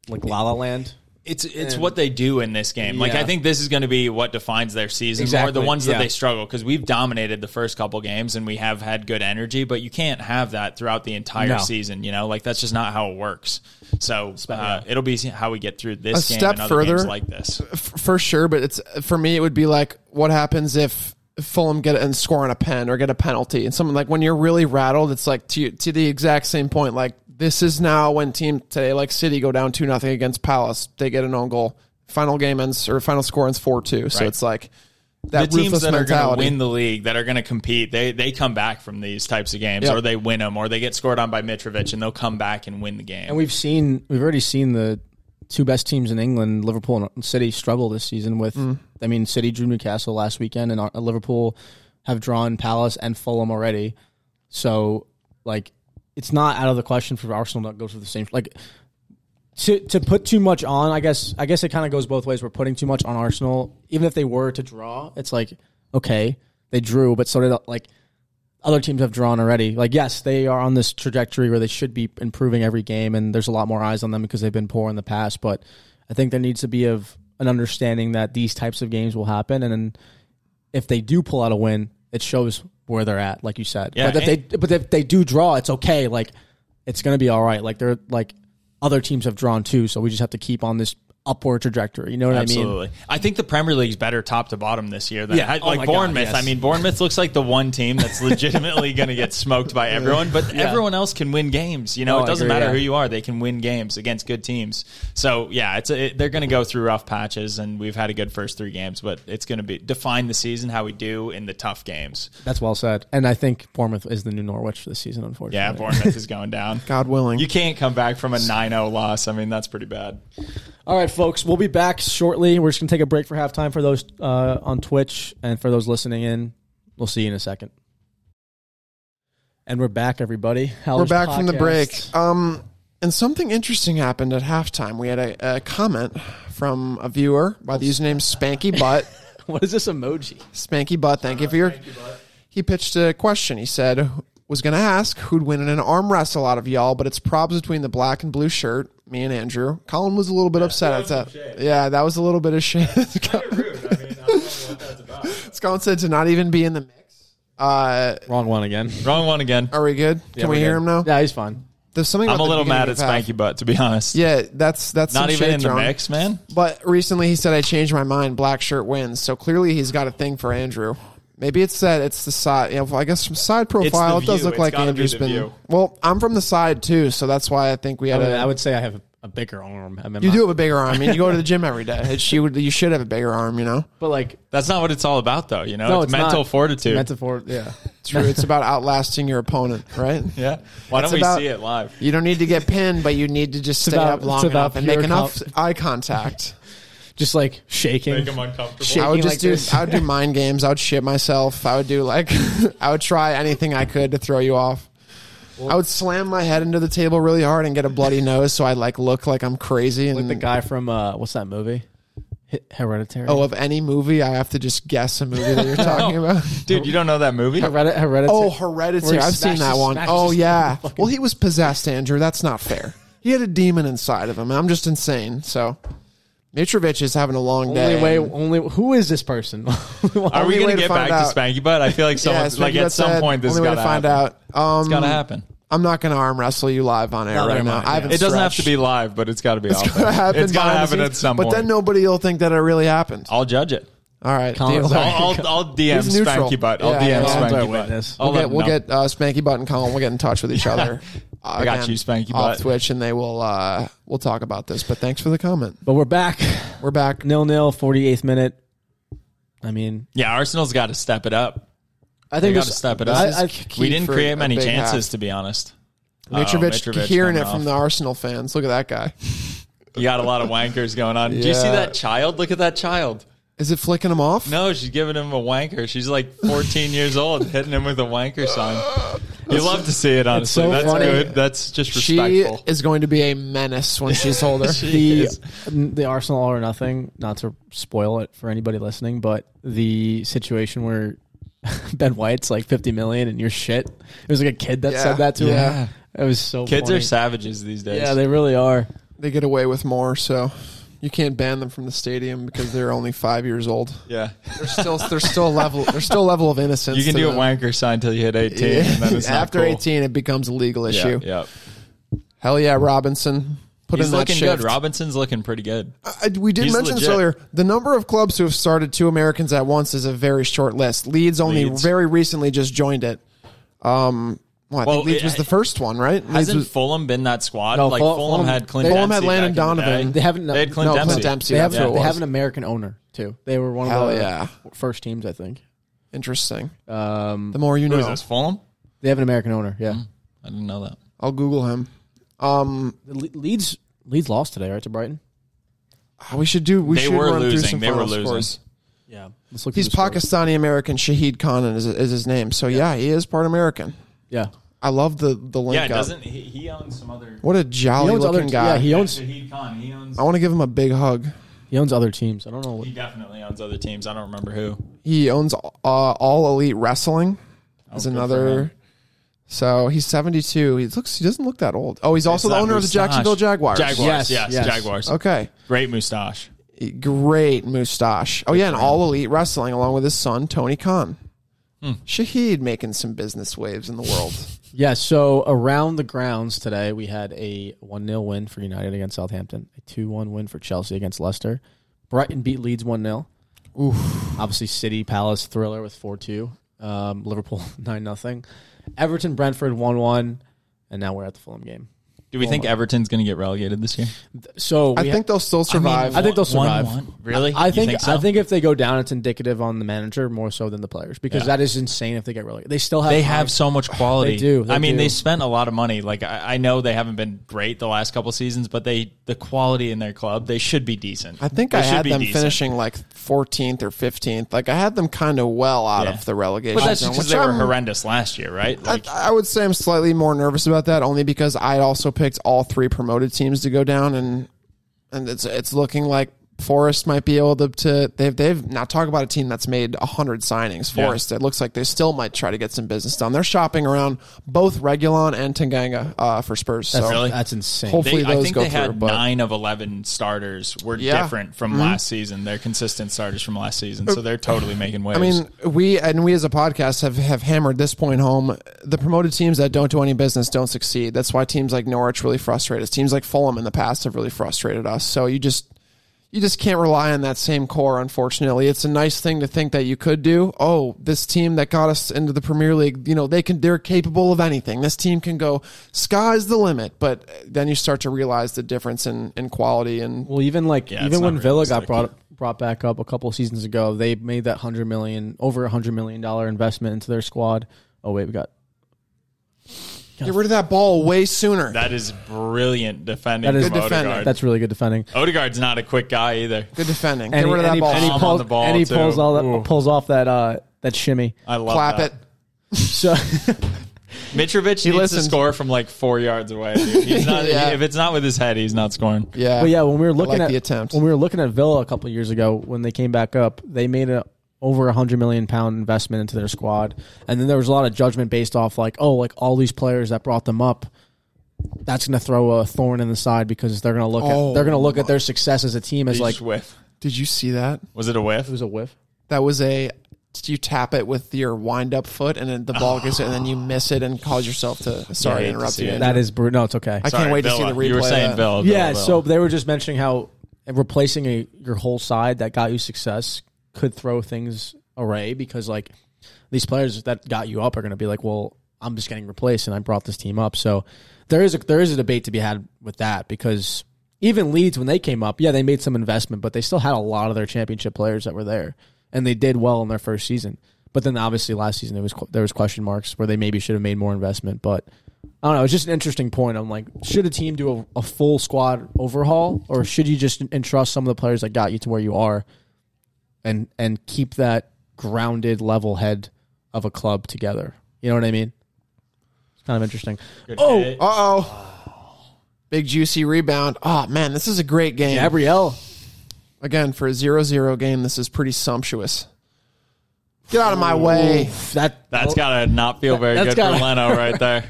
Speaker 1: like La La Land.
Speaker 3: It's it's what they do in this game. Like
Speaker 1: Yeah.
Speaker 3: I think this is going to be what defines their season more the
Speaker 1: Exactly,
Speaker 3: ones that
Speaker 1: yeah.
Speaker 3: they struggle because we've dominated the first couple games and we have had good energy, but you can't have that throughout the entire
Speaker 1: No.
Speaker 3: season. You know, like that's just not how it works. So uh, it'll be how we get through this
Speaker 2: A
Speaker 3: game
Speaker 2: step
Speaker 3: and other
Speaker 2: further-
Speaker 3: games like this.
Speaker 2: f- for sure. But it's for me, it would be like, what happens if Fulham get and score on a pen or get a penalty, and something like when you're really rattled, it's like to to the exact same point. Like this is now when team today, like City, go down two nothing against Palace, they get an own goal. Final game ends or final score ends four two. So
Speaker 3: Right.
Speaker 2: it's like that
Speaker 3: the teams
Speaker 2: ruthless
Speaker 3: that are going to
Speaker 2: mentality.
Speaker 3: win the league, that are going to compete, they they come back from these types of games,
Speaker 2: Yep.
Speaker 3: or they win them, or they get scored on by Mitrovic, and they'll come back and win the game.
Speaker 1: And we've seen, we've already seen the two best teams in England, Liverpool and City, struggle this season. With, I mean, City drew Newcastle last weekend, and uh, Liverpool have drawn Palace and Fulham already. So, like, it's not out of the question for Arsenal not go through the same. Like, to to put too much on, I guess, I guess it kind of goes both ways. We're putting too much on Arsenal, even if they were to draw. It's like, okay, they drew, but so did uh, like other teams have drawn already. Like, yes, they are on this trajectory where they should be improving every game, and there's a lot more eyes on them because they've been poor in the past. But I think there needs to be of an understanding that these types of games will happen, and then if they do pull out a win, it shows where they're at, like you said.
Speaker 3: Yeah,
Speaker 1: but if they but if they do draw, it's okay. Like it's gonna be all right. Like they're like other teams have drawn too, so we just have to keep on this upward trajectory. You know what I mean?
Speaker 3: Absolutely. I think the Premier League's better top to bottom this year than
Speaker 1: Yeah.
Speaker 3: I-
Speaker 1: Oh
Speaker 3: like
Speaker 1: my God,
Speaker 3: Bournemouth.
Speaker 1: yes.
Speaker 3: I mean, Bournemouth looks like the one team that's legitimately going to get smoked by everyone, but everyone else can win games. You know,
Speaker 1: Oh,
Speaker 3: it
Speaker 1: I
Speaker 3: doesn't
Speaker 1: agree,
Speaker 3: matter
Speaker 1: yeah.
Speaker 3: who you are; they can win games against good teams. So yeah, it's a, it, they're going to go through rough patches, and we've had a good first three games, but it's going to be define the season how we do in the tough games.
Speaker 1: That's well said. And I think Bournemouth is the new Norwich this season, unfortunately.
Speaker 3: Yeah, Bournemouth is going down.
Speaker 2: God willing,
Speaker 3: You can't come back from a 9-0 loss. I mean, that's pretty bad.
Speaker 1: All right, folks, we'll be back shortly. We're just going to take a break for halftime for those uh, on Twitch and for those listening in. We'll see you in a second. And we're back, everybody.
Speaker 2: we're
Speaker 1: Howler's
Speaker 2: back from the
Speaker 1: podcast.
Speaker 2: break. Um, and something interesting happened at halftime. We had a, a comment from a viewer by the username Spanky Butt.
Speaker 1: What is this emoji?
Speaker 2: Spanky Butt, Uh, thank you for your. He pitched a question. He said, was going to ask who'd win in an arm wrestle out of y'all, but it's probs between the black and blue shirt, me and Andrew. Colin was a little bit upset at that. Yeah, that was a little bit of shame. Colin said to not even be in the mix. Uh,
Speaker 1: Wrong one again.
Speaker 3: Wrong one again.
Speaker 2: are we good? Can we
Speaker 1: we're
Speaker 2: hear
Speaker 1: good.
Speaker 2: him now?
Speaker 1: Yeah, he's fine.
Speaker 2: There's something.
Speaker 3: I'm a
Speaker 2: about the
Speaker 3: little mad at
Speaker 2: beginning of half.
Speaker 3: Spanky Butt, to be honest.
Speaker 2: Yeah, that's that's some
Speaker 3: Not even
Speaker 2: shade
Speaker 3: in the
Speaker 2: thrown.
Speaker 3: mix, man.
Speaker 2: But recently he said, I changed my mind. Black shirt wins. So clearly he's got a thing for Andrew. Maybe it's that it's the side. You know, I guess from side profile, it
Speaker 3: It's the
Speaker 2: does
Speaker 3: view.
Speaker 2: look
Speaker 3: It's
Speaker 2: like
Speaker 3: gotta be
Speaker 2: Andrew's
Speaker 3: the
Speaker 2: been.
Speaker 3: view.
Speaker 2: Well, I'm from the side too, so that's why I think we
Speaker 1: I
Speaker 2: had
Speaker 1: would,
Speaker 2: a.
Speaker 1: Uh, I would say I have a, a bigger arm. I mean,
Speaker 2: you
Speaker 1: my-
Speaker 2: do have a bigger arm, and you go to the gym every day. It- She would. You should have a bigger arm. You know,
Speaker 1: But, like,
Speaker 3: That's not what it's all about, though. You know,
Speaker 1: no,
Speaker 3: it's,
Speaker 1: it's
Speaker 3: mental
Speaker 1: not.
Speaker 3: fortitude.
Speaker 1: Metaphor, yeah.
Speaker 2: True. it's about outlasting your opponent, right?
Speaker 3: yeah. Why
Speaker 2: It's
Speaker 3: don't we
Speaker 2: about-
Speaker 3: see it live?
Speaker 2: You don't need to get pinned, but you need to just stay
Speaker 1: about-
Speaker 2: up long
Speaker 1: it's about
Speaker 2: enough and make
Speaker 1: pure
Speaker 2: enough eye contact.
Speaker 1: Just, like, shaking.
Speaker 3: Make them uncomfortable.
Speaker 1: Shit.
Speaker 2: I would
Speaker 1: thinking
Speaker 2: just
Speaker 1: like
Speaker 2: do.
Speaker 1: this.
Speaker 2: I would do mind games. I would shit myself. I would do like. I would try anything I could to throw you off. I would slam my head into the table really hard and get a bloody nose, so I like look like I'm crazy. And
Speaker 1: like the guy from, uh, what's that movie? He- Hereditary.
Speaker 2: Mm. oh, of any movie, I have to just guess a movie that you're talking about.
Speaker 3: Dude, you don't know that movie?
Speaker 1: Heredi- Hereditary.
Speaker 2: Oh, Hereditary.
Speaker 1: Where he
Speaker 2: I've seen
Speaker 1: smashes-
Speaker 2: that one.
Speaker 1: smashes
Speaker 2: Oh
Speaker 1: his-
Speaker 2: yeah. Well, he was possessed, Andrew. That's not fair. He had a demon inside of him. I'm just insane. So, Mitrovic is having a long day.
Speaker 1: Only way,
Speaker 2: and-
Speaker 1: only who is this person?
Speaker 3: Are we
Speaker 2: only
Speaker 3: going
Speaker 2: way
Speaker 3: to
Speaker 2: to
Speaker 3: get
Speaker 2: find
Speaker 3: back
Speaker 2: out.
Speaker 3: to Spanky Butt? I feel like someone,
Speaker 2: it's
Speaker 3: like
Speaker 2: what you
Speaker 3: at some
Speaker 2: said.
Speaker 3: point this has
Speaker 2: only
Speaker 3: got
Speaker 2: way
Speaker 3: to
Speaker 2: to find
Speaker 3: happen.
Speaker 2: out. Um,
Speaker 3: It's got to happen.
Speaker 2: I'm not going to arm wrestle you live on air
Speaker 1: No,
Speaker 2: right
Speaker 1: never
Speaker 2: now.
Speaker 1: mind,
Speaker 2: I
Speaker 1: yeah.
Speaker 2: haven't
Speaker 3: It doesn't have to
Speaker 2: stretched.
Speaker 3: be live, but it's got to be. It's
Speaker 2: Mm. It's gonna happen
Speaker 3: It's got to
Speaker 2: behind the
Speaker 3: happen
Speaker 2: scenes,
Speaker 3: at some
Speaker 2: but
Speaker 3: point.
Speaker 2: then nobody will think that it really happened.
Speaker 3: I'll judge it.
Speaker 2: All right,
Speaker 1: Colin's
Speaker 2: deal.
Speaker 1: like-
Speaker 3: I'll, I'll, I'll DM
Speaker 2: He's neutral.
Speaker 3: Spanky Butt. I'll
Speaker 2: Yeah,
Speaker 3: DM
Speaker 2: yeah, yeah.
Speaker 3: Spanky
Speaker 1: Witness.
Speaker 3: Butt. I'll
Speaker 2: We'll
Speaker 3: let
Speaker 2: get,
Speaker 3: him
Speaker 2: we'll
Speaker 3: know.
Speaker 2: get uh, Spanky Butt and Colin. We'll get in touch with each other. Uh,
Speaker 3: I got
Speaker 2: again,
Speaker 3: you, Spanky
Speaker 2: Off
Speaker 3: Butt.
Speaker 2: Twitch, and they will. Uh, we'll talk about this. But thanks for the comment.
Speaker 1: But we're back.
Speaker 2: We're back.
Speaker 1: Nil nil, 48th minute. I mean,
Speaker 3: Yeah, Arsenal's got to step it up.
Speaker 1: I
Speaker 3: They
Speaker 1: think
Speaker 3: got
Speaker 1: this,
Speaker 3: to step it
Speaker 2: this is
Speaker 3: up.
Speaker 2: key
Speaker 3: We didn't
Speaker 2: for a
Speaker 3: create many
Speaker 2: big
Speaker 3: chances,
Speaker 2: half.
Speaker 3: to be honest. Uh-oh,
Speaker 2: Mitrovic, hearing
Speaker 3: coming
Speaker 2: it from
Speaker 3: off.
Speaker 2: the Arsenal fans. Look at that guy.
Speaker 3: You got a lot of wankers going on. Do you see
Speaker 2: Yeah.
Speaker 3: that child? Look at that child.
Speaker 2: Is it flicking him off?
Speaker 3: No, she's giving him a wanker. She's like 14 years old, hitting him with a wanker sign. You love to see it, honestly.
Speaker 1: so
Speaker 3: That's
Speaker 1: funny.
Speaker 3: good. That's just
Speaker 2: she
Speaker 3: respectful.
Speaker 2: is going to be a menace when she's older.
Speaker 1: the,
Speaker 3: is-
Speaker 1: the Arsenal all or nothing, not to spoil it for anybody listening, but the situation where Ben White's like 50 million and you're shit. It was like a kid that
Speaker 2: Yeah.
Speaker 1: said that to
Speaker 2: Yeah.
Speaker 1: him. It was so
Speaker 3: Kids
Speaker 1: funny.
Speaker 3: are savages these days.
Speaker 1: Yeah, they really are.
Speaker 2: they get away with more, so you can't ban them from the stadium because they're only five years old.
Speaker 3: Yeah.
Speaker 2: There's still there's still a level there's still a level of innocence.
Speaker 3: You can
Speaker 2: to
Speaker 3: do a
Speaker 2: them.
Speaker 3: wanker sign until you hit 18. And then it's not
Speaker 2: After
Speaker 3: cool.
Speaker 2: 18, it becomes a legal
Speaker 3: Yeah,
Speaker 2: issue.
Speaker 3: Yeah.
Speaker 2: Hell yeah, Robinson. Put
Speaker 3: He's
Speaker 2: in that
Speaker 3: looking
Speaker 2: shift.
Speaker 3: good. Robinson's looking pretty good.
Speaker 2: I, we did
Speaker 3: He's
Speaker 2: mention this
Speaker 3: legit.
Speaker 2: earlier. The number of clubs who have started two Americans at once is a very short list. Leeds only
Speaker 3: Leeds.
Speaker 2: very recently just joined it. Um, well, I
Speaker 3: Well,
Speaker 2: think Leeds
Speaker 3: it-
Speaker 2: was the first one, right? Leeds
Speaker 3: Hasn't
Speaker 2: was,
Speaker 3: Fulham been that squad?
Speaker 1: No,
Speaker 3: like
Speaker 1: Ful-
Speaker 3: Fulham,
Speaker 1: Fulham-
Speaker 3: had Clint
Speaker 2: Fulham had
Speaker 3: Dempsey
Speaker 2: Landon
Speaker 3: back in the
Speaker 2: Donovan.
Speaker 3: day.
Speaker 1: They haven't-
Speaker 3: They had Clint
Speaker 2: no,
Speaker 3: Dempsey.
Speaker 2: Clint Dempsey.
Speaker 1: They have,
Speaker 2: that's who it
Speaker 1: they
Speaker 2: was.
Speaker 1: have an American owner too. They were one
Speaker 2: Hell
Speaker 1: of the
Speaker 2: yeah.
Speaker 1: first teams, I think.
Speaker 2: Interesting.
Speaker 1: Um,
Speaker 2: The more you
Speaker 3: Who is
Speaker 2: know.
Speaker 3: this? Fulham?
Speaker 1: they have an American owner. Yeah,
Speaker 3: I didn't know that.
Speaker 2: I'll Google him. Um,
Speaker 1: The Le- Leeds Leeds lost today, right to Brighton.
Speaker 2: Oh, we should do. We
Speaker 3: they
Speaker 2: should
Speaker 3: were
Speaker 2: run through
Speaker 3: losing.
Speaker 2: some
Speaker 3: They were
Speaker 2: final
Speaker 3: losing.
Speaker 2: scores.
Speaker 1: Yeah, let's look.
Speaker 2: He's
Speaker 1: through the scores.
Speaker 2: Pakistani American. Shahid Khan is, is his name. So yeah. he is part American.
Speaker 1: Yeah,
Speaker 2: I love the the link.
Speaker 3: Yeah,
Speaker 2: up.
Speaker 3: doesn't he, he owns some other?
Speaker 2: What a jolly
Speaker 1: owns
Speaker 2: looking
Speaker 1: other-
Speaker 2: guy.
Speaker 1: yeah, he owns-
Speaker 3: Shahid Khan. He owns.
Speaker 2: I want to give him a big hug.
Speaker 1: he owns other teams. I don't know. What,
Speaker 3: He definitely owns other teams. I don't remember who.
Speaker 2: He owns uh, All Elite Wrestling. Is
Speaker 3: Oh, good for
Speaker 2: another.
Speaker 3: him.
Speaker 2: So he's 72. He looks. He doesn't look that old. Oh, he's also
Speaker 3: It's
Speaker 2: the
Speaker 3: that
Speaker 2: owner of the
Speaker 3: moustache.
Speaker 2: Jacksonville Jaguars.
Speaker 3: Jaguars.
Speaker 1: Yes,
Speaker 3: Yes.
Speaker 1: yes.
Speaker 3: Jaguars.
Speaker 2: Okay.
Speaker 3: Great mustache.
Speaker 2: Great mustache. Oh yeah, and All Elite Wrestling along with his son Tony Khan.
Speaker 3: Hmm.
Speaker 2: Shahid making some business waves in the world.
Speaker 1: Yeah, so around the grounds today, we had a 1 0 win for United against Southampton, a 2 1 win for Chelsea against Leicester. Brighton beat Leeds 1 0. Oof. Obviously, City Palace thriller with 4 2. Um, Liverpool 9 0. Everton Brentford 1 1. And now we're at the Fulham game. Oh
Speaker 3: Do we think Everton's going to get relegated this year?
Speaker 1: So
Speaker 2: I
Speaker 1: we
Speaker 2: think they'll still survive.
Speaker 1: I think they'll survive.
Speaker 3: Really?
Speaker 1: I
Speaker 3: You
Speaker 1: think,
Speaker 3: so?
Speaker 1: I think if they go down, it's indicative on the manager more so than the players because that is insane if they get relegated. They still have
Speaker 3: they
Speaker 1: time.
Speaker 3: have so much quality.
Speaker 1: They do, they
Speaker 3: I mean,
Speaker 1: do.
Speaker 3: they spent a lot of money. Like I, I know they haven't been great the last couple seasons, but they the quality in their club, they should be decent.
Speaker 2: I think
Speaker 3: They
Speaker 2: I
Speaker 3: should
Speaker 2: had
Speaker 3: be
Speaker 2: them
Speaker 3: decent.
Speaker 2: finishing like 14th or 15th. Like I had them kind of well out
Speaker 3: Yeah.
Speaker 2: of the relegation
Speaker 3: But that's
Speaker 2: zone,
Speaker 3: just because
Speaker 2: which
Speaker 3: they were
Speaker 2: I'm-
Speaker 3: horrendous last year, right?
Speaker 2: I,
Speaker 3: Like,
Speaker 2: I would say I'm slightly more nervous about that, only because I also picked all three promoted teams to go down, and and it's it's looking like Forest might be able to. to they've they've now talk about a team that's made hundred signings.
Speaker 3: Yeah.
Speaker 2: Forest, it looks like they still might try to get some business done. They're shopping around both Regulon and Tanganga uh, for Spurs. So
Speaker 3: really-
Speaker 1: That's insane.
Speaker 2: Hopefully-
Speaker 3: they, I
Speaker 2: those
Speaker 3: think
Speaker 2: go
Speaker 3: they had
Speaker 2: through, but-
Speaker 3: nine of eleven starters were
Speaker 2: Yeah. Mm-hmm. Uh,
Speaker 3: different from last season. They're consistent starters from last season, so they're totally making waves.
Speaker 2: I mean, we and we as a podcast have, have hammered this point home. The promoted teams that don't do any business don't succeed. That's why teams like Norwich really frustrate us. Teams like Fulham in the past have really frustrated us. So you just you just can't rely on that same core. Unfortunately, it's a nice thing to think that you could do. Oh, this team that got us into the Premier League, you know, they can they're capable of anything. This team can go sky's the limit. But then you start to realize the difference in in quality and
Speaker 1: Well, even like
Speaker 3: Yeah, it's
Speaker 1: even
Speaker 3: not
Speaker 1: when Villa got
Speaker 3: realistic.
Speaker 1: brought brought back up a couple of seasons ago, they made that hundred million over a hundred million dollar investment into their squad. Oh wait, we got
Speaker 2: get rid of that ball way sooner.
Speaker 3: that is brilliant defending.
Speaker 1: That is-
Speaker 3: from
Speaker 2: Good defending.
Speaker 3: Odegaard.
Speaker 1: that's really good defending.
Speaker 3: Odegaard's not a quick guy either.
Speaker 2: Good defending.
Speaker 1: And
Speaker 2: get
Speaker 1: he,
Speaker 2: rid of that
Speaker 1: and he,
Speaker 2: ball.
Speaker 1: and he
Speaker 3: Palm on
Speaker 1: pulls,
Speaker 3: the ball,
Speaker 1: and he
Speaker 3: too.
Speaker 1: pulls all that
Speaker 3: Ooh.
Speaker 1: pulls off that uh, that shimmy.
Speaker 3: I love
Speaker 2: Clap
Speaker 3: that.
Speaker 2: it.
Speaker 1: So
Speaker 3: Mitrovic needs
Speaker 2: listens.
Speaker 3: to score from like four yards away. dude. He's not,
Speaker 2: Yeah.
Speaker 3: If it's not with his head, he's not scoring.
Speaker 2: Yeah.
Speaker 1: but yeah, when we were looking
Speaker 2: like
Speaker 1: at
Speaker 2: the attempt.
Speaker 1: when we were looking at Villa a couple of years ago, when they came back up, they made a over a hundred million pound investment into their squad, and then there was a lot of judgment based off like, oh, like all these players that brought them up, that's going to throw a thorn in the side because they're going to look
Speaker 2: Oh,
Speaker 1: at they're going to look at their success as a team as
Speaker 3: He's
Speaker 1: like
Speaker 3: just whiff.
Speaker 2: Did you see that?
Speaker 3: Was it a whiff?
Speaker 1: it was a whiff.
Speaker 2: That was a you tap it with your wind up foot and then the ball gets it and then you miss it and cause yourself to sorry
Speaker 3: I
Speaker 2: to
Speaker 3: hate to
Speaker 2: interrupt
Speaker 3: see
Speaker 2: you.
Speaker 3: it.
Speaker 1: That is brutal. No, it's okay.
Speaker 2: I can't wait to see the replay.
Speaker 3: You were
Speaker 2: of
Speaker 3: saying
Speaker 2: that.
Speaker 3: Villa. Villa,
Speaker 1: yeah,
Speaker 3: Villa.
Speaker 1: so they were just mentioning how replacing a your whole side that got you success could throw things away because like these players that got you up are going to be like, well, I'm just getting replaced and I brought this team up. So there is a there is a debate to be had with that because even Leeds when they came up, yeah, they made some investment, but they still had a lot of their championship players that were there and they did well in their first season. But then obviously last season it was there was question marks where they maybe should have made more investment, but I don't know. It's just an interesting point. I'm like, should a team do a, a full squad overhaul, or should you just entrust some of the players that got you to where you are, and and keep that grounded, level head of a club together? You know what I mean? It's kind of interesting.
Speaker 3: oh,
Speaker 2: Uh oh. Big juicy rebound. Oh man, this is a great game.
Speaker 1: Gabrielle,
Speaker 2: Again, for a 0-0 game, this is pretty sumptuous. Get out of my way.
Speaker 1: that
Speaker 3: that's
Speaker 1: oh,
Speaker 3: gotta not feel very
Speaker 1: That's
Speaker 3: good for
Speaker 1: gotta-
Speaker 3: Leno right there.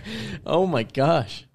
Speaker 1: Oh my gosh,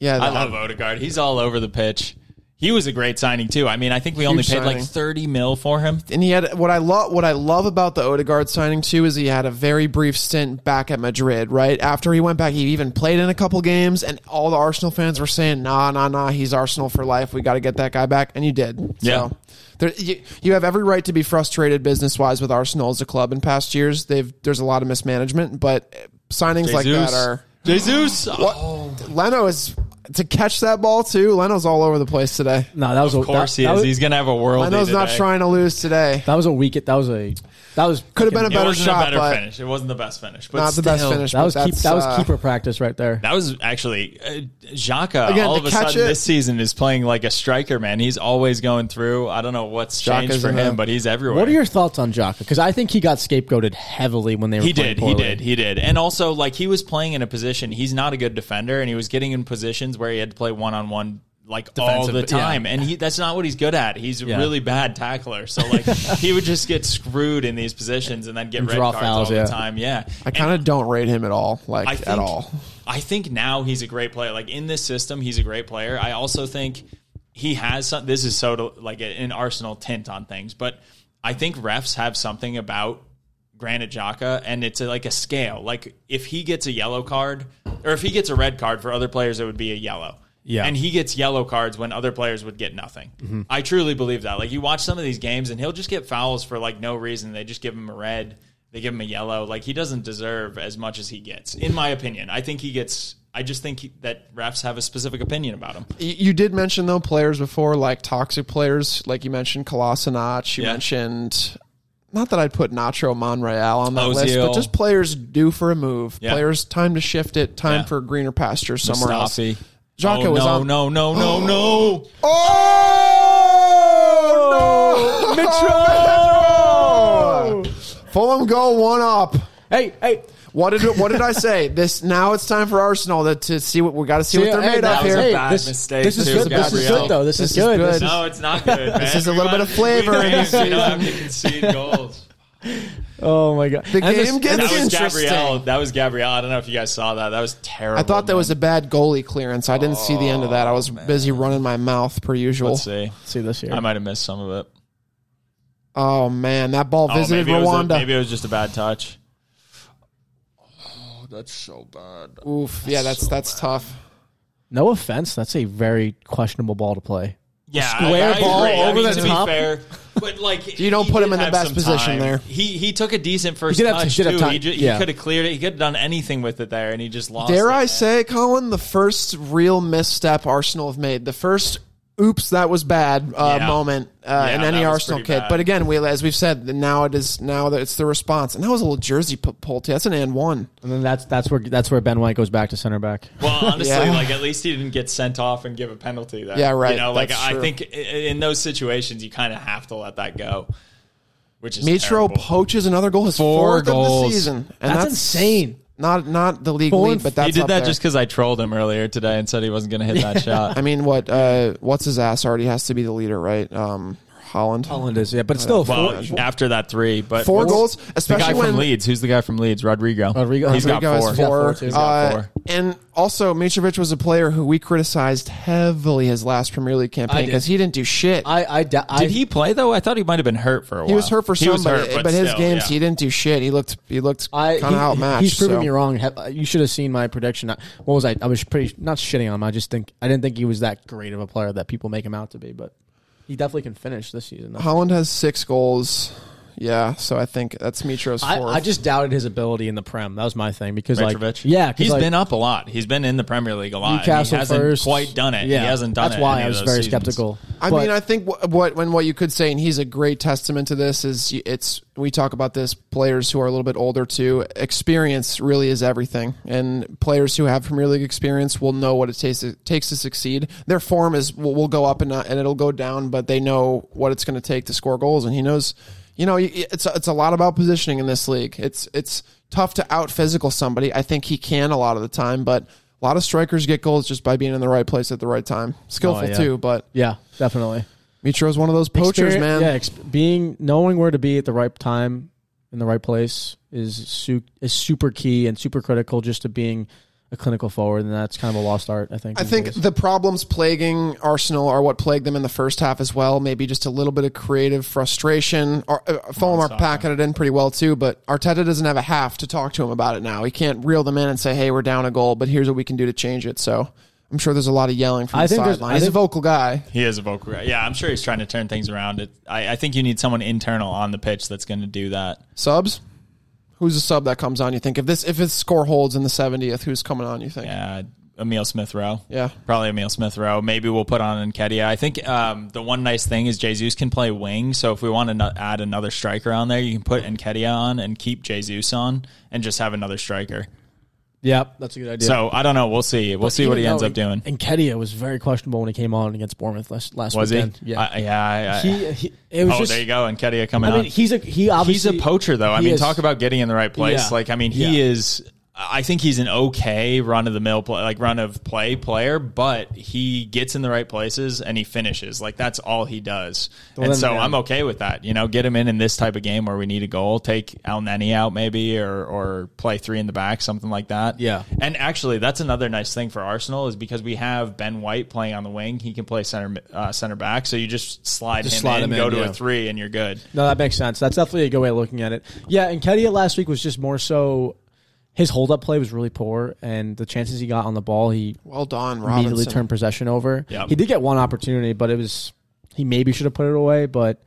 Speaker 2: Yeah,
Speaker 3: I
Speaker 2: that-
Speaker 3: love Odegaard. He's all over the pitch. He was a great signing too. I mean, I think we only paid like
Speaker 2: signing.
Speaker 3: thirty mil for him.
Speaker 2: and he had what I love what I love about the Odegaard signing too is he had a very brief stint back at Madrid, right? After he went back, he even played in a couple games and all the Arsenal fans were saying, "Nah, nah, nah, he's Arsenal for life. We got to get that guy back." And you did.
Speaker 3: Yeah.
Speaker 2: So there, you, you have every right to be frustrated business-wise with Arsenal as a club in past years. They've there's a lot of mismanagement, but signings like that are
Speaker 3: Jesus.
Speaker 2: What? Leno is to catch that ball too. Leno's all over the place today.
Speaker 1: No, that was
Speaker 3: Of
Speaker 1: a, that-
Speaker 3: course he
Speaker 1: that
Speaker 3: is.
Speaker 1: was-
Speaker 3: He's gonna have a world.
Speaker 2: Leno's not trying to lose today.
Speaker 1: That was a week. That was a. That was
Speaker 2: Could have been a
Speaker 3: It
Speaker 2: better
Speaker 3: wasn't
Speaker 2: shot,
Speaker 3: a better
Speaker 2: but
Speaker 3: finish. It wasn't the best finish. But
Speaker 2: not the best
Speaker 3: still,
Speaker 2: finish.
Speaker 1: That
Speaker 2: but
Speaker 1: was keep,
Speaker 2: that's,
Speaker 1: that was
Speaker 2: uh,
Speaker 1: keeper practice right there.
Speaker 3: That was actually uh, Xhaka.
Speaker 2: Again,
Speaker 3: all
Speaker 2: to
Speaker 3: of a
Speaker 2: catch
Speaker 3: sudden,
Speaker 2: it-
Speaker 3: this season is playing like a striker. Man, he's always going through. I don't know what's changed
Speaker 2: Xhaka's
Speaker 3: for
Speaker 2: in
Speaker 3: him,
Speaker 2: the-
Speaker 3: but he's everywhere.
Speaker 1: What are your thoughts on Jaka? Because I think he got scapegoated heavily when they were
Speaker 3: He
Speaker 1: playing
Speaker 3: did.
Speaker 1: poorly.
Speaker 3: He did. He did. And also, like, he was playing in a position. He's not a good defender, and he was getting in positions where he had to play one on one. Like all
Speaker 1: Defensive,
Speaker 3: the
Speaker 1: yeah.
Speaker 3: time, and he—that's not what he's good at. He's a
Speaker 1: Yeah.
Speaker 3: really bad tackler, so like he would just get screwed in these positions and then get red
Speaker 1: draw
Speaker 3: cards
Speaker 1: fouls,
Speaker 3: all
Speaker 1: yeah.
Speaker 3: the time. Yeah,
Speaker 2: I kind of don't rate him at all, like
Speaker 3: I think,
Speaker 2: at all.
Speaker 3: I think now he's a great player. Like in this system, he's a great player. I also think he has some. This is so to- like an Arsenal tint on things, but I think refs have something about Granit Xhaka, and it's a, like a scale. Like if he gets a yellow card, or if he gets a red card for other players, it would be a yellow.
Speaker 1: Yeah.
Speaker 3: and he gets yellow cards when other players would get nothing.
Speaker 2: Mm-hmm.
Speaker 3: I truly believe that. Like you watch some of these games, and he'll just get fouls for like no reason. They just give him a red. They give him a yellow. Like he doesn't deserve as much as he gets, in my opinion. I think he gets. I just think he, that refs have a specific opinion about him.
Speaker 2: Y- You did mention though players before, like toxic players, like you mentioned Kolasinac. You
Speaker 3: Yeah.
Speaker 2: mentioned not that I'd put Nacho Monreal on that
Speaker 3: Ozil.
Speaker 2: list, but just players due for a move.
Speaker 3: Yeah.
Speaker 2: Players time to shift it, time
Speaker 3: Yeah.
Speaker 2: for greener pastures somewhere else.
Speaker 3: Mustafi.
Speaker 2: Xhaka
Speaker 3: oh,
Speaker 2: was
Speaker 3: no,
Speaker 2: on-
Speaker 3: no, no, no, no.
Speaker 2: Oh no, Mitro! Fulham go one up.
Speaker 1: Hey, hey.
Speaker 2: What did what did I say? This now it's time for Arsenal to, to see what we got to see what
Speaker 1: Yeah,
Speaker 2: they're
Speaker 1: hey,
Speaker 2: made
Speaker 1: that
Speaker 2: of
Speaker 1: was
Speaker 2: here.
Speaker 1: a
Speaker 3: Hey,
Speaker 1: bad
Speaker 3: this-
Speaker 1: mistake
Speaker 3: this is
Speaker 1: too,
Speaker 3: good- this is
Speaker 1: Gabriel.
Speaker 3: good, though.
Speaker 1: This is good. This
Speaker 3: No, it's not good. Man. This
Speaker 2: is a little bit of flavor
Speaker 3: We
Speaker 2: in this
Speaker 3: don't have to concede goals.
Speaker 1: Oh my god.
Speaker 2: The game gets
Speaker 3: That was
Speaker 2: interesting.
Speaker 3: Gabrielle. That was Gabrielle. I don't know if you guys saw that. That was terrible.
Speaker 2: I thought that
Speaker 3: man.
Speaker 2: was a bad goalie clearance. I didn't see the end of that. I was busy running my mouth per usual.
Speaker 3: Oh, Let's see.
Speaker 1: see this year.
Speaker 3: I might have missed some of it.
Speaker 2: Oh man, that ball
Speaker 3: Oh,
Speaker 2: visited
Speaker 3: maybe it was a-
Speaker 2: Rwanda.
Speaker 3: maybe it was just a bad touch.
Speaker 2: Oof, yeah, that's that's tough.
Speaker 1: no offense, that's a very questionable ball to play.
Speaker 3: Yeah,
Speaker 1: square ball over the
Speaker 3: to
Speaker 1: top.
Speaker 3: Be fair, but like
Speaker 2: You don't
Speaker 3: he
Speaker 2: put him
Speaker 3: did
Speaker 2: in the
Speaker 3: have
Speaker 2: best
Speaker 3: some
Speaker 2: position
Speaker 3: time.
Speaker 2: there.
Speaker 3: He he took a decent first
Speaker 1: He did have-
Speaker 3: touch
Speaker 1: he did have
Speaker 3: too.
Speaker 1: time.
Speaker 3: He, ju-
Speaker 1: Yeah.
Speaker 3: he could have cleared it. He could have done anything with it there, and he just lost.
Speaker 2: Dare
Speaker 3: it,
Speaker 2: I
Speaker 3: man.
Speaker 2: say, Colin, the first real misstep Arsenal have made. The first oops, that was bad uh,
Speaker 3: Yeah.
Speaker 2: moment uh,
Speaker 3: Yeah,
Speaker 2: in any
Speaker 3: that was
Speaker 2: Arsenal
Speaker 3: pretty
Speaker 2: kid.
Speaker 3: bad.
Speaker 2: But again, we as we've said, now it is now that it's the response. And that was a little jersey p- pull too. That's an and one.
Speaker 1: And then that's that's where that's where Ben White goes back to center back.
Speaker 3: Well, honestly,
Speaker 2: Yeah.
Speaker 3: like at least he didn't get sent off and give a penalty there.
Speaker 2: Yeah, right.
Speaker 3: You know, like
Speaker 2: That's
Speaker 3: I
Speaker 2: true.
Speaker 3: think i- in those situations you kind of have to let that go. Which is
Speaker 2: Mitro
Speaker 3: terrible.
Speaker 2: poaches another goal, his
Speaker 3: Four
Speaker 2: fourth of
Speaker 3: goals.
Speaker 2: the season, and
Speaker 1: That's insane.
Speaker 2: Not not the league
Speaker 1: Four and
Speaker 2: lead, but that's
Speaker 3: he did
Speaker 2: up
Speaker 3: that
Speaker 2: there.
Speaker 3: just because I trolled him earlier today and said he wasn't going to hit that shot.
Speaker 2: I mean, what? Uh, what's his ass already has to be the leader, right? Um, Holland.
Speaker 1: Holland is yeah, but it's still
Speaker 3: Well, after that three, but
Speaker 2: Four goals,
Speaker 3: what's- The guy
Speaker 2: especially
Speaker 3: from
Speaker 2: when
Speaker 3: Leeds. Who's the guy from Leeds? Rodrigo.
Speaker 1: Rodrigo.
Speaker 3: He's
Speaker 2: Rodrigo
Speaker 3: got
Speaker 2: has
Speaker 3: four.
Speaker 2: four.
Speaker 1: He's
Speaker 3: got
Speaker 2: Uh,
Speaker 3: four.
Speaker 2: And also, Mitrovic was a player who we criticized heavily his last Premier League campaign
Speaker 1: did.
Speaker 2: because he didn't do shit.
Speaker 1: I I, da- I
Speaker 3: Did he play though? I thought he might have been hurt for a while.
Speaker 2: he was hurt for
Speaker 3: He
Speaker 2: some,
Speaker 3: was
Speaker 2: but,
Speaker 3: hurt,
Speaker 2: but his
Speaker 3: still,
Speaker 2: games
Speaker 3: yeah.
Speaker 2: he didn't do shit. He looked he looked
Speaker 1: I
Speaker 2: kind of
Speaker 1: he-
Speaker 2: outmatched.
Speaker 1: He's proving
Speaker 2: so.
Speaker 1: me wrong. He- You should have seen my prediction. I- What was I? I was pretty not shitting on him. I just think I didn't think he was that great of a player that people make him out to be. But he definitely can finish this season. though.
Speaker 2: Holland has six goals. Yeah, so I think that's Mitro's
Speaker 1: I,
Speaker 2: fourth.
Speaker 1: I just doubted his ability in the prem. That was my thing because like
Speaker 3: Mitrovic.
Speaker 1: yeah,
Speaker 3: he's
Speaker 1: he's
Speaker 3: been up a lot. He's been in the Premier League a lot.
Speaker 1: Newcastle
Speaker 3: he hasn't
Speaker 1: first.
Speaker 3: quite done it.
Speaker 1: Yeah,
Speaker 3: he hasn't done
Speaker 1: that's
Speaker 3: it.
Speaker 1: why
Speaker 3: any
Speaker 1: I
Speaker 3: of
Speaker 1: was
Speaker 3: those
Speaker 1: very
Speaker 3: seasons.
Speaker 1: skeptical.
Speaker 2: I
Speaker 1: But-
Speaker 2: mean, I think what, what when what you could say, and he's a great testament to this is y- it's we talk about this players who are a little bit older too. Experience really is everything, and players who have Premier League experience will know what it takes to, takes to succeed. Their form is will, will go up and not, and it'll go down, but they know what it's going to take to score goals, and he knows. You know, y- y- it's it's a lot about positioning in this league. It's it's tough to out physical somebody. I think he can a lot of the time, but. A lot of strikers get goals just by being in the right place at the right time. Skillful
Speaker 1: Oh, yeah.
Speaker 2: too, but
Speaker 1: yeah, definitely
Speaker 2: Mitro's one of those poachers,
Speaker 1: Experi-
Speaker 2: man.
Speaker 1: Yeah, ex- being knowing where to be at the right time in the right place is su- is super key and super critical just to being a clinical forward, and that's kind of a lost art. I think.
Speaker 2: I
Speaker 1: these
Speaker 2: think
Speaker 1: days.
Speaker 2: the problems plaguing Arsenal are what plagued them in the first half as well. Maybe just a little bit of creative frustration. Ar- uh, Fulham are packing it in pretty well too, but Arteta doesn't have a half to talk to him about it now. He can't reel them in and say, "Hey, we're down a goal, but here's what we can do to change it." So I'm sure there's a lot of yelling from
Speaker 1: I
Speaker 2: the
Speaker 1: think there's-
Speaker 2: sideline.
Speaker 1: I
Speaker 2: He's a
Speaker 1: think-
Speaker 2: vocal guy.
Speaker 3: He is a vocal guy. Yeah, I'm sure he's trying to turn things around. It, I, I think you need someone internal on the pitch that's going to do that.
Speaker 2: Subs. Who's a sub that comes on? You think if this if his score holds in the 70th, who's coming on? You think?
Speaker 3: Yeah, Emil Smith Rowe.
Speaker 2: Yeah.
Speaker 3: probably Emil Smith Rowe. Maybe we'll put on Nkedia. I think um, the one nice thing is Jesus can play wing. So if we want to no- add another striker on there, you can put Nkedia on and keep Jesus on and just have another striker.
Speaker 1: Yep, that's a good idea.
Speaker 3: So I don't know. We'll see. We'll see what he ends up doing.
Speaker 1: And Kedia was very questionable when he came on against Bournemouth last last
Speaker 3: Was he?
Speaker 1: weekend. Yeah,
Speaker 3: I- yeah. I- I-
Speaker 1: he, he. It was
Speaker 3: oh,
Speaker 1: just.
Speaker 3: there you go. Nkedia coming
Speaker 1: I
Speaker 3: on.
Speaker 1: mean, he's a he.
Speaker 3: he's
Speaker 1: Obviously,
Speaker 3: a poacher though. I
Speaker 1: he
Speaker 3: mean,
Speaker 1: is-
Speaker 3: talk about getting in the right place.
Speaker 1: Yeah.
Speaker 3: Like, I mean, he
Speaker 1: Yeah.
Speaker 3: is. I think he's an okay run of the mill play, like run of play player, but he gets in the right places and he finishes. Like that's all he does. and
Speaker 1: then,
Speaker 3: so
Speaker 1: yeah.
Speaker 3: I'm okay with that. You know, get him in in this type of game where we need a goal. Take Al Nenny out maybe, or or play three in the back, something like that.
Speaker 1: Yeah.
Speaker 3: And actually, that's another nice thing for Arsenal is because we have Ben White playing on the wing. He can play center uh, center back. So you just slide
Speaker 1: Just
Speaker 3: him
Speaker 1: slide him
Speaker 3: in,
Speaker 1: in,
Speaker 3: go to
Speaker 1: yeah.
Speaker 3: a three, and you're good.
Speaker 1: No, that makes sense. That's definitely a good way of looking at it. Yeah, and Kedia last week was just more so. His hold up play was really poor, and the chances he got on the ball, he
Speaker 2: Well done,
Speaker 1: immediately
Speaker 2: Robinson.
Speaker 1: turned possession over.
Speaker 3: Yep.
Speaker 1: He did get one opportunity, but it was he maybe should have put it away. But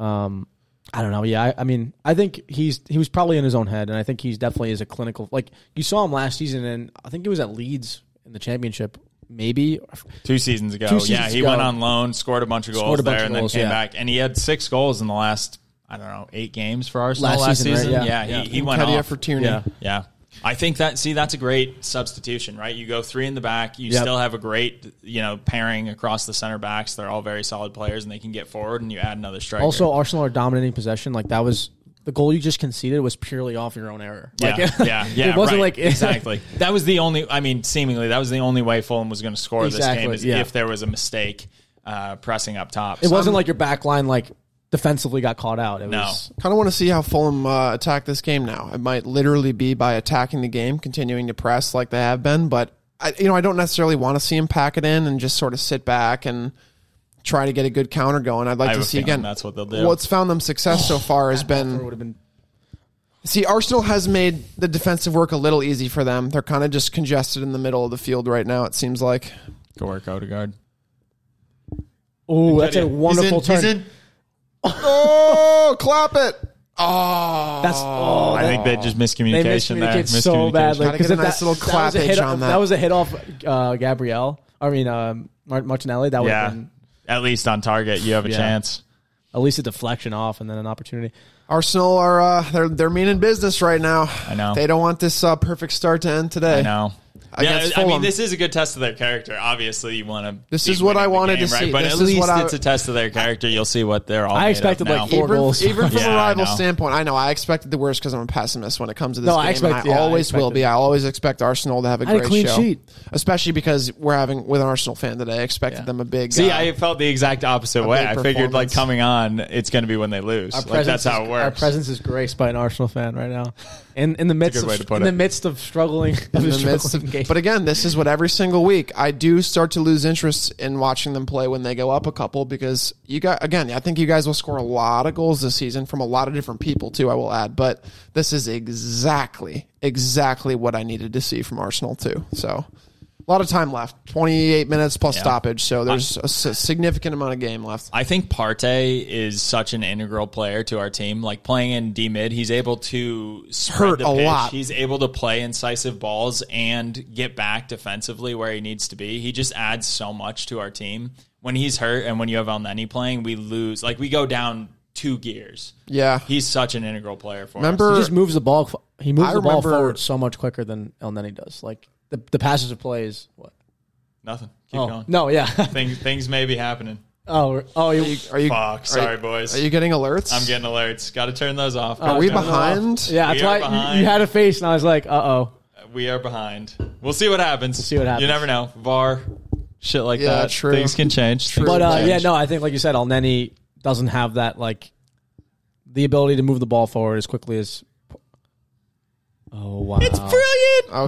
Speaker 1: um, I don't know. Yeah, I, I mean, I think he's he was probably in his own head, and I think he's definitely is a clinical. Like you saw him last season, and I think it was at Leeds in the championship, maybe.
Speaker 3: Two seasons ago.
Speaker 1: Two seasons
Speaker 3: yeah, he
Speaker 1: ago.
Speaker 3: went on loan, scored a bunch of
Speaker 1: Scored
Speaker 3: goals
Speaker 1: a bunch
Speaker 3: there,
Speaker 1: of
Speaker 3: and
Speaker 1: goals,
Speaker 3: then came
Speaker 1: yeah.
Speaker 3: back. And he had six goals in the last, I don't know, eight games for Arsenal
Speaker 1: Last
Speaker 3: last,
Speaker 1: season,
Speaker 3: season.
Speaker 1: right? Yeah.
Speaker 3: Yeah.
Speaker 1: Yeah.
Speaker 3: he, he went
Speaker 2: Nketiah
Speaker 3: off.
Speaker 2: for Tierney.
Speaker 1: Yeah.
Speaker 3: yeah. I think that, see, that's a great substitution, right? You go three in the back. You
Speaker 1: Yep.
Speaker 3: still have a great, you know, pairing across the center backs. They're all very solid players and they can get forward and you add another striker.
Speaker 1: Also, Arsenal are dominating possession. Like that was the goal you just conceded was purely off your own error. Like,
Speaker 3: yeah, yeah, yeah.
Speaker 1: it wasn't
Speaker 3: right.
Speaker 1: like
Speaker 3: exactly. That was the only. I mean, seemingly that was the only way Fulham was going to score
Speaker 1: Exactly,
Speaker 3: this game is
Speaker 1: yeah.
Speaker 3: if there was a mistake uh, pressing up top.
Speaker 1: It
Speaker 3: So-
Speaker 1: wasn't like your back line like defensively got caught out. It
Speaker 3: No.
Speaker 1: was
Speaker 2: Kind of want to see how Fulham uh, attack this game now. It might literally be by attacking the game, continuing to press like they have been, but I, you know, I don't necessarily want to see him pack it in and just sort of sit back and try to get a good counter going. I'd like
Speaker 3: I have
Speaker 2: to
Speaker 3: a
Speaker 2: see
Speaker 3: feeling
Speaker 2: again.
Speaker 3: that's what they'll do.
Speaker 2: What's found them success so far has been
Speaker 1: would have been
Speaker 2: See, Arsenal has made the defensive work a little easy for them. They're kind of just congested in the middle of the field right now. It seems like
Speaker 3: Go work Odegaard.
Speaker 1: Oh, that's a wonderful turn.
Speaker 2: oh, clap it! Oh,
Speaker 1: That's oh,
Speaker 3: I
Speaker 1: that-
Speaker 3: think they just
Speaker 1: they
Speaker 3: miscommunication there.
Speaker 1: miscommunicate so badly
Speaker 2: Gotta get a
Speaker 1: if
Speaker 2: nice little
Speaker 1: that was a
Speaker 2: clappage
Speaker 1: hit
Speaker 2: on
Speaker 1: off-
Speaker 2: that.
Speaker 1: That was a hit off uh, Gabrielle. I mean, um, Mar- Martinelli. That would
Speaker 3: Yeah.
Speaker 1: have been
Speaker 3: At least on target, you have a
Speaker 1: Yeah.
Speaker 3: chance.
Speaker 1: at least a deflection off and then an opportunity.
Speaker 2: Arsenal are uh, they're they're meaning business right now.
Speaker 3: I know.
Speaker 2: they don't want this uh, perfect start to end today.
Speaker 3: I know. Yeah,
Speaker 2: Against
Speaker 3: I mean,
Speaker 2: Fulham.
Speaker 3: this is a good test of their character. Obviously, you want to.
Speaker 2: This is what I wanted to see.
Speaker 3: But
Speaker 2: This
Speaker 3: at
Speaker 2: is what
Speaker 3: least
Speaker 2: I-
Speaker 3: it's a test of their character. You'll see what they're all.
Speaker 1: I
Speaker 3: made of
Speaker 1: expected, like,
Speaker 3: now.
Speaker 1: four
Speaker 2: Even,
Speaker 1: goals.
Speaker 2: even from
Speaker 3: Yeah,
Speaker 2: a
Speaker 3: I
Speaker 2: rival
Speaker 3: know.
Speaker 2: standpoint, I know I expected the worst because I'm a pessimist when it comes to this
Speaker 1: No,
Speaker 2: game.
Speaker 1: I expect-
Speaker 2: and I
Speaker 1: yeah, I
Speaker 2: always will
Speaker 1: expected-
Speaker 2: be. I always expect Arsenal to have a
Speaker 1: I had a
Speaker 2: great
Speaker 1: clean
Speaker 2: show,
Speaker 1: sheet.
Speaker 2: especially because we're having with an Arsenal fan today. I expected them a big.
Speaker 3: See,
Speaker 2: uh,
Speaker 3: I felt the exact opposite
Speaker 2: a
Speaker 3: way.
Speaker 2: big
Speaker 3: I figured like
Speaker 2: performance.
Speaker 3: coming on, it's going to be when they lose. Like
Speaker 1: presence
Speaker 3: that's how
Speaker 1: is-
Speaker 3: it
Speaker 1: Our
Speaker 3: works.
Speaker 1: presence is graced by an Arsenal fan right now, in in the midst
Speaker 3: good
Speaker 1: of,
Speaker 3: way to put
Speaker 1: in
Speaker 3: it.
Speaker 1: the midst of struggling. of
Speaker 2: in
Speaker 1: a
Speaker 2: the midst
Speaker 1: struggling
Speaker 2: of-
Speaker 1: game.
Speaker 2: but again, this is what every single week I do start to lose interest in watching them play when they go up a couple because you got again, I think you guys will score a lot of goals this season from a lot of different people too, I will add. But this is exactly, exactly what I needed to see from Arsenal too. So a lot of time left. Twenty eight minutes plus stoppage, so there's a s- significant amount of game left.
Speaker 3: I think Partey is such an integral player to our team. Like playing in D mid, he's able to spread
Speaker 2: Hurt
Speaker 3: the
Speaker 2: a
Speaker 3: pitch.
Speaker 2: lot.
Speaker 3: He's able to play incisive balls and get back defensively where he needs to be. He just adds so much to our team. When he's hurt and when you have Elneny playing, we lose. Like we go down two gears.
Speaker 2: Yeah.
Speaker 3: He's such an integral player for us.
Speaker 2: Remember
Speaker 1: he just moves the ball. He moves
Speaker 2: I
Speaker 1: the ball
Speaker 2: remember-
Speaker 1: forward so much quicker than El Nenny does. Like the the passage of play is what?
Speaker 3: Nothing. Keep
Speaker 1: oh
Speaker 3: going.
Speaker 1: no, yeah.
Speaker 3: Things things may be happening.
Speaker 1: oh, oh, you,
Speaker 2: are you
Speaker 3: Fuck. Sorry, boys.
Speaker 2: are you getting alerts?
Speaker 3: I'm getting alerts. Got to turn those off.
Speaker 2: Are we
Speaker 3: Gotta turn them off.
Speaker 2: behind?
Speaker 1: yeah. That's
Speaker 3: We are
Speaker 1: why you- you,
Speaker 3: behind.
Speaker 1: had a face, and I was like, uh oh.
Speaker 3: We are behind. We'll see what happens. We'll
Speaker 1: see what happens.
Speaker 3: You never know. VAR, shit like
Speaker 2: Yeah,
Speaker 3: that.
Speaker 2: true.
Speaker 3: Things can change. True.
Speaker 1: But uh, yeah, no, I think like you said, El Nenny doesn't have that like the ability to move the ball forward as quickly as Oh wow!
Speaker 3: brilliant.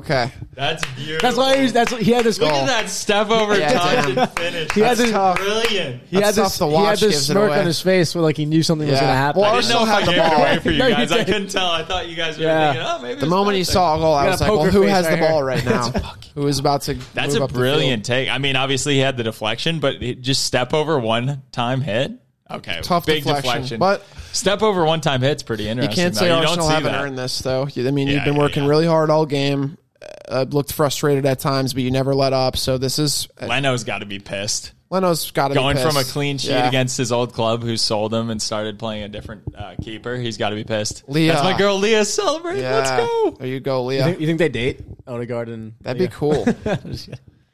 Speaker 2: Okay.
Speaker 3: That's beautiful.
Speaker 1: That's why he was. That's he had this.
Speaker 3: Look at that step over
Speaker 2: Yeah,
Speaker 3: time to finish.
Speaker 1: He had
Speaker 3: That's
Speaker 1: this-
Speaker 3: brilliant.
Speaker 1: He had
Speaker 2: That's tough
Speaker 1: this.
Speaker 2: to
Speaker 1: he
Speaker 2: watch,
Speaker 1: had this
Speaker 2: gives it
Speaker 1: smirk
Speaker 2: away.
Speaker 1: on his face where like he knew something was
Speaker 2: Yeah.
Speaker 1: going to happen.
Speaker 2: Well,
Speaker 3: I didn't know
Speaker 2: Arsenal
Speaker 3: if
Speaker 2: had
Speaker 3: I
Speaker 2: the
Speaker 3: gave it
Speaker 2: ball.
Speaker 3: away for you
Speaker 1: No, you
Speaker 3: guys. I
Speaker 1: didn't.
Speaker 3: couldn't tell. I thought you guys were
Speaker 1: Yeah.
Speaker 3: thinking, oh, maybe
Speaker 2: The
Speaker 3: it's
Speaker 2: moment he
Speaker 3: Patrick.
Speaker 2: saw a goal, I
Speaker 1: got
Speaker 2: was
Speaker 1: a
Speaker 2: like, well,
Speaker 1: poker
Speaker 2: who
Speaker 1: face
Speaker 2: has the
Speaker 1: right here.
Speaker 2: ball right now? Who is about to. move
Speaker 3: That's a
Speaker 2: up the field?
Speaker 3: brilliant take. I mean, obviously he had the deflection, but it just step over one time hit. Okay,
Speaker 2: Tough
Speaker 3: big
Speaker 2: deflection,
Speaker 3: deflection,
Speaker 2: but-
Speaker 3: step over one time hit's pretty
Speaker 2: You
Speaker 3: interesting.
Speaker 2: can't
Speaker 3: though.
Speaker 2: say
Speaker 3: you don't
Speaker 2: Arsenal
Speaker 3: see
Speaker 2: haven't
Speaker 3: that.
Speaker 2: earned this, though. You- I mean,
Speaker 3: Yeah,
Speaker 2: you've been
Speaker 3: yeah,
Speaker 2: working
Speaker 3: yeah.
Speaker 2: really hard all game. Uh, looked frustrated at times, but you never let up. So this is uh,
Speaker 3: Leno's got to be pissed.
Speaker 2: Leno's got to
Speaker 3: Going
Speaker 2: be
Speaker 3: from a
Speaker 2: pissed.
Speaker 3: clean sheet
Speaker 2: Yeah.
Speaker 3: against his old club, who sold him and started playing a different uh, keeper, he's got to be pissed.
Speaker 2: Leah.
Speaker 3: That's my girl, Leah. Celebrate!
Speaker 2: Yeah.
Speaker 3: Let's go.
Speaker 2: There you go,
Speaker 1: You
Speaker 2: Leah.
Speaker 1: think, you think they date Odegaard and
Speaker 2: That'd be cool.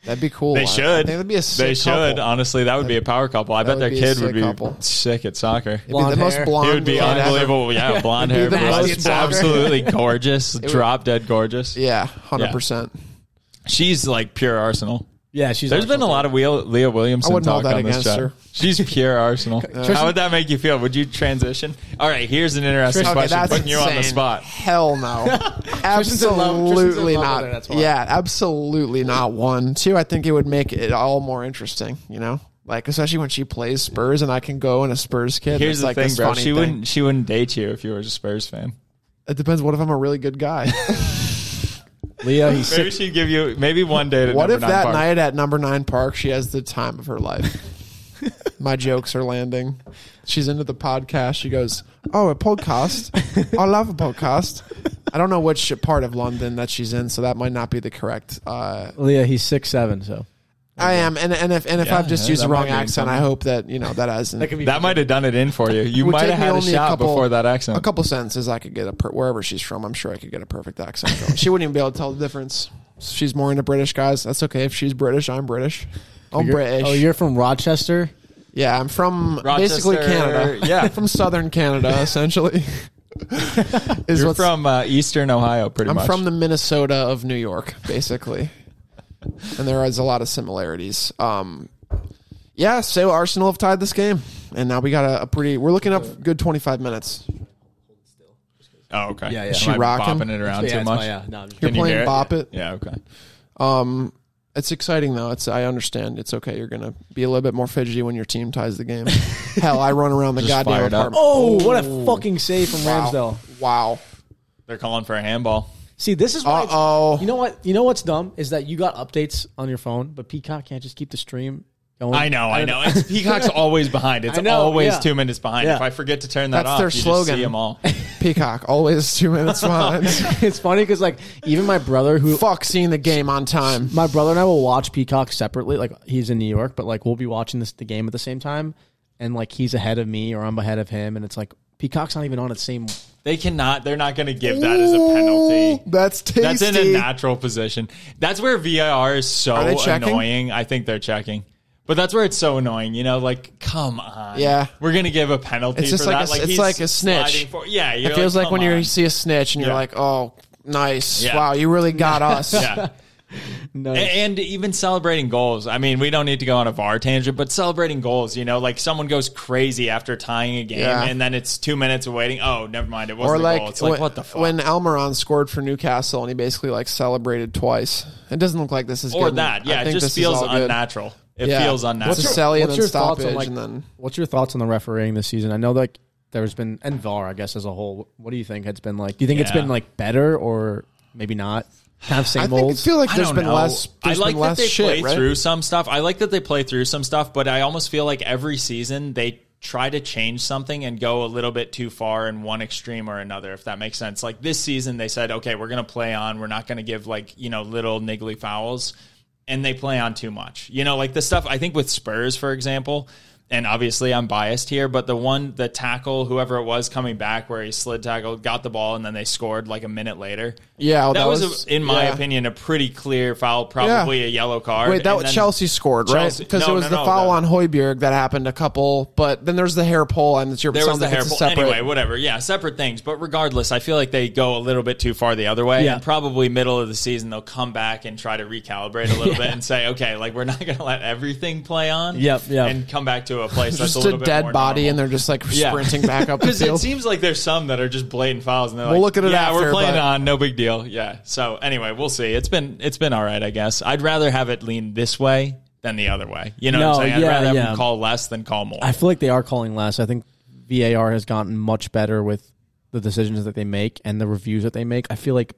Speaker 2: That'd be cool.
Speaker 3: They
Speaker 2: I-
Speaker 3: should.
Speaker 2: I think that'd be a sick
Speaker 3: they should. uh,
Speaker 2: couple.
Speaker 3: Honestly, that would be a power couple. I bet
Speaker 2: would
Speaker 3: their
Speaker 2: be a
Speaker 3: kid
Speaker 2: sick
Speaker 3: would be
Speaker 2: couple.
Speaker 3: sick at soccer.
Speaker 2: It'd be the
Speaker 1: Blonde
Speaker 2: most
Speaker 1: hair.
Speaker 2: blonde.
Speaker 3: It would be
Speaker 2: blonde ever.
Speaker 3: unbelievable. Yeah, blonde hair,
Speaker 2: the
Speaker 3: blonde,
Speaker 2: nastiest blonde.
Speaker 3: absolutely gorgeous, drop dead gorgeous.
Speaker 2: Yeah, hundred percent.
Speaker 3: She's like pure Arsenal.
Speaker 1: Yeah, she's.
Speaker 3: There's been a lot of Wheel- Leah Williamson
Speaker 2: I wouldn't
Speaker 3: talk
Speaker 2: hold that
Speaker 3: on this
Speaker 2: against
Speaker 3: show.
Speaker 2: her.
Speaker 3: She's pure Arsenal. How would that make you feel? Would you transition? All right, here's an interesting
Speaker 2: Okay,
Speaker 3: question.
Speaker 2: that's
Speaker 3: Putting you on the
Speaker 2: insane.
Speaker 3: spot.
Speaker 2: Hell no.
Speaker 1: in love- Tristan's in
Speaker 2: absolutely
Speaker 1: love with
Speaker 2: not.
Speaker 1: her, that's why.
Speaker 2: yeah, absolutely not. One, two. I think it would make it all more interesting. You know, like especially when she plays Spurs, and I can go and a Spurs kid.
Speaker 3: Here's
Speaker 2: it's
Speaker 3: the
Speaker 2: like
Speaker 3: thing,
Speaker 2: this
Speaker 3: bro.
Speaker 2: funny
Speaker 3: She
Speaker 2: thing.
Speaker 3: wouldn't. She wouldn't date you if you were a Spurs fan.
Speaker 2: It depends. What if I'm a really good guy?
Speaker 1: Leo. He's
Speaker 3: Maybe
Speaker 1: sick.
Speaker 3: she'd give you. Maybe one day. To
Speaker 2: what
Speaker 3: number
Speaker 2: if
Speaker 3: nine
Speaker 2: that
Speaker 3: Park.
Speaker 2: night at Number Nine Park she has the time of her life? My jokes are landing. She's into the podcast. She goes, "Oh, a podcast! I love a podcast." I don't know which part of London that she's in, so that might not be the correct uh,
Speaker 1: Leo. He's six seven. So
Speaker 2: I am, and and if and if
Speaker 3: Yeah,
Speaker 2: I've just
Speaker 3: yeah,
Speaker 2: used
Speaker 3: that
Speaker 2: the wrong
Speaker 3: might mean
Speaker 2: accent, I
Speaker 3: something.
Speaker 2: hope that you know that hasn't.
Speaker 1: that could be.
Speaker 3: That might have done it in for you. You
Speaker 2: Would
Speaker 3: might
Speaker 2: take
Speaker 3: have
Speaker 2: me
Speaker 3: had a
Speaker 2: only a
Speaker 3: shot
Speaker 2: couple-
Speaker 3: before that accent.
Speaker 2: a couple sentences I could get a per- wherever she's from. I'm sure I could get a perfect accent. Going. she wouldn't even be able to tell the difference. She's more into British guys. That's okay. If she's British, I'm British. I'm
Speaker 1: You're-
Speaker 2: British.
Speaker 1: Oh, you're from Rochester.
Speaker 2: yeah, I'm from basically
Speaker 3: Rochester,
Speaker 2: Canada.
Speaker 3: yeah.
Speaker 2: from southern Canada essentially. is
Speaker 3: You're
Speaker 2: what's-
Speaker 3: from uh, Eastern Ohio, pretty
Speaker 2: I'm
Speaker 3: much.
Speaker 2: from the Minnesota of New York, basically. and there is a lot of similarities. Um, yeah, so Arsenal have tied this game, and now we got a, a pretty. We're looking up good 25 minutes.
Speaker 3: Oh, okay.
Speaker 1: Yeah, yeah.
Speaker 3: Am
Speaker 1: She
Speaker 3: I
Speaker 2: rocking?
Speaker 3: bopping it around
Speaker 1: yeah,
Speaker 3: too
Speaker 1: it's
Speaker 3: much.
Speaker 1: my- yeah, no, I'm just-
Speaker 2: You're
Speaker 3: Can you
Speaker 2: playing
Speaker 3: hear it?
Speaker 2: Bop It.
Speaker 3: Yeah. Okay.
Speaker 2: Um, it's exciting though. It's I understand. It's okay. You're gonna be a little bit more fidgety when your team ties the game. Hell, I run around the
Speaker 3: Just
Speaker 2: goddamn
Speaker 3: fired up. Oh,
Speaker 2: apartment.
Speaker 1: Oh, what a fucking save from Ramsdale.
Speaker 2: Wow.
Speaker 3: They're calling for a handball.
Speaker 1: See, this is why
Speaker 2: Uh
Speaker 1: it's-
Speaker 2: oh.
Speaker 1: You know what? You know what's dumb is that you got updates on your phone, but Peacock can't just keep the stream going.
Speaker 3: I know, I know. It's, Peacock's always behind. It's
Speaker 1: I know,
Speaker 3: always
Speaker 1: yeah.
Speaker 3: two minutes behind.
Speaker 1: Yeah.
Speaker 3: If I forget to turn that
Speaker 2: That's
Speaker 3: off,
Speaker 2: their
Speaker 3: you just
Speaker 2: slogan.
Speaker 3: see them all.
Speaker 2: Peacock always two minutes behind.
Speaker 1: it's funny because like even my brother who
Speaker 2: Fuck seeing the game on time.
Speaker 1: my brother and I will watch Peacock separately. Like he's in New York, but like we'll be watching this the game at the same time, and like he's ahead of me or I'm ahead of him, and it's like Peacock's not even on its same.
Speaker 3: They cannot. They're not going to give that as a penalty.
Speaker 2: Ooh, That's tasty.
Speaker 3: That's in a natural position. That's where VIR is so
Speaker 2: Are they checking?
Speaker 3: annoying. I think they're checking. But that's where it's so annoying, you know. Like, come on,
Speaker 2: Yeah.
Speaker 3: we're gonna give a penalty.
Speaker 2: It's just
Speaker 3: for
Speaker 2: like
Speaker 3: that.
Speaker 2: a- it's
Speaker 3: he's
Speaker 2: like a snitch.
Speaker 3: sliding For, yeah, you're
Speaker 2: It feels like,
Speaker 3: come
Speaker 2: when you
Speaker 3: on.
Speaker 2: see a snitch and you're
Speaker 3: Yeah.
Speaker 2: like, oh, nice.
Speaker 3: Yeah.
Speaker 2: Wow, you really got us.
Speaker 3: yeah. A- And even celebrating goals. I mean, we don't need to go on a VAR tangent, but celebrating goals, you know, like someone goes crazy after tying a game
Speaker 2: Yeah.
Speaker 3: and then it's two minutes of waiting. Oh, never mind. It wasn't
Speaker 2: Or
Speaker 3: a
Speaker 2: like,
Speaker 3: goal. It's like,
Speaker 2: when,
Speaker 3: what the fuck?
Speaker 2: when Almiron scored for Newcastle and he basically like celebrated twice. It doesn't look like this is
Speaker 3: or
Speaker 2: good.
Speaker 3: that.
Speaker 2: I
Speaker 3: Yeah, it
Speaker 2: think
Speaker 3: just
Speaker 2: this is
Speaker 3: feels
Speaker 2: all good.
Speaker 3: unnatural. It
Speaker 2: Yeah.
Speaker 3: feels
Speaker 2: What's
Speaker 3: unnatural.
Speaker 2: your- Sally and then
Speaker 1: thoughts on,
Speaker 2: stoppage
Speaker 1: like,
Speaker 2: and then-
Speaker 1: what's your thoughts on the refereeing this season? I know like there's been and VAR, I guess as a whole. What do you think it's been like? Do you think it's
Speaker 3: Yeah.
Speaker 1: been like better or maybe not? Kind of
Speaker 2: I
Speaker 1: same
Speaker 2: think it
Speaker 1: old.
Speaker 2: feels like
Speaker 3: I
Speaker 2: there's
Speaker 3: don't
Speaker 2: been
Speaker 3: know.
Speaker 2: less.
Speaker 3: I
Speaker 2: there's
Speaker 3: like
Speaker 2: been
Speaker 3: that
Speaker 2: less
Speaker 3: they
Speaker 2: shit,
Speaker 3: play
Speaker 2: right?
Speaker 3: through some stuff. I like that they play through some stuff, but I almost feel like every season they try to change something and go a little bit too far in one extreme or another, if that makes sense. Like this season, they said, okay, we're going to play on. We're not going to give like, you know, little niggly fouls. And they play on too much. You know, like the stuff I think with Spurs, for example, and obviously I'm biased here, but the one, the tackle, whoever it was coming back where he slid tackled, got the ball, and then they scored like a minute later.
Speaker 2: Yeah, well,
Speaker 3: that,
Speaker 2: Oh, that
Speaker 3: was,
Speaker 2: was-
Speaker 3: in my
Speaker 2: yeah.
Speaker 3: opinion, a pretty clear foul, probably a yellow card.
Speaker 2: Wait, that
Speaker 3: and
Speaker 2: was
Speaker 3: then-
Speaker 2: Chelsea scored, right?
Speaker 3: Chelsea-
Speaker 2: Because
Speaker 3: no,
Speaker 2: it was
Speaker 3: no,
Speaker 2: the
Speaker 3: no,
Speaker 2: foul
Speaker 3: the-
Speaker 2: on Hoiberg that happened a couple, but then there's the hair pull and it's your
Speaker 3: There was the
Speaker 2: something
Speaker 3: hair
Speaker 2: that's
Speaker 3: pull.
Speaker 2: separate.
Speaker 3: Anyway, whatever. Yeah, separate things. But regardless, I feel like they go a little bit too far the other way.
Speaker 1: Yeah.
Speaker 3: And probably middle of the season, they'll come back and try to recalibrate a little bit and say, okay, like we're not going to let everything play on.
Speaker 1: Yep, yep.
Speaker 3: And come back to to a place that's
Speaker 2: just
Speaker 3: a
Speaker 2: a,
Speaker 3: little bit
Speaker 2: dead
Speaker 3: more
Speaker 2: body,
Speaker 3: normal.
Speaker 2: and they're just like
Speaker 3: Yeah.
Speaker 2: sprinting back up the
Speaker 3: Because it
Speaker 2: field.
Speaker 3: seems like there's some that are just blatant fouls, and they're
Speaker 2: We'll look
Speaker 3: like,
Speaker 2: at it
Speaker 3: "Yeah,
Speaker 2: after,
Speaker 3: we're playing
Speaker 2: but-
Speaker 3: on, no big deal." Yeah. So anyway, we'll see. It's been it's been all right, I guess. I'd rather have it lean this way than the other way. You know what
Speaker 1: No,
Speaker 3: I'm saying? I'd
Speaker 1: yeah,
Speaker 3: rather have
Speaker 1: yeah.
Speaker 3: them call less than call more.
Speaker 1: I feel like they are calling less. I think VAR has gotten much better with the decisions that they make and the reviews that they make. I feel like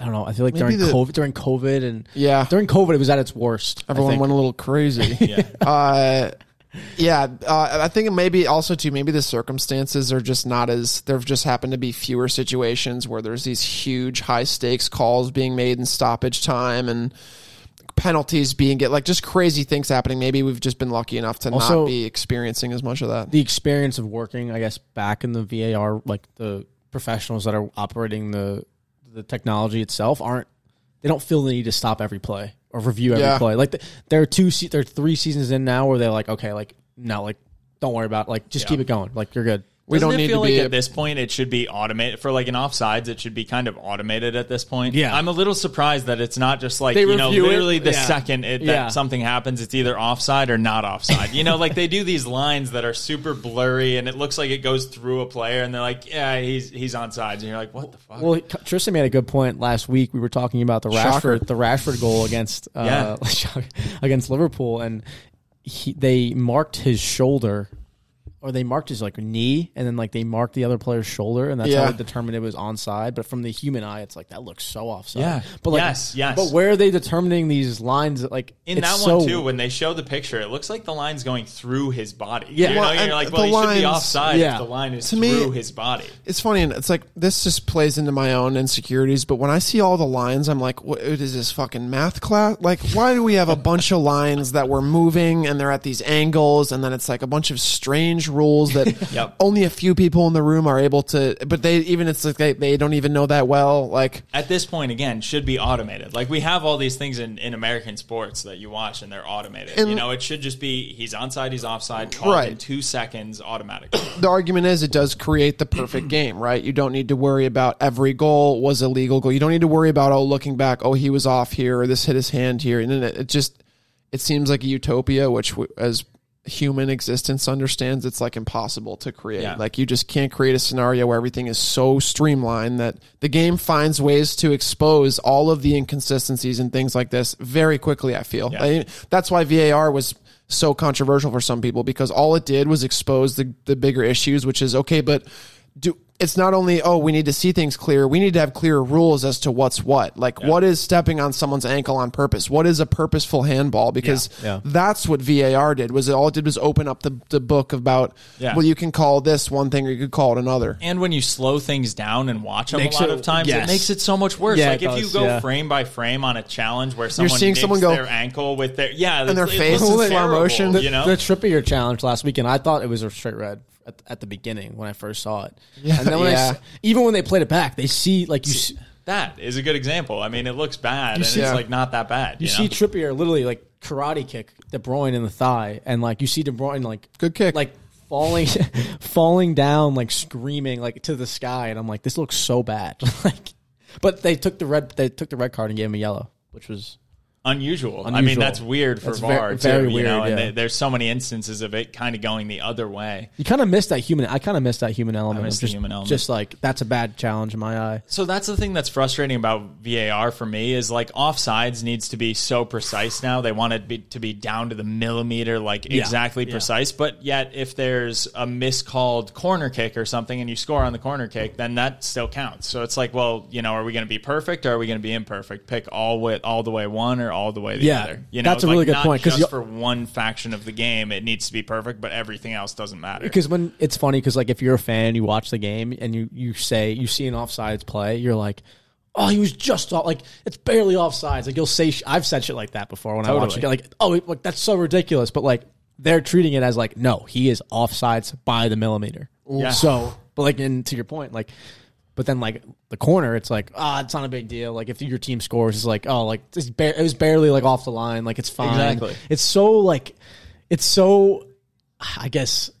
Speaker 1: I don't know. I feel like
Speaker 2: Maybe
Speaker 1: during
Speaker 2: the-
Speaker 1: COVID, during COVID, and
Speaker 2: yeah,
Speaker 1: during COVID, it was at its worst. I
Speaker 2: everyone
Speaker 1: think.
Speaker 2: went a little crazy. yeah. Uh, yeah, uh, I think maybe also too. Maybe the circumstances are just not as there have just happened to be fewer situations where there's these huge high stakes calls being made in stoppage time and penalties being get like just crazy things happening. Maybe we've just been lucky enough to
Speaker 1: Also-
Speaker 2: not be experiencing as much of that.
Speaker 1: the experience of working, I guess, back in the VAR, like the professionals that are operating the the technology itself aren't they don't feel the need to stop every play or review every
Speaker 2: Yeah.
Speaker 1: play. Like th there are two, se- there are three seasons in now where they're like, okay, like no, like don't worry about, it. like just keep it going, like you're good.
Speaker 2: We
Speaker 3: Doesn't
Speaker 2: don't
Speaker 3: it
Speaker 2: need
Speaker 3: feel
Speaker 2: to be
Speaker 3: like
Speaker 2: a-
Speaker 3: at this point it should be automated for like an offsides. It should be kind of automated at this point.
Speaker 1: Yeah.
Speaker 3: I'm a little surprised that it's not just like
Speaker 1: They
Speaker 3: you know
Speaker 1: review it.
Speaker 3: literally the
Speaker 1: Yeah.
Speaker 3: second it, that
Speaker 1: Yeah.
Speaker 3: something happens, it's either offside or not offside. you know, like they do these lines that are super blurry and it looks like it goes through a player and they're like, yeah, he's he's on sides, and you're like, what the fuck?
Speaker 1: Well, Tristan made a good point last week. We were talking about the
Speaker 2: Shocker.
Speaker 1: Rashford, the Rashford goal against uh, against Liverpool, and he, they marked his shoulder, or they marked his like knee, and then like they marked the other player's shoulder, and that's
Speaker 2: Yeah.
Speaker 1: how they determined it was onside. But from the human eye, it's like that looks so offside.
Speaker 3: Yeah.
Speaker 1: but like,
Speaker 3: Yes, yes.
Speaker 1: But where are they determining these lines? that, Like
Speaker 3: in
Speaker 1: it's
Speaker 3: that
Speaker 1: so-
Speaker 3: one too, when they show the picture, it looks like the line's going through his body.
Speaker 1: Yeah.
Speaker 3: you know,
Speaker 2: Well,
Speaker 3: you're
Speaker 2: and
Speaker 3: like,
Speaker 2: the
Speaker 3: well, he should
Speaker 2: lines-
Speaker 3: be offside
Speaker 1: yeah.
Speaker 3: if the line is
Speaker 2: To me-
Speaker 3: through his body.
Speaker 2: it's funny and it's like this just plays into my own insecurities but when i see all the lines i'm like what is this fucking math class like why do we have a bunch of lines that we're moving and they're at these angles and then it's like a bunch of strange rules that
Speaker 3: Yep.
Speaker 2: only a few people in the room are able to but they even it's like they, they don't even know that well like
Speaker 3: at this point again should be automated like we have all these things in, in american sports that you watch and they're automated
Speaker 2: And-
Speaker 3: you know it should just be he's onside he's offside called in
Speaker 2: Right.
Speaker 3: two seconds automatically
Speaker 2: the argument is it does create the perfect game, right? You don't need to worry about every goal was a legal goal. You don't need to worry about oh, looking back, oh he was off here or this hit his hand here, and then it, it just it seems like a utopia, which w- as human existence understands, it's like impossible to create.
Speaker 3: Yeah.
Speaker 2: Like you just can't create a scenario where everything is so streamlined that the game finds ways to expose all of the inconsistencies and things like this very quickly. I feel I- that's why VAR was so controversial for some people because all it did was expose the, the bigger issues, which is okay, but do it's not only oh we need to see things clear we need to have clear rules as to what's what like what is stepping on someone's ankle on purpose what is a purposeful handball because that's what var did was it all it did was open up the, the book about
Speaker 3: Yeah.
Speaker 2: well you can call this one thing or you could call it another
Speaker 3: and when you slow things down and watch them
Speaker 1: Makes
Speaker 3: a lot
Speaker 1: it-
Speaker 3: of times
Speaker 1: yes.
Speaker 3: it makes it so much worse
Speaker 1: Yeah,
Speaker 3: like
Speaker 1: it
Speaker 3: if you
Speaker 1: does,
Speaker 3: go
Speaker 1: yeah.
Speaker 3: frame by frame on a challenge where someone
Speaker 2: seeing
Speaker 3: digs
Speaker 2: someone go-
Speaker 3: their ankle with their yeah
Speaker 2: their
Speaker 3: it- it
Speaker 2: face
Speaker 3: looks
Speaker 2: in slow
Speaker 3: terrible,
Speaker 2: motion.
Speaker 3: you know
Speaker 1: the Trippier challenge last weekend, I thought it was a straight red at, at the beginning when I first saw it. Yeah, and then when I
Speaker 2: yeah.
Speaker 1: s- even when they played it back, they see like you. s
Speaker 3: that is a good example i mean it looks bad and
Speaker 2: see-
Speaker 3: it's like not that bad
Speaker 1: You
Speaker 3: you, know?
Speaker 1: see Trippier literally like karate kick De Bruyne in the thigh, and like you see De Bruyne like
Speaker 2: Good kick.
Speaker 1: like falling, falling down, like screaming like to the sky, and I'm like, this looks so bad. like, but they took the red, they took the red card and gave him a yellow, which was
Speaker 3: unusual. I mean,
Speaker 1: Unusual.
Speaker 3: that's weird for
Speaker 1: That's ver-
Speaker 3: VAR
Speaker 1: very
Speaker 3: too. You know,
Speaker 1: weird,
Speaker 3: and
Speaker 1: yeah.
Speaker 3: they, there's so many instances of it kind of going the other way.
Speaker 1: you kind of missed that human. I kind of missed that human element.
Speaker 3: missed
Speaker 1: of
Speaker 3: the
Speaker 1: just,
Speaker 3: human element.
Speaker 1: Just like that's a bad challenge in my eye.
Speaker 3: So that's the thing that's frustrating about VAR for me is like offsides needs to be so precise now. They want it be, to be down to the millimeter, like exactly precise. But yet, if there's a miscalled corner kick or something, and you score on the corner kick, then that still counts. So it's like, well, you know, are we going to be perfect or are we going to be imperfect? Pick all way, all the way one or all the way the
Speaker 1: Yeah,
Speaker 3: other. You know,
Speaker 1: that's a
Speaker 3: like
Speaker 1: really good
Speaker 3: not
Speaker 1: point, 'cause
Speaker 3: Just
Speaker 1: you-
Speaker 3: for one faction of the game, it needs to be perfect, but everything else doesn't matter.
Speaker 1: Because when it's funny, because like if you're a fan and you watch the game and you you say you see an offsides play, you're like, oh, he was just off. Like it's barely offsides. Like you'll say, sh- I've said shit like that before when I watch it. Like oh, it- like that's so ridiculous. But like they're treating it as like no, he is offsides by the millimeter.
Speaker 3: Yeah.
Speaker 1: So, but like and to your point, like. But then, like the corner, it's like ah, it's not a big deal. Like if your team scores, it's like oh, like it's bar- it was barely like off the line. Like it's fine.
Speaker 3: Exactly.
Speaker 1: It's so like, it's so, I guess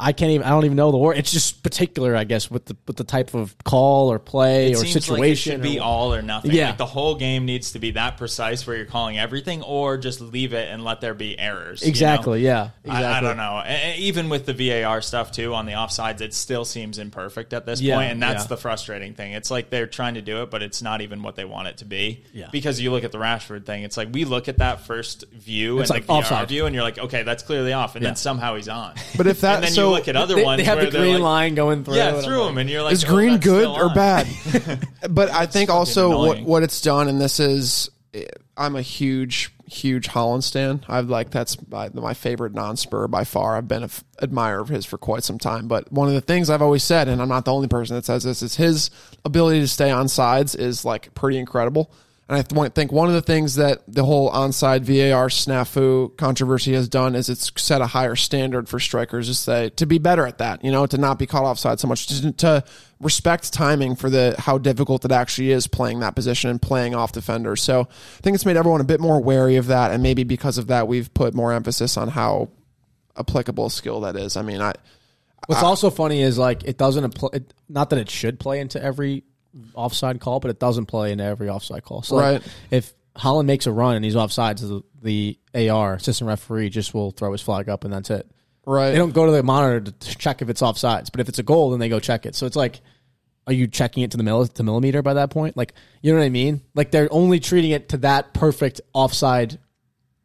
Speaker 1: I can't even. I don't even know the word. It's just particular, I guess, with the with the type of call or play
Speaker 3: It
Speaker 1: or
Speaker 3: seems like it should
Speaker 1: situation.
Speaker 3: be
Speaker 1: or-
Speaker 3: all or nothing.
Speaker 1: Yeah.
Speaker 3: Like the whole game needs to be that precise where you're calling everything, or just leave it and let there be errors. you know?
Speaker 1: exactly. Yeah. Exactly.
Speaker 3: I, I don't know. E- e- Even with the VAR stuff too on the offsides, it still seems imperfect at this
Speaker 1: Yeah,
Speaker 3: point, and that's
Speaker 1: yeah.
Speaker 3: the frustrating thing. It's like they're trying to do it, but it's not even what they want it to be.
Speaker 1: Yeah.
Speaker 3: Because you look at the Rashford thing, it's like we look at that first view
Speaker 1: It's
Speaker 3: and
Speaker 1: like
Speaker 3: the VAR
Speaker 1: offside.
Speaker 3: view, and you're like, okay, that's clearly off, and then somehow he's on.
Speaker 2: But if that
Speaker 3: and then
Speaker 2: so
Speaker 3: you look at other
Speaker 1: They,
Speaker 3: ones,
Speaker 1: they have
Speaker 3: where
Speaker 1: the
Speaker 3: they're
Speaker 1: green
Speaker 3: like,
Speaker 1: line going through. and
Speaker 3: yeah,
Speaker 1: I'm
Speaker 3: through
Speaker 1: like-
Speaker 3: them, and you're like,
Speaker 2: is
Speaker 3: oh,
Speaker 2: green
Speaker 3: that's
Speaker 2: good
Speaker 3: still
Speaker 2: or
Speaker 3: on.
Speaker 2: bad? but I think also what,
Speaker 3: annoying.
Speaker 2: what it's done, and this is, I'm a huge, huge Holland stan. I've like that's my, my favorite non-spur by far. I've been an admirer of his for quite some time. But one of the things I've always said, and I'm not the only person that says this, is his ability to stay on sides is like pretty incredible. And I th- one- think one of the things that the whole onside VAR snafu controversy has done is it's set a higher standard for strikers to say to be better at that, you know, to not be caught offside so much, to, to respect timing for the how difficult it actually is playing that position and playing off defenders. So I think it's made everyone a bit more wary of that, and maybe because of that, we've put more emphasis on how applicable a skill that is. I mean, I
Speaker 1: What's also funny is like it doesn't apply. It, not that it should play into every offside call, but it doesn't play into every offside call. So like,
Speaker 2: Right.
Speaker 1: if Holland makes a run and he's offsides, the, the AR assistant referee just will throw his flag up and that's it.
Speaker 2: right,
Speaker 1: They don't go to the monitor to check if it's offsides, but if it's a goal, then they go check it. So it's like, are you checking it to the mill to millimeter by that point? Like, you know what I mean? Like they're only treating it to that perfect offside,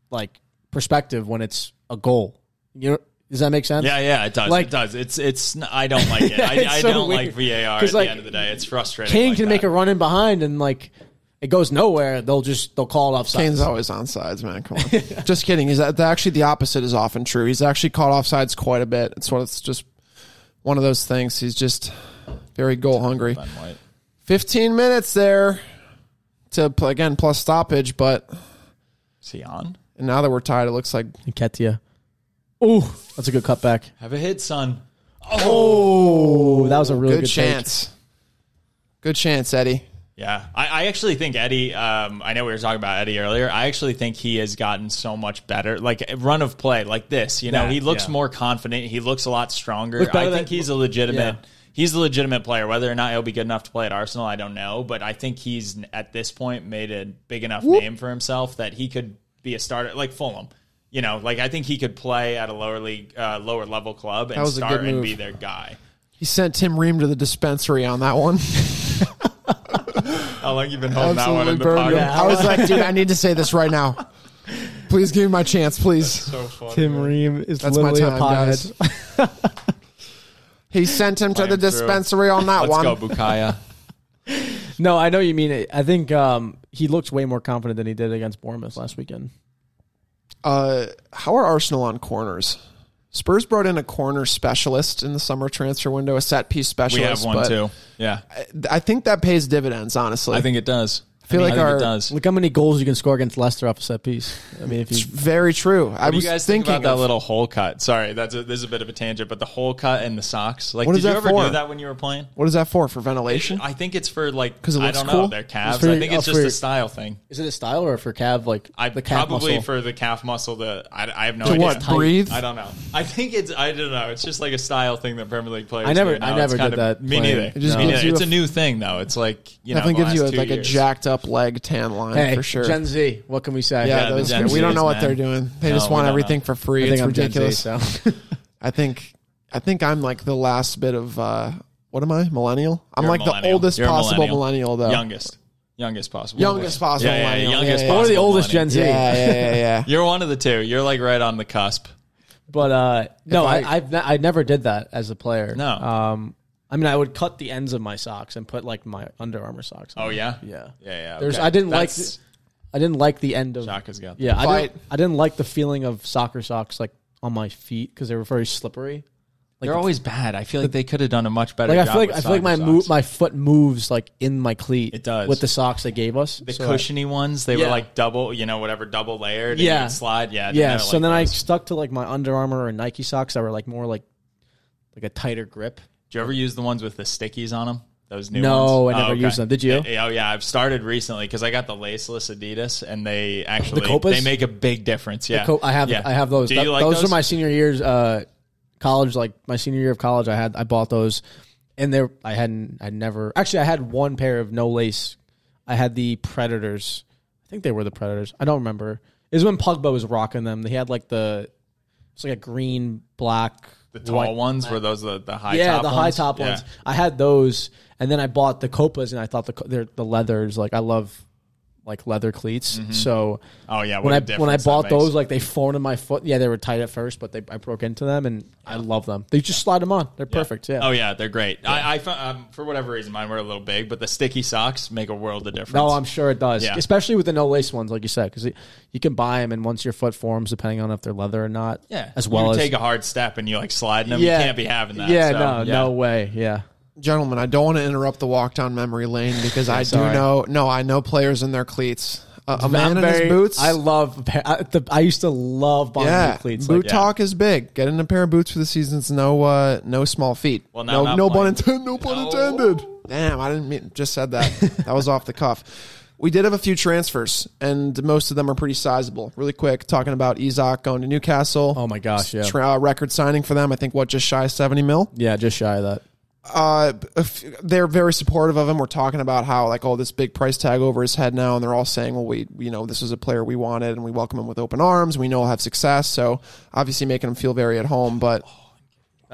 Speaker 1: like perspective when it's a goal. You know, does that make sense?
Speaker 3: Yeah, yeah, it does.
Speaker 1: Like-
Speaker 3: it does. It's it's. n- I don't like it. I,
Speaker 1: It's
Speaker 3: I
Speaker 1: so
Speaker 3: don't
Speaker 1: weird.
Speaker 3: like VAR
Speaker 1: 'Cause,
Speaker 3: at
Speaker 1: like,
Speaker 3: the end of the day. It's frustrating.
Speaker 1: Kane
Speaker 3: like
Speaker 1: can make
Speaker 3: that.
Speaker 1: a run in behind and like it goes nowhere. They'll just they'll call it offside.
Speaker 2: Kane's always on sides, man. Come on. just kidding. He's that actually the opposite is often true. He's actually caught off sides quite a bit. It's what it's just one of those things. He's just very goal hungry.
Speaker 3: Ben White.
Speaker 2: Fifteen minutes there to pl- again plus stoppage, but
Speaker 3: Is he on?
Speaker 2: and now that we're tied, it looks like
Speaker 1: Nketiah. Ooh, that's a good cutback.
Speaker 3: Have a hit, son.
Speaker 1: Oh, that was a really
Speaker 2: good,
Speaker 1: good, take.
Speaker 2: chance. Good chance, Eddie.
Speaker 3: Yeah, I, I actually think Eddie. Um, I know we were talking about Eddie earlier. I actually think he has gotten so much better, like run of play, like this. You know,
Speaker 1: That,
Speaker 3: he looks
Speaker 1: yeah.
Speaker 3: more confident. He looks a lot stronger.
Speaker 1: Looked
Speaker 3: I
Speaker 1: better
Speaker 3: think
Speaker 1: than-
Speaker 3: he's a legitimate.
Speaker 1: Yeah.
Speaker 3: He's a legitimate player. Whether or not he'll be good enough to play at Arsenal, I don't know. But I think he's at this point made a big enough name for himself that he could be a starter, like Fulham. You know, like I think he could play at a lower league, uh, lower level club and
Speaker 2: was a good
Speaker 3: start and
Speaker 2: move.
Speaker 3: be their guy.
Speaker 2: He sent Tim Ream to the dispensary on that one.
Speaker 3: How long you been holding that one in the
Speaker 2: burned
Speaker 3: pocket?
Speaker 2: him. I was like, dude, I need to say this right now. Please give me my chance, please.
Speaker 3: So funny.
Speaker 1: Tim Ream is
Speaker 2: That's my
Speaker 1: literally
Speaker 2: time,
Speaker 1: a pothead.
Speaker 2: guys. he sent him to
Speaker 3: I
Speaker 2: the
Speaker 3: am through.
Speaker 2: dispensary on that
Speaker 3: Let's
Speaker 2: one.
Speaker 3: go, Bukaya.
Speaker 1: No, I know you mean it. I think um, he looks way more confident than he did against Bournemouth last weekend.
Speaker 2: Uh, how are Arsenal on corners? Spurs brought in a corner specialist in the summer transfer window, a set piece
Speaker 3: We
Speaker 2: specialist.
Speaker 3: have one
Speaker 2: but
Speaker 3: too. Yeah,
Speaker 2: I think that pays dividends, honestly.
Speaker 3: I think it does. I
Speaker 2: feel like
Speaker 3: I think
Speaker 2: our-
Speaker 3: it does.
Speaker 1: Look how many goals you can score against Leicester off a set piece. I mean, if
Speaker 2: it's
Speaker 1: you
Speaker 2: very true. I
Speaker 3: What do
Speaker 2: was
Speaker 3: you guys think
Speaker 2: thinking
Speaker 3: about that
Speaker 2: of-
Speaker 3: little hole cut? Sorry, that's a, this is a bit of a tangent, but the hole cut and the socks. Like,
Speaker 2: What
Speaker 3: did
Speaker 2: is
Speaker 3: you
Speaker 2: that
Speaker 3: ever
Speaker 2: for?
Speaker 3: do that when you were playing?
Speaker 2: What is that for? For ventilation?
Speaker 3: I think it's for like
Speaker 2: 'Cause it
Speaker 3: I
Speaker 2: looks
Speaker 3: don't
Speaker 2: cool?
Speaker 3: know their calves.
Speaker 1: for-
Speaker 3: I think it's
Speaker 1: oh,
Speaker 3: just
Speaker 1: for-
Speaker 3: a style thing.
Speaker 1: is it a style or for Cav like
Speaker 3: I
Speaker 1: the Cav
Speaker 3: probably
Speaker 1: muscle?
Speaker 3: for the calf muscle. The I, I have no
Speaker 2: to
Speaker 3: idea.
Speaker 2: what? Breathe?
Speaker 3: I don't know. I think it's I don't know. It's just like a style thing that Premier League players.
Speaker 1: I never-
Speaker 3: do now.
Speaker 1: I
Speaker 3: It's
Speaker 1: never
Speaker 3: kind
Speaker 1: did
Speaker 3: of-
Speaker 1: that
Speaker 3: Me
Speaker 1: playing.
Speaker 3: neither.
Speaker 1: It
Speaker 2: just
Speaker 3: me
Speaker 2: gives
Speaker 3: neither.
Speaker 2: you
Speaker 3: It's
Speaker 2: a-
Speaker 3: a, new thing though. It's like you know,
Speaker 2: Definitely
Speaker 3: the
Speaker 2: gives you a,
Speaker 3: last two
Speaker 2: like a
Speaker 3: years.
Speaker 2: jacked up leg tan line
Speaker 1: hey,
Speaker 2: for sure.
Speaker 1: Gen Z. What can we say?
Speaker 2: yeah,
Speaker 3: Yeah, the
Speaker 2: those-
Speaker 3: Gen
Speaker 2: we don't
Speaker 3: Zs,
Speaker 2: know what
Speaker 3: man.
Speaker 2: they're doing. They
Speaker 3: No,
Speaker 2: just
Speaker 3: we
Speaker 2: want
Speaker 3: don't
Speaker 2: everz
Speaker 3: know.
Speaker 2: for free.
Speaker 1: I think
Speaker 2: It's
Speaker 1: I'm
Speaker 2: ridiculous.
Speaker 1: Gen Z, so.
Speaker 2: I think I think I'm like the last bit of uh what am I? Millennial? I'm
Speaker 3: You're a
Speaker 2: like the
Speaker 3: millennial.
Speaker 2: oldest
Speaker 3: You're a
Speaker 2: possible millennial. though.
Speaker 3: youngest, youngest possible,
Speaker 2: Youngest possible
Speaker 3: Yeah, yeah,
Speaker 2: millennial.
Speaker 3: youngest
Speaker 2: Yeah, yeah,
Speaker 1: Or the
Speaker 3: possible
Speaker 1: oldest
Speaker 3: millennial.
Speaker 1: Gen Z.
Speaker 2: Yeah, yeah, yeah, yeah.
Speaker 3: You're one of the two. You're like right on the cusp.
Speaker 1: But uh, no,
Speaker 2: I-
Speaker 1: I, I've ne- I never did that as a player.
Speaker 3: No.
Speaker 1: Um, I mean, I would cut the ends of my socks and put like my Under Armour socks. On.
Speaker 3: Oh yeah,
Speaker 1: Yeah.
Speaker 3: yeah, yeah.
Speaker 1: There's- I didn't like
Speaker 3: That's-
Speaker 1: I didn't like the end of
Speaker 3: Shaka's got.
Speaker 1: Yeah, I
Speaker 2: Fight.
Speaker 1: didn't, I didn't like the feeling of soccer socks like on my feet because they were very slippery. Like
Speaker 3: they're always bad. I feel like they could have done a much better.
Speaker 1: like I
Speaker 3: job
Speaker 1: feel like
Speaker 3: with
Speaker 1: I feel like my
Speaker 3: soccer
Speaker 1: mo-
Speaker 3: socks.
Speaker 1: my foot moves like in my cleat.
Speaker 3: It does.
Speaker 1: with the socks they gave us.
Speaker 3: the
Speaker 1: So,
Speaker 3: cushiony ones. They
Speaker 1: Yeah.
Speaker 3: were like double, you know, whatever double layered. and
Speaker 1: Yeah.
Speaker 3: you'd slide. Yeah,
Speaker 1: I- yeah.
Speaker 3: they're
Speaker 1: So
Speaker 3: like
Speaker 1: then I
Speaker 3: those.
Speaker 1: stuck to like my Under Armour or Nike socks that were like more like like a tighter grip.
Speaker 3: Do you ever use the ones with the stickies on them? Those new
Speaker 1: No,
Speaker 3: ones?
Speaker 1: I never used them. Did you?
Speaker 3: Yeah, oh yeah, I've started recently because I got the laceless Adidas, and they actually
Speaker 1: Copas?
Speaker 3: they make a big difference. Yeah,
Speaker 1: Co- I have
Speaker 3: Yeah.
Speaker 1: I have those.
Speaker 3: Do
Speaker 1: Th-
Speaker 3: you like
Speaker 1: those,
Speaker 3: those?
Speaker 1: are my senior years uh, college, like my senior year of college, I had I bought those, and there I hadn't I never actually I had one pair of no lace. I had the Predators. I think they were the Predators. I don't remember. It was when Pugba was rocking them. They had like the it's like a green black
Speaker 3: The tall ones were those the, the high
Speaker 1: yeah,
Speaker 3: top
Speaker 1: the
Speaker 3: ones?
Speaker 1: high top
Speaker 3: Yeah.
Speaker 1: ones. I had those, and then I bought the Copas, and I thought the co- they're, the leathers like I love like leather cleats. So
Speaker 3: Oh yeah, what
Speaker 1: when
Speaker 3: a
Speaker 1: I
Speaker 3: difference
Speaker 1: when I
Speaker 3: that
Speaker 1: bought
Speaker 3: makes.
Speaker 1: those, like they formed in my foot. Yeah, they were tight at first, but they I broke into them, and I love them. They just slide them on. They're perfect. Yeah.
Speaker 3: Oh yeah, they're great. I, I fo- um, for whatever reason mine were a little big, but the sticky socks make a world of difference.
Speaker 1: No, I'm sure it does,
Speaker 3: Yeah.
Speaker 1: especially with the no lace ones, like you said, because you can buy them, and once your foot forms, depending on if they're leather or not,
Speaker 3: yeah.
Speaker 1: as
Speaker 3: you
Speaker 1: well as
Speaker 3: take a hard step and you like sliding them.
Speaker 1: yeah,
Speaker 3: You can't be having that.
Speaker 1: Yeah,
Speaker 3: so,
Speaker 1: no,
Speaker 3: yeah.
Speaker 1: no way, yeah.
Speaker 2: Gentlemen, I don't want to interrupt the walk down memory lane because I do
Speaker 1: sorry.
Speaker 2: know. No, I know players in their cleats. A- a man in his
Speaker 1: Very-
Speaker 2: boots.
Speaker 1: I love. a pair- I, the, I used to love buying
Speaker 2: yeah,
Speaker 1: new cleats.
Speaker 2: boot
Speaker 1: like-
Speaker 2: talk is big. Getting a pair of boots for the season's no uh, no small feat.
Speaker 3: Well, now
Speaker 2: no
Speaker 3: not
Speaker 2: no pun
Speaker 3: mine.
Speaker 2: intended. No pun
Speaker 3: No.
Speaker 2: intended. Damn, I didn't mean just said that. that was off the cuff. We did have a few transfers, and most of them are pretty sizable. Really quick, talking about Izak going to Newcastle.
Speaker 1: Oh my gosh, yeah.
Speaker 2: Tra- uh, record signing for them. I think what just shy of seventy mil
Speaker 1: Yeah, just shy of that.
Speaker 2: uh, if- they're very supportive of him. We're talking about how like oh this big price tag over his head now, and they're all saying, well, we you know this is a player we wanted, and we welcome him with open arms. We know he'll have success, so obviously making him feel very at home. But
Speaker 3: Oh,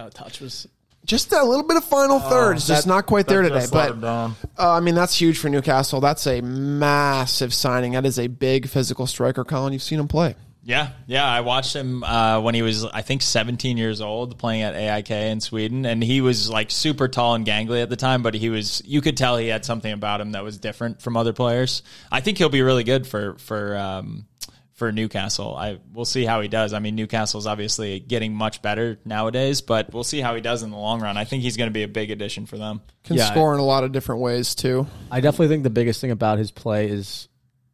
Speaker 1: No, touch was.
Speaker 2: just that little bit of final third is just not quite there today. But uh, I mean that's huge for Newcastle. That's a massive signing. That is a big physical striker, Colin. You've seen him play.
Speaker 3: Yeah, yeah. I watched him uh, when he was, I think, 17 years old, playing at AIK in Sweden, and he was like super tall and gangly at the time. But he was, you could tell he had something about him that was different from other players. I think he'll be really good for for um, for Newcastle. I we'll see how he does. I mean, Newcastle's obviously getting much better nowadays, but we'll see how he does in the long run. I think he's going to be a big addition for them.
Speaker 2: Can
Speaker 1: Yeah.
Speaker 2: score in a lot of different ways too.
Speaker 1: I definitely think the biggest thing about his play is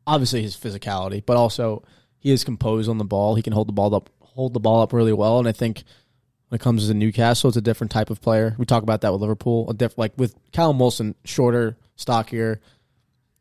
Speaker 1: obviously his physicality, but also he is composed on the ball. He can hold the ball up, hold the ball up really well, and I think when it comes to Newcastle, it's a different type of player. We talk about that with Liverpool, a diff- like with Callum Wilson, shorter, stockier,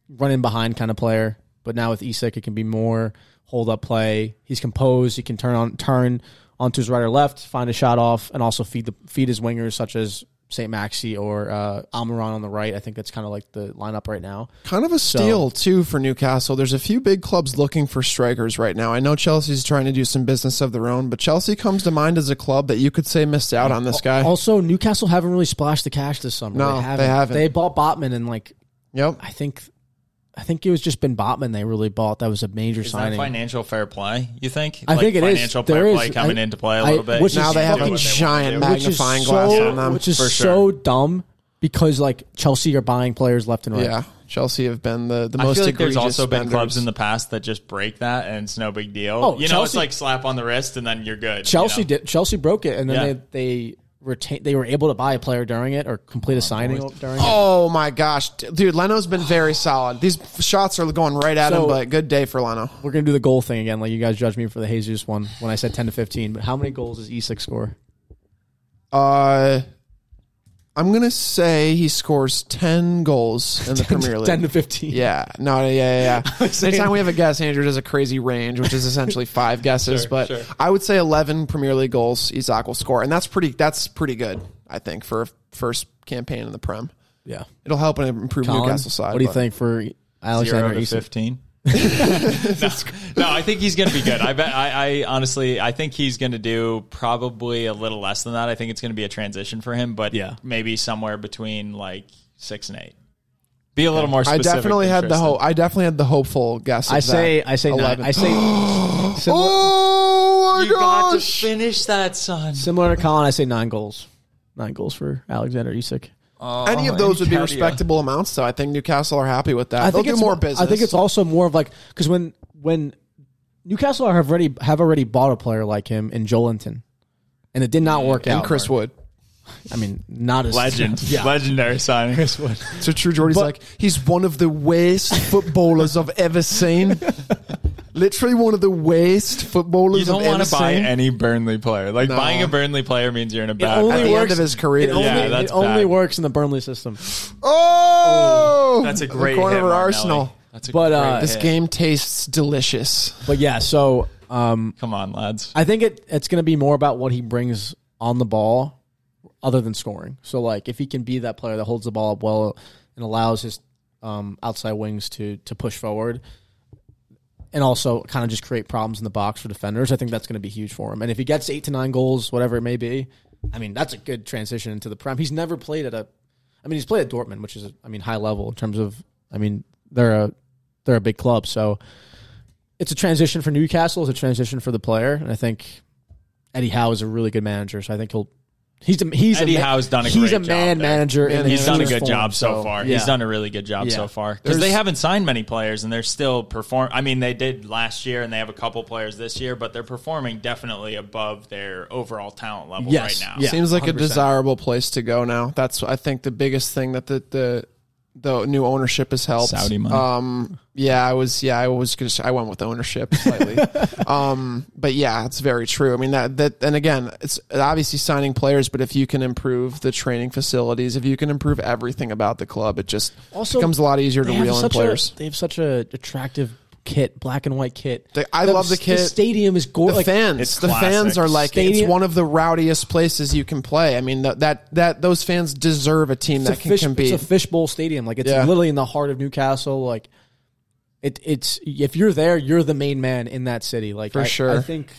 Speaker 1: running behind kind of player. But now with Isak, it can be more hold up play. He's composed. He can turn on turn onto his right or left, find a shot off, and also feed the feed his wingers such as Saint Maxi or uh, Almiron on the right. I think that's kind of like the lineup right now.
Speaker 2: Kind of a steal too for Newcastle. There's a few big clubs looking for strikers right now. I know Chelsea's trying to do some business of their own, but Chelsea comes to mind as a club that you could say missed out on this guy.
Speaker 1: Also, Newcastle haven't really splashed the cash this summer.
Speaker 2: No, they haven't.
Speaker 1: They bought Botman and like
Speaker 2: Yep.
Speaker 1: I think, I think it was just been Botman they really bought. That was a major
Speaker 3: Is that
Speaker 1: signing.
Speaker 3: financial fair play? You think?
Speaker 1: I think it is.
Speaker 3: financial
Speaker 1: There
Speaker 3: fair
Speaker 1: is.
Speaker 3: play coming
Speaker 1: I-
Speaker 3: into play a
Speaker 1: I-
Speaker 3: little bit.
Speaker 1: which
Speaker 3: You
Speaker 1: is
Speaker 3: can
Speaker 2: Now they
Speaker 3: do
Speaker 2: have
Speaker 3: what
Speaker 2: a
Speaker 3: want to
Speaker 2: giant
Speaker 3: do.
Speaker 2: mag- magnifying glass
Speaker 1: so,
Speaker 2: on them.
Speaker 1: Which is
Speaker 3: For sure.
Speaker 1: so dumb because like Chelsea are buying players left and right.
Speaker 2: Yeah. Chelsea have been the, the
Speaker 3: I
Speaker 2: most
Speaker 3: feel like
Speaker 2: egregious
Speaker 3: there's also been
Speaker 2: spenders.
Speaker 3: clubs in the past that just break that and it's no big deal.
Speaker 1: Oh,
Speaker 3: you know, it's
Speaker 1: Chelsea-
Speaker 3: like slap on the wrist and then you're good.
Speaker 1: Chelsea
Speaker 3: you know?
Speaker 1: did. Chelsea broke it, and then
Speaker 3: Yeah.
Speaker 1: they they retain. They were able to buy a player during it or complete a signing during it.
Speaker 2: Oh my gosh, dude! Leno's been very solid. These shots are going right at
Speaker 1: So-
Speaker 2: him, but good day for Leno.
Speaker 1: We're gonna do the goal thing again. Like you guys judged me for the Jesus one when I said ten to fifteen. But how many goals does Isak score?
Speaker 2: Uh, I'm gonna say he scores ten goals in the Premier League.
Speaker 1: ten to fifteen.
Speaker 2: Yeah. No, yeah, yeah, yeah. Anytime we have a guess, Andrew does a crazy range, which is essentially five guesses. but I would say eleven Premier League goals Isak will score, and that's pretty. That's pretty good, I think, for a first campaign in the Prem.
Speaker 1: yeah.
Speaker 2: It'll help and improve
Speaker 1: Colin,
Speaker 2: Newcastle side.
Speaker 1: what do you
Speaker 2: but-
Speaker 1: think for
Speaker 3: zero
Speaker 1: Alexander
Speaker 3: to
Speaker 1: Isak?
Speaker 3: fifteen. no, no, I think he's going to be good. I bet. I, I honestly, I think he's going to do probably a little less than that. I think it's going to be a transition for him, but
Speaker 1: Yeah.
Speaker 3: maybe somewhere between like six and eight. Be a little more.
Speaker 2: I
Speaker 3: Specific
Speaker 2: definitely
Speaker 3: than
Speaker 2: had the
Speaker 3: Tristan.
Speaker 2: hope. I definitely had the hopeful guess. of
Speaker 1: I say
Speaker 2: that.
Speaker 1: I say nine. I say similar,
Speaker 2: Oh my
Speaker 3: You got to
Speaker 2: gosh!
Speaker 3: finish that, son.
Speaker 1: similar to Colin. I say nine goals. Nine goals for Alexander Isak.
Speaker 2: Any of those would be
Speaker 3: Cadia.
Speaker 2: respectable amounts, though. I think Newcastle are happy with that.
Speaker 1: I
Speaker 2: They'll
Speaker 1: think
Speaker 2: do
Speaker 1: it's
Speaker 2: more business.
Speaker 1: I think it's also more of like because when when Newcastle have already have already bought a player like him in Jolinton, and it did not work
Speaker 2: and
Speaker 1: out.
Speaker 2: Chris Wood.
Speaker 1: I mean, not as
Speaker 3: Legend,
Speaker 1: Yeah,
Speaker 3: legendary signing. Chris Wood.
Speaker 2: So True Jordy's
Speaker 1: But-
Speaker 2: like, he's one of the worst footballers I've ever seen. Literally one of the worst footballers
Speaker 3: You don't
Speaker 2: I've
Speaker 3: want
Speaker 2: ever
Speaker 3: to buy
Speaker 2: seen.
Speaker 3: any Burnley player. Like
Speaker 2: No.
Speaker 3: buying a Burnley player means you're in a
Speaker 1: it
Speaker 3: bad.
Speaker 1: only
Speaker 2: the end
Speaker 1: works
Speaker 2: of his career.
Speaker 1: It only,
Speaker 3: Yeah, that's
Speaker 1: it only
Speaker 3: bad.
Speaker 1: works in the Burnley system.
Speaker 2: oh,
Speaker 3: That's a
Speaker 2: The
Speaker 3: great
Speaker 2: corner
Speaker 3: hit,
Speaker 2: for
Speaker 3: Martinelli.
Speaker 2: Arsenal.
Speaker 3: That's a
Speaker 1: But,
Speaker 3: great
Speaker 1: uh,
Speaker 3: hit.
Speaker 2: This game tastes delicious.
Speaker 1: But yeah, so um,
Speaker 3: Come on, lads.
Speaker 1: I think it it's going to be more about what he brings on the ball other than scoring. So like if he can be that player that holds the ball up well and allows his um, outside wings to to push forward and also kind of just create problems in the box for defenders, I think that's going to be huge for him. And if he gets 8 to 9 goals, whatever it may be, I mean, that's a good transition into the prem. He's never played at a I mean, he's played at Dortmund, which is I mean, high level in terms of I mean, they're a they're a big club, so it's a transition for Newcastle. It's a transition for the player, and I think Eddie Howe is a really good manager. So I think he'll he's a, he's
Speaker 3: Eddie
Speaker 1: a, ma-
Speaker 3: Howe's done a
Speaker 1: he's
Speaker 3: great
Speaker 1: a
Speaker 3: job
Speaker 1: man
Speaker 3: there.
Speaker 1: manager. in the
Speaker 3: He's done a
Speaker 1: manager's
Speaker 3: good job
Speaker 1: form,
Speaker 3: so, far.
Speaker 1: yeah.
Speaker 3: He's done a really good job
Speaker 1: Yeah.
Speaker 3: so far because they haven't signed many players and they're still perform. I mean, they did last year and they have a couple players this year, but they're performing definitely above their overall talent level
Speaker 1: Yes.
Speaker 3: right now.
Speaker 1: Yeah.
Speaker 2: Seems like a
Speaker 1: 100%.
Speaker 2: desirable place to go now. That's I think the biggest thing that the the, the new ownership has helped.
Speaker 3: Saudi money.
Speaker 2: Um, yeah, I was yeah I was gonna, I went with ownership slightly. um, but yeah, it's very true. I mean that that and again, it's obviously signing players, but if you can improve the training facilities, if you can improve everything about the club, it just
Speaker 1: Also,
Speaker 2: becomes a lot easier to
Speaker 1: They have
Speaker 2: reel in
Speaker 1: such a-
Speaker 2: players.
Speaker 1: they have such a attractive kit, black and white kit.
Speaker 2: They- I love the kit.
Speaker 1: stadium is
Speaker 2: the
Speaker 1: gorgeous.
Speaker 2: fans,
Speaker 3: it's
Speaker 2: the
Speaker 3: classic.
Speaker 2: fans are like it's
Speaker 1: Stadium-
Speaker 2: one of the rowdiest places you can play. I mean that that, that those fans deserve a team that
Speaker 1: a
Speaker 2: can
Speaker 1: fish-
Speaker 2: compete.
Speaker 1: It's a fishbowl stadium. Like it's
Speaker 2: Yeah.
Speaker 1: literally in the heart of Newcastle. Like it, it's if you're there, you're the main man in that city. Like
Speaker 2: For
Speaker 1: I,
Speaker 2: sure.
Speaker 1: I think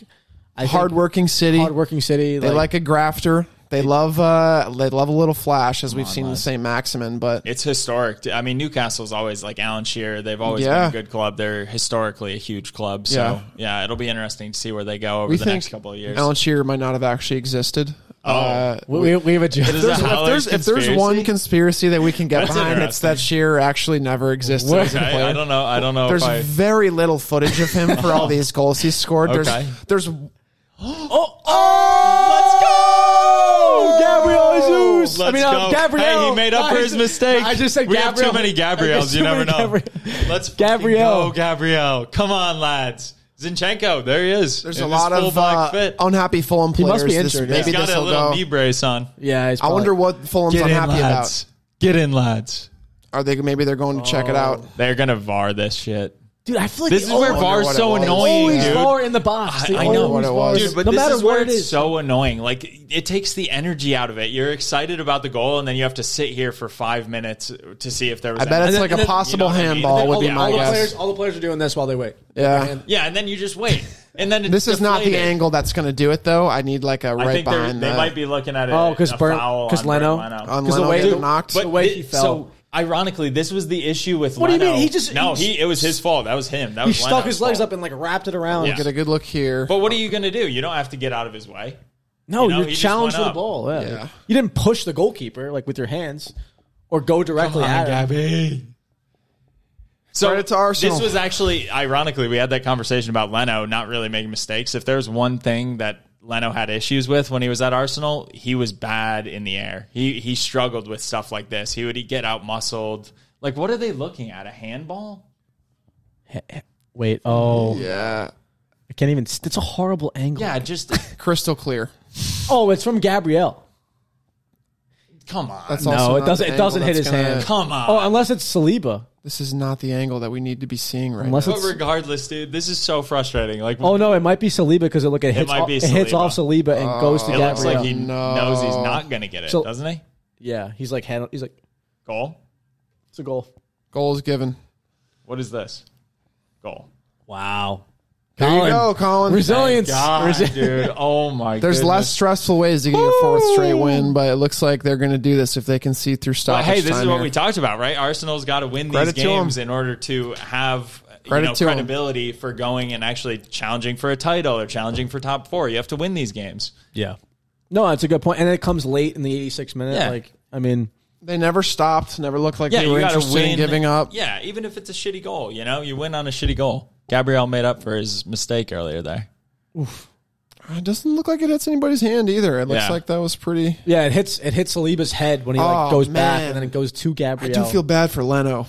Speaker 1: I think
Speaker 2: hardworking city.
Speaker 1: hardworking city.
Speaker 2: They like, a grafter. They love uh, they love a little flash, as we've seen in St. Maximin. But
Speaker 3: It's historic. I mean, Newcastle's always like Alan Shearer. They've always
Speaker 2: Yeah.
Speaker 3: been a good club. They're historically a huge club. So,
Speaker 2: Yeah.
Speaker 3: yeah, it'll be interesting to see where they go over
Speaker 2: we
Speaker 3: the
Speaker 2: think
Speaker 3: next couple of years.
Speaker 2: Alan Shearer might not have actually existed. Oh,
Speaker 1: we, we, we have a joke.
Speaker 3: It is a
Speaker 2: if,
Speaker 3: Howler's
Speaker 2: there's, if there's one
Speaker 3: conspiracy?
Speaker 2: conspiracy that we can get
Speaker 3: That's
Speaker 2: behind, it's that
Speaker 3: interesting.
Speaker 2: Shearer actually never existed as a
Speaker 3: Okay,
Speaker 2: player.
Speaker 3: I don't know. I don't know.
Speaker 2: There's
Speaker 3: if I, Oh.
Speaker 2: very little footage of him for all these goals he scored.
Speaker 3: Okay.
Speaker 2: There's, there's
Speaker 3: Oh, Let's go,
Speaker 1: Gabriel Jesus.
Speaker 3: Let's
Speaker 1: I mean, uh,
Speaker 3: go.
Speaker 1: Gabriel.
Speaker 3: Hey, he made up for his mistake.
Speaker 1: I just said
Speaker 3: we
Speaker 1: Gabriel.
Speaker 3: have too many
Speaker 1: I
Speaker 3: Gabriels.
Speaker 1: guess
Speaker 3: You
Speaker 1: too
Speaker 3: never
Speaker 1: many
Speaker 3: know.
Speaker 1: Gabriel.
Speaker 3: Let's
Speaker 1: Gabriel.
Speaker 3: Gabriel. Go, Gabriel. Come on, lads. Zinchenko. There he is.
Speaker 2: there's
Speaker 3: in
Speaker 2: a
Speaker 3: his
Speaker 2: lot
Speaker 3: full
Speaker 2: of
Speaker 3: black
Speaker 2: uh,
Speaker 3: fit.
Speaker 1: oh,
Speaker 2: unhappy Fulham players.
Speaker 1: must be
Speaker 2: This-
Speaker 1: injured, yeah.
Speaker 2: maybe
Speaker 3: He's got
Speaker 2: this
Speaker 3: a
Speaker 2: will
Speaker 3: little
Speaker 2: go.
Speaker 3: knee brace on.
Speaker 1: Yeah, he's
Speaker 2: I
Speaker 1: probably-
Speaker 2: wonder what Fulham's
Speaker 3: Get in,
Speaker 2: unhappy
Speaker 3: lads.
Speaker 2: about.
Speaker 3: Get in, lads.
Speaker 2: Are they maybe they're going to check it out?
Speaker 3: They're gonna var this shit.
Speaker 1: Dude, Oh, I feel like
Speaker 3: This
Speaker 1: they
Speaker 3: is where
Speaker 1: always-
Speaker 3: VAR's
Speaker 2: what it
Speaker 3: so
Speaker 2: was.
Speaker 3: annoying,
Speaker 1: always
Speaker 3: dude.
Speaker 1: are in the box. They
Speaker 3: I know
Speaker 1: always
Speaker 2: what it
Speaker 1: are.
Speaker 2: was.
Speaker 3: Dude, Oh, but
Speaker 1: no
Speaker 3: this
Speaker 1: matter
Speaker 3: is
Speaker 1: where
Speaker 3: where
Speaker 1: it
Speaker 3: it's
Speaker 1: is,
Speaker 3: so annoying. Like it takes the energy out of it. You're excited about the goal, and then you have to sit here for five minutes to see if there was.
Speaker 2: I bet it's
Speaker 3: anything.
Speaker 2: like a
Speaker 3: And then-
Speaker 2: possible
Speaker 3: you know what I mean?
Speaker 2: handball
Speaker 3: And then-
Speaker 2: would be
Speaker 3: yeah,
Speaker 2: my
Speaker 3: all the
Speaker 2: guess.
Speaker 3: players-
Speaker 1: all the players are doing this while they wait.
Speaker 2: Yeah.
Speaker 1: And-
Speaker 3: Yeah, and then you just wait, and then it's
Speaker 2: This is not the
Speaker 3: deflated.
Speaker 2: angle that's going to do it, though. I need like a
Speaker 3: I
Speaker 2: right
Speaker 3: think they're-
Speaker 2: behind.
Speaker 3: they
Speaker 2: the-
Speaker 3: might be looking at it.
Speaker 1: Oh, 'cause
Speaker 3: a
Speaker 1: Bert-
Speaker 3: foul
Speaker 1: 'cause
Speaker 3: on Bert
Speaker 1: Leno?
Speaker 2: on
Speaker 1: 'Cause the
Speaker 2: Leno
Speaker 1: way-
Speaker 2: getting knocked.
Speaker 3: But
Speaker 1: The way
Speaker 3: thi-
Speaker 1: he fell.
Speaker 3: So ironically, this was the issue with.
Speaker 1: What do you
Speaker 3: Leno.
Speaker 1: mean? He just-
Speaker 3: no.
Speaker 1: he-
Speaker 3: He, it was his fault. That was him. That
Speaker 1: He
Speaker 3: was
Speaker 1: stuck
Speaker 3: Leno's
Speaker 1: his legs
Speaker 3: fault.
Speaker 1: up and like wrapped it around.
Speaker 3: Yeah.
Speaker 2: get a good look here.
Speaker 3: But what are you going to do? You don't have to get out of his way.
Speaker 1: No,
Speaker 3: You know,
Speaker 1: you're
Speaker 3: he just
Speaker 1: challenged with
Speaker 3: went
Speaker 1: the
Speaker 3: up.
Speaker 1: ball. Yeah.
Speaker 2: Yeah.
Speaker 1: You didn't push the goalkeeper like with your hands or go directly at him.
Speaker 3: Gabby. So
Speaker 2: Credit to Arsenal.
Speaker 3: this was actually ironically we had that conversation about Leno not really making mistakes. If there's one thing that Leno had issues with when he was at Arsenal, he was bad in the air. He he struggled with stuff like this. He would he get out muscled. Like what are they looking at? A handball?
Speaker 1: Wait, oh,
Speaker 2: yeah,
Speaker 1: I can't even. It's a horrible angle.
Speaker 3: Yeah, just
Speaker 2: crystal clear.
Speaker 1: Oh, it's from Gabrielle.
Speaker 3: come on.
Speaker 2: That's
Speaker 1: No,
Speaker 2: also
Speaker 1: it
Speaker 2: not
Speaker 1: doesn't-
Speaker 2: the
Speaker 1: it doesn't
Speaker 2: angle
Speaker 1: hit
Speaker 2: that's
Speaker 1: his
Speaker 2: gonna-
Speaker 1: hand.
Speaker 3: come on.
Speaker 1: Oh, unless it's Saliba.
Speaker 2: This is not the angle that we need to be seeing right
Speaker 1: Unless
Speaker 2: now.
Speaker 3: but regardless, dude, this is so frustrating. Like
Speaker 1: Oh no, it might be Saliba because it look it hits
Speaker 3: might
Speaker 1: off,
Speaker 3: be
Speaker 1: it hits
Speaker 3: Saliba. Oh.
Speaker 1: off Saliba and goes to
Speaker 3: it looks
Speaker 1: Gabrielle.
Speaker 3: like he
Speaker 2: no.
Speaker 3: knows he's not gonna get it,
Speaker 1: So-
Speaker 3: doesn't he?
Speaker 1: yeah, he's like hand- he's like
Speaker 3: Goal?
Speaker 1: it's a goal.
Speaker 2: Goals given.
Speaker 3: What is this? Goal.
Speaker 1: Wow.
Speaker 2: There you go, Colin.
Speaker 1: Resilience.
Speaker 3: God,
Speaker 1: Resi-
Speaker 3: dude. Oh my.
Speaker 2: There's
Speaker 3: goodness.
Speaker 2: less stressful ways to get your fourth straight win, but it looks like they're going to do this if they can see through
Speaker 3: But
Speaker 2: stoppage
Speaker 3: hey, this
Speaker 2: time
Speaker 3: is what
Speaker 2: here.
Speaker 3: we talked about, right? Arsenal's got to win these
Speaker 2: Credit to 'em.
Speaker 3: games in order to have you
Speaker 2: Credit
Speaker 3: know,
Speaker 2: to 'em.
Speaker 3: credibility for going and actually challenging for a title or challenging for top four. You have to win these games.
Speaker 1: Yeah. No, that's a good point. And it comes late in the 86 minute.
Speaker 3: Yeah.
Speaker 1: Like, I mean,
Speaker 2: they never stopped. Never looked like
Speaker 3: Yeah,
Speaker 2: they
Speaker 3: you
Speaker 2: were
Speaker 3: got to
Speaker 2: interested
Speaker 3: win.
Speaker 2: in giving up.
Speaker 3: Yeah, even if it's a shitty goal, you know, you win on a shitty goal. Gabriel made up for his mistake earlier there.
Speaker 2: It doesn't look like it hits anybody's hand either. It looks
Speaker 3: Yeah.
Speaker 2: like that was pretty.
Speaker 1: yeah, it hits it hits Saliba's head when he like
Speaker 2: Oh,
Speaker 1: goes back,
Speaker 2: man.
Speaker 1: and then it goes to
Speaker 2: I
Speaker 1: Gabriel.
Speaker 2: do feel bad for Leno.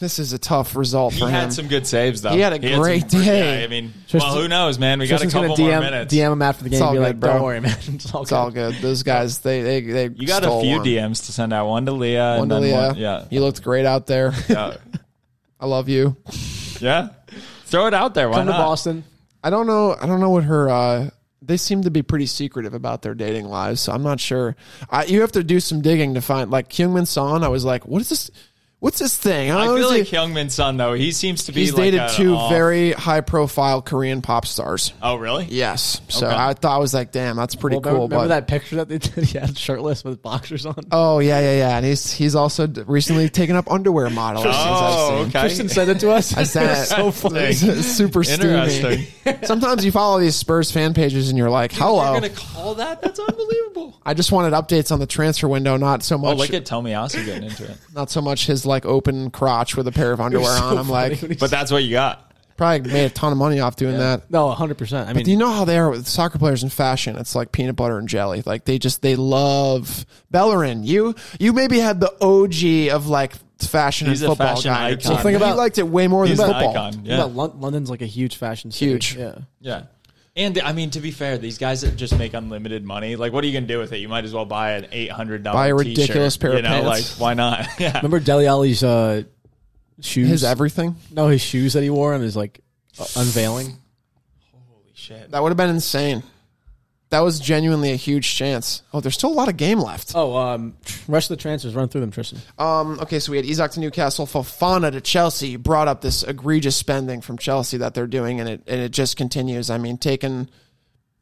Speaker 2: This is a tough result
Speaker 3: He
Speaker 2: for him.
Speaker 3: had some good saves though.
Speaker 2: He had a
Speaker 3: some-
Speaker 2: great day.
Speaker 3: Yeah, I mean,
Speaker 1: Tristan-
Speaker 3: well, who knows, man? We
Speaker 1: Tristan's
Speaker 3: got a
Speaker 1: gonna
Speaker 3: couple
Speaker 1: DM
Speaker 3: more minutes.
Speaker 1: DM him after the game
Speaker 2: all
Speaker 1: and be like,
Speaker 2: good, bro.
Speaker 1: "Don't worry, man. It's all
Speaker 2: It's
Speaker 1: good."
Speaker 2: all good. Those guys, they they they.
Speaker 3: you got a
Speaker 2: stole
Speaker 3: few
Speaker 2: one.
Speaker 3: DMs to send out. One to Leah.
Speaker 2: One
Speaker 3: and
Speaker 2: to
Speaker 3: then
Speaker 2: Leah.
Speaker 3: One, yeah.
Speaker 2: you looked great out there.
Speaker 3: Yeah.
Speaker 2: I love you.
Speaker 3: Yeah. Throw it out there. Why
Speaker 1: Come to
Speaker 3: not?
Speaker 1: Boston.
Speaker 2: I don't know. I don't know what her uh, they seem to be pretty secretive about their dating lives. So I'm not sure. I, you have to do some digging to find like Kyungmin Son. I was like, what is this? What's this thing?
Speaker 3: I
Speaker 2: don't
Speaker 3: feel
Speaker 2: what
Speaker 3: like
Speaker 2: Oh, is he-
Speaker 3: Hyungmin Sun though. He seems to be
Speaker 2: he's
Speaker 3: like
Speaker 2: dated
Speaker 3: a-
Speaker 2: two
Speaker 3: oh.
Speaker 2: very high profile Korean pop stars.
Speaker 3: Oh really?
Speaker 2: Yes. So
Speaker 3: Okay.
Speaker 2: I thought I was like, damn, that's pretty
Speaker 1: Well,
Speaker 2: cool.
Speaker 1: remember, remember
Speaker 2: but
Speaker 1: that picture that they did? He had shirtless with boxers on.
Speaker 2: oh yeah, yeah, yeah. And he's he's also d- recently taken up underwear modeling. since I've seen.
Speaker 3: Oh okay.
Speaker 1: Kristen sent it to us.
Speaker 2: I said it.
Speaker 3: so funny.
Speaker 2: super
Speaker 3: Interesting.
Speaker 2: steamy. Sometimes you follow these Spurs fan pages and you're like,
Speaker 1: Oh,
Speaker 3: You're
Speaker 2: hello.
Speaker 3: gonna call that? That's unbelievable.
Speaker 2: I just wanted updates on the transfer window, not so
Speaker 3: Oh,
Speaker 2: much
Speaker 3: look at Tomiyasu getting into it.
Speaker 2: not so much his like open crotch with a pair of underwear on. I'm like,
Speaker 3: But that's what you got.
Speaker 2: probably made a ton of money off doing that.
Speaker 1: no, 100. percent I mean,
Speaker 2: Do you know how they are with soccer players in fashion? It's like peanut butter and jelly. Like they just they love Bellerin. You you maybe had the OG of like fashion
Speaker 3: He's a
Speaker 2: and football
Speaker 3: fashion
Speaker 2: guy.
Speaker 3: icon.
Speaker 2: Well, think about he liked it way more than
Speaker 3: He's an
Speaker 2: football.
Speaker 3: icon.
Speaker 1: yeah,
Speaker 3: Yeah.
Speaker 1: Lon- London's like a huge fashion. City.
Speaker 2: Huge.
Speaker 1: Yeah.
Speaker 3: Yeah. And I mean, to be fair, these guys that just make unlimited money, like, what are you going to do with it? You might as well buy an eight hundred dollar
Speaker 2: Buy a ridiculous pair of
Speaker 3: you know,
Speaker 2: pants.
Speaker 3: Like, why not? yeah.
Speaker 1: Remember Deli Ali's uh, shoes?
Speaker 2: His everything.
Speaker 1: no, his shoes that he wore and his like uh, unveiling.
Speaker 3: Shit.
Speaker 2: That would have been insane. That was genuinely a huge chance. Oh, there's still a lot of game left.
Speaker 1: Oh, um, rest of the transfers. Run through them, Tristan.
Speaker 2: Um, okay, so we had Isak to Newcastle, Fofana to Chelsea. You brought up this egregious spending from Chelsea that they're doing, and it and it just continues. I mean, taking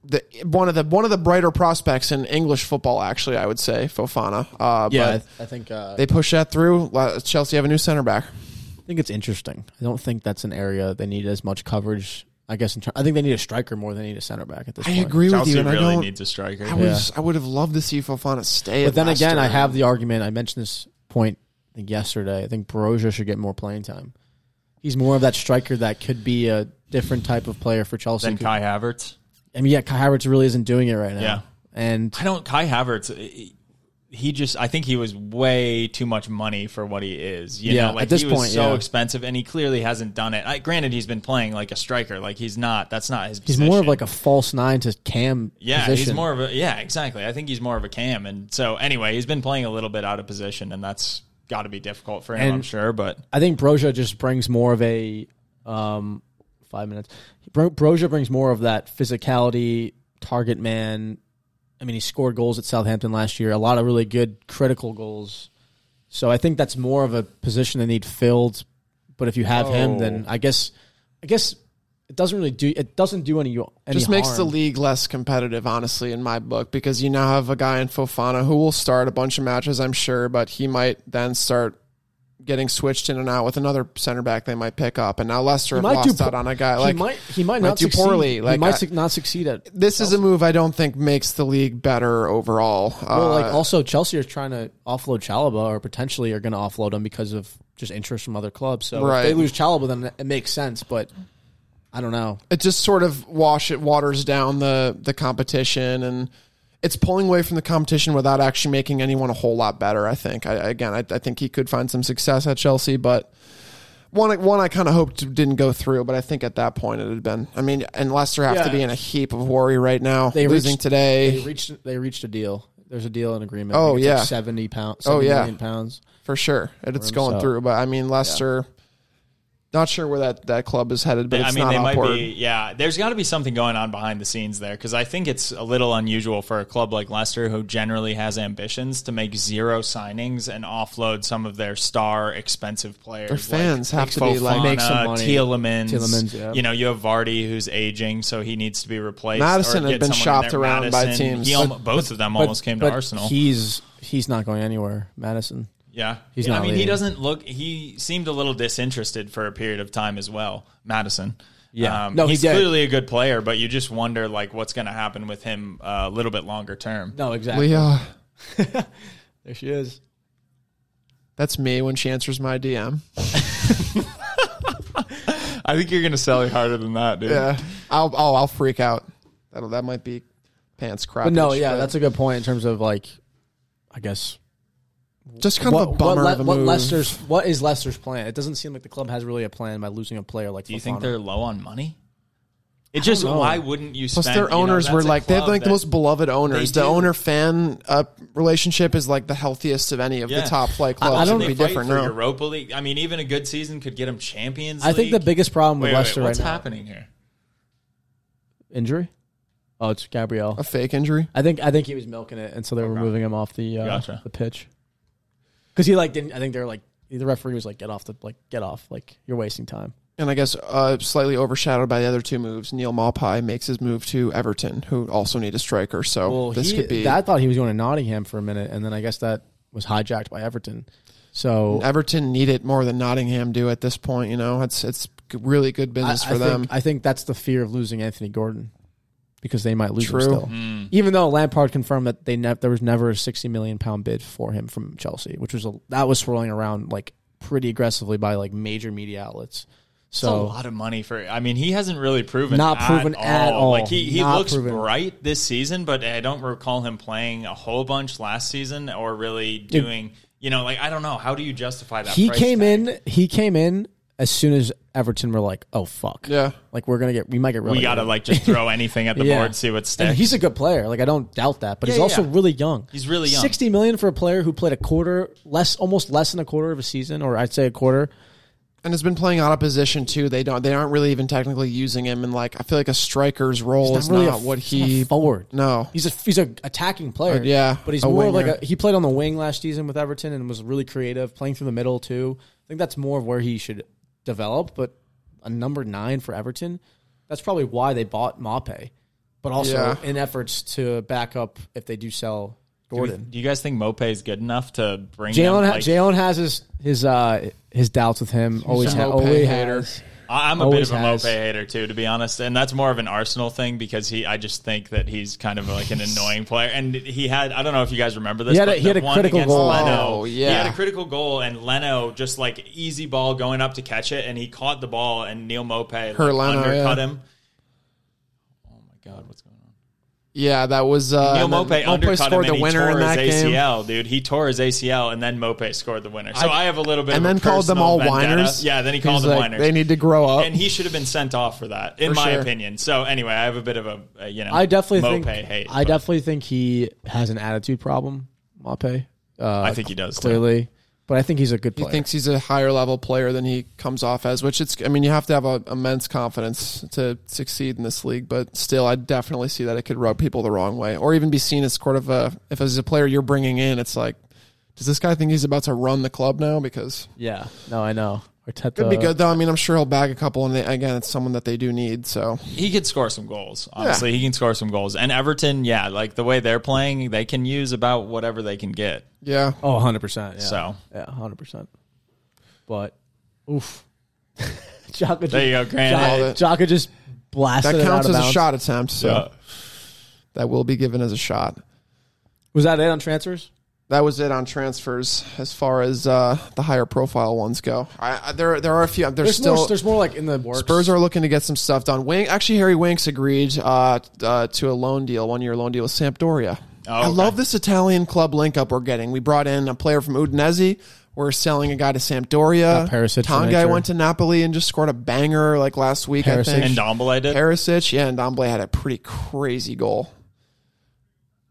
Speaker 2: the one of the one of the brighter prospects in English football, actually, I would say Fofana. Uh,
Speaker 1: Yeah, I,
Speaker 2: but
Speaker 1: I think uh,
Speaker 2: they push that through. Lo- Chelsea have a new center back.
Speaker 1: I think it's interesting. I don't think that's an area they need as much coverage. I guess in ter- I think they need a striker more than they need a center back at this
Speaker 2: I
Speaker 1: point.
Speaker 2: agree with
Speaker 3: Chelsea
Speaker 2: you, and I
Speaker 3: really
Speaker 2: don't.
Speaker 3: needs a striker.
Speaker 2: I was I would have loved to see Fofana stay.
Speaker 1: But
Speaker 2: at
Speaker 1: then again,
Speaker 2: Leicester.
Speaker 1: I have the argument. I mentioned this point I think yesterday. I think Borussia should get more playing time. He's more of that striker that could be a different type of player for Chelsea.
Speaker 3: Then Kai Havertz.
Speaker 1: I mean, yeah, Kai Havertz really isn't doing it right now.
Speaker 3: Yeah.
Speaker 1: and
Speaker 3: I don't. Kai Havertz. uh, He just. I think he was way too much money for what he is. You
Speaker 1: Yeah,
Speaker 3: Know? Like
Speaker 1: at this
Speaker 3: he was
Speaker 1: point,
Speaker 3: so
Speaker 1: yeah.
Speaker 3: expensive, and he clearly hasn't done it. I, granted, he's been playing like a striker. Like he's not. That's not his.
Speaker 1: he's more of like a false nine to Cam.
Speaker 3: Yeah,
Speaker 1: position.
Speaker 3: he's more of a yeah, exactly. I think he's more of a cam, and so anyway, he's been playing a little bit out of position, and that's got to be difficult for him, I'm
Speaker 1: And-
Speaker 3: sure. But
Speaker 1: I think Broja just brings more of a um, five minutes. Bro- Broja brings more of that physicality, target man. I mean, he scored goals at Southampton last year, a lot of really good critical goals. So I think that's more of a position they need filled. But if you have him, then
Speaker 2: Oh.
Speaker 1: I guess, I guess it doesn't really do it doesn't do any. any
Speaker 2: just makes the
Speaker 1: harm.
Speaker 2: league less competitive, honestly, in my book, because you now have a guy in Fofana who will start a bunch of matches, I'm sure, but he might then start getting switched in and out with another center back they might pick up, and now Leicester
Speaker 1: He
Speaker 2: have
Speaker 1: might do
Speaker 2: lost out
Speaker 1: po-
Speaker 2: on a guy.
Speaker 1: He
Speaker 2: Like
Speaker 1: might he might,
Speaker 2: might
Speaker 1: not
Speaker 2: do
Speaker 1: succeed.
Speaker 2: poorly,
Speaker 1: he
Speaker 2: like,
Speaker 1: might
Speaker 2: I-
Speaker 1: su- not succeed at.
Speaker 2: this is a move I don't think makes the league better overall.
Speaker 1: Well, like
Speaker 2: Uh,
Speaker 1: also Chelsea are trying to offload Chalaba, or potentially are going to offload him because of just interest from other clubs. So
Speaker 2: Right.
Speaker 1: if they lose Chalaba, then it makes sense. But I don't know.
Speaker 2: it just sort of wash it waters down the the competition and it's pulling away from the competition without actually making anyone a whole lot better. I think. I, again, I, I think he could find some success at Chelsea, but one one I kind of hoped didn't go through. But I think at that point it had been. I mean, and Leicester have to
Speaker 1: Yeah.
Speaker 2: be in a heap of worry right now.
Speaker 1: They
Speaker 2: losing
Speaker 1: reached-
Speaker 2: today
Speaker 1: They reached they reached a deal. There's a deal and agreement. I
Speaker 2: Oh,
Speaker 1: think it's like
Speaker 2: yeah.
Speaker 1: seventy pounds.
Speaker 2: Oh,
Speaker 1: 70
Speaker 2: yeah.
Speaker 1: million pounds.
Speaker 2: for sure. It, it's
Speaker 1: Rooms
Speaker 2: going
Speaker 1: up.
Speaker 2: through, but I mean Leicester. Not sure where that, that club is headed, but
Speaker 3: I
Speaker 2: it's
Speaker 3: mean,
Speaker 2: not
Speaker 3: they
Speaker 2: upward.
Speaker 3: might be. Yeah, there's got to be something going on behind the scenes there because I think it's a little unusual for a club like Leicester, who generally has ambitions to make zero signings and offload some of their star, expensive players.
Speaker 2: Their fans have to be, like,
Speaker 3: Fofana,
Speaker 1: make some money.
Speaker 3: Tielemans.
Speaker 1: Tielemans, yeah.
Speaker 3: You know, you have Vardy who's aging, so he needs to be replaced.
Speaker 2: Madison
Speaker 3: or
Speaker 2: had
Speaker 3: get
Speaker 2: been
Speaker 3: someone in
Speaker 2: shopped
Speaker 3: there.
Speaker 2: around by
Speaker 3: Madison,
Speaker 2: teams.
Speaker 3: he almo- both of them almost came to
Speaker 1: But
Speaker 3: Arsenal.
Speaker 1: He's he's not going anywhere, Madison.
Speaker 3: Yeah,
Speaker 1: He's
Speaker 3: Yeah, I
Speaker 1: not
Speaker 3: mean, he
Speaker 1: leaving.
Speaker 3: doesn't look. He seemed a little disinterested for a period of time as well. Madison.
Speaker 1: Yeah.
Speaker 3: um,
Speaker 1: No, he
Speaker 3: he's
Speaker 1: did.
Speaker 3: clearly a good player, but you just wonder like what's going to happen with him uh, a little bit longer term.
Speaker 1: No, exactly.
Speaker 2: Leah,
Speaker 1: There she is.
Speaker 2: that's me when she answers my DM.
Speaker 3: I think you're going to sell it harder than that, dude.
Speaker 2: Yeah, I'll oh, I'll freak out. That'll that might be pants crap.
Speaker 1: But no, yeah, that's a good point in terms of like, I guess
Speaker 2: just kind of a bummer
Speaker 1: Le-
Speaker 2: of a
Speaker 1: what
Speaker 2: move.
Speaker 1: Leicester's what is Leicester's plan? It doesn't seem like the club has really a plan by losing a player like.
Speaker 3: Do you think
Speaker 1: Fofana.
Speaker 3: they're low on money? It just
Speaker 1: know.
Speaker 3: why wouldn't you?
Speaker 2: Plus,
Speaker 3: spend, you
Speaker 2: their
Speaker 3: know,
Speaker 2: owners
Speaker 3: that's
Speaker 2: were
Speaker 3: a
Speaker 2: like they have
Speaker 3: club
Speaker 2: like the
Speaker 3: that-
Speaker 2: most beloved owners.
Speaker 3: They
Speaker 2: The
Speaker 3: do.
Speaker 2: owner fan uh, relationship is like the healthiest of any of
Speaker 3: Yeah.
Speaker 2: the top flight
Speaker 3: I-
Speaker 2: clubs.
Speaker 3: I don't
Speaker 2: It'd
Speaker 3: be
Speaker 2: be different.
Speaker 3: for
Speaker 2: No.
Speaker 3: Europa League. I mean, even a good season could get them Champions.
Speaker 1: I think the
Speaker 3: League.
Speaker 1: biggest problem with
Speaker 3: Wait, wait,
Speaker 1: Leicester
Speaker 3: what's
Speaker 1: right now
Speaker 3: happening here?
Speaker 1: injury. Oh, it's Gabrielle.
Speaker 2: A fake injury?
Speaker 1: I think I think he was milking it, and so they were moving him off the uh,
Speaker 3: Gotcha.
Speaker 1: the pitch. Because he like didn't. I think they were like the referee was like, "Get off the like, get off! Like you're wasting time."
Speaker 2: And I guess uh, slightly overshadowed by the other two moves, Neil Maupay makes his move to Everton, who also need a striker. So
Speaker 1: well,
Speaker 2: Oh, this
Speaker 1: he,
Speaker 2: could be
Speaker 1: I thought he was going to Nottingham for a minute, and then I guess that was hijacked by Everton. So
Speaker 2: Everton need it more than Nottingham do at this point. You know, it's it's really good
Speaker 1: I,
Speaker 2: business
Speaker 1: I
Speaker 2: for them.
Speaker 1: Think, I think that's the fear of losing Anthony Gordon because they might lose
Speaker 2: True.
Speaker 1: him still.
Speaker 3: Hmm.
Speaker 1: Even though Lampard confirmed that they nev- there was never a sixty million pound bid for him from Chelsea, which was a, that was swirling around like pretty aggressively by like major media outlets.
Speaker 3: That's a
Speaker 1: So
Speaker 3: lot of money for. I mean, he hasn't really proven
Speaker 1: Not proven at all.
Speaker 3: Like he, he
Speaker 1: Not
Speaker 3: looks
Speaker 1: proven.
Speaker 3: bright this season, but I don't recall him playing a whole bunch last season or really doing. You know, like I don't know. How do you justify that?
Speaker 1: he
Speaker 3: price
Speaker 1: came
Speaker 3: tag?
Speaker 1: in. He came in as soon as Everton were like, "Oh fuck,
Speaker 2: Yeah.
Speaker 1: like we're gonna get we might get
Speaker 3: We
Speaker 1: relegated."
Speaker 3: gotta like just throw anything at the board, see what
Speaker 1: And
Speaker 3: sticks.
Speaker 1: he's a good player. Like I don't doubt that, but he's
Speaker 3: yeah,
Speaker 1: also
Speaker 3: yeah.
Speaker 1: really young.
Speaker 3: He's really young.
Speaker 1: Sixty million for a player who played a quarter less, almost less than a quarter of a season, or I'd say a quarter.
Speaker 2: and has been playing out of position too. They don't. They aren't really even technically using him. And like, I feel like a striker's role
Speaker 1: He's
Speaker 2: is
Speaker 1: not really
Speaker 2: not
Speaker 1: a,
Speaker 2: what
Speaker 1: he's not
Speaker 2: he.
Speaker 1: a forward.
Speaker 2: No,
Speaker 1: He's a he's an attacking player.
Speaker 2: Uh, yeah,
Speaker 1: but he's
Speaker 2: a
Speaker 1: more of
Speaker 2: winger.
Speaker 1: like a he played on the wing last season with Everton and was really creative, playing through the middle too. I think that's more of where he should develop. But a number nine for Everton, that's probably why they bought Mape, but also
Speaker 2: Yeah.
Speaker 1: in efforts to back up if they do sell
Speaker 3: do, we-
Speaker 1: Gordon.
Speaker 3: do you guys think Mope is good enough to bring? him,
Speaker 1: Jalen
Speaker 3: like-
Speaker 1: Jalen has his his uh his doubts with him. Always,
Speaker 2: a
Speaker 1: ha-
Speaker 2: Mope
Speaker 1: always
Speaker 2: hater.
Speaker 1: has.
Speaker 3: I- I'm a bit
Speaker 1: Always
Speaker 3: of a
Speaker 1: has.
Speaker 3: Mope hater too, to be honest, and that's more of an Arsenal thing because he. I just think that he's kind of like an annoying player, and he had. I don't know if you guys remember this.
Speaker 1: He had a-
Speaker 3: but
Speaker 1: he had
Speaker 3: the
Speaker 1: a
Speaker 3: one
Speaker 1: critical
Speaker 3: against
Speaker 1: goal.
Speaker 3: Leno,
Speaker 2: Oh,
Speaker 3: he
Speaker 2: yeah.
Speaker 3: had a critical goal, and Leno just like easy ball going up to catch it, and he caught the ball, and Neil Mope like,
Speaker 2: Leno,
Speaker 3: undercut
Speaker 2: yeah.
Speaker 3: him. Oh my God, what's going on?
Speaker 2: yeah, that was uh,
Speaker 3: Neil
Speaker 2: and then
Speaker 3: Mope undercut him
Speaker 2: scored
Speaker 3: and
Speaker 2: the
Speaker 3: he
Speaker 2: winner
Speaker 3: tore
Speaker 2: in that
Speaker 3: his
Speaker 2: game.
Speaker 3: ACL, dude. He tore his ACL, and then Mope scored the winner. So I, have a little bit,
Speaker 2: and
Speaker 3: of a
Speaker 2: then called them
Speaker 3: personal
Speaker 2: all
Speaker 3: vendetta.
Speaker 2: whiners.
Speaker 3: Yeah, then he
Speaker 2: He's
Speaker 3: called them
Speaker 2: like,
Speaker 3: whiners
Speaker 2: They need to grow
Speaker 1: Oh.
Speaker 2: up.
Speaker 3: and he should have been sent off for that, in
Speaker 2: For
Speaker 3: my
Speaker 2: sure.
Speaker 3: opinion. So anyway, I have a bit of a, uh, you know,
Speaker 1: I definitely
Speaker 3: Mope
Speaker 1: think
Speaker 3: hate.
Speaker 1: I
Speaker 3: but
Speaker 1: definitely think he has an attitude problem. Mape, uh,
Speaker 3: I think he does too.
Speaker 1: clearly, but I think he's a good
Speaker 2: he
Speaker 1: player.
Speaker 2: thinks he's a higher level player than he comes off as, which it's. I mean, you have to have a, immense confidence to succeed in this league, but still, I definitely see that it could rub people the wrong way, or even be seen as sort of a if as a player you're bringing in, it's like, does this guy think he's about to run the club now? Because
Speaker 1: yeah, no, I know. Arteta
Speaker 2: could be good though. I mean, I'm sure he'll bag a couple, and they, again, it's someone that they do need. So
Speaker 3: he could score some goals. Honestly, he can score some goals. And Everton, yeah, like the way they're playing, they can use about whatever they can get.
Speaker 2: yeah,
Speaker 1: Oh, 100 percent. Yeah.
Speaker 3: So
Speaker 1: yeah, 100 percent. But oof, Jaka
Speaker 3: there you go, Granite.
Speaker 2: Nailed
Speaker 1: Jaka,
Speaker 2: it.
Speaker 1: just blasted
Speaker 2: that
Speaker 1: it out
Speaker 2: counts
Speaker 1: of
Speaker 2: as a
Speaker 1: bounds.
Speaker 2: shot attempt. So
Speaker 3: Yeah.
Speaker 2: that will be given as a shot.
Speaker 1: Was that it on transfers?
Speaker 2: that was it on transfers as far as uh, the higher profile ones go. I, I, there, there are a few. There's,
Speaker 1: There's
Speaker 2: still
Speaker 1: more. There's more like in the works.
Speaker 2: Spurs are looking to get some stuff done. Wing, actually, Harry Winks agreed uh, uh, to a loan deal, one year loan deal with Sampdoria. I
Speaker 3: Oh, okay.
Speaker 2: love this Italian club link up we're getting. We brought in a player from Udinese. We're selling a guy to Sampdoria.
Speaker 1: Got Perisic from
Speaker 2: Tanguy
Speaker 1: Inter.
Speaker 2: went to Napoli and just scored a banger like last week.
Speaker 1: Perisic.
Speaker 2: I think
Speaker 3: And Dombele did.
Speaker 2: Perisic, yeah, and Domble had a pretty crazy goal.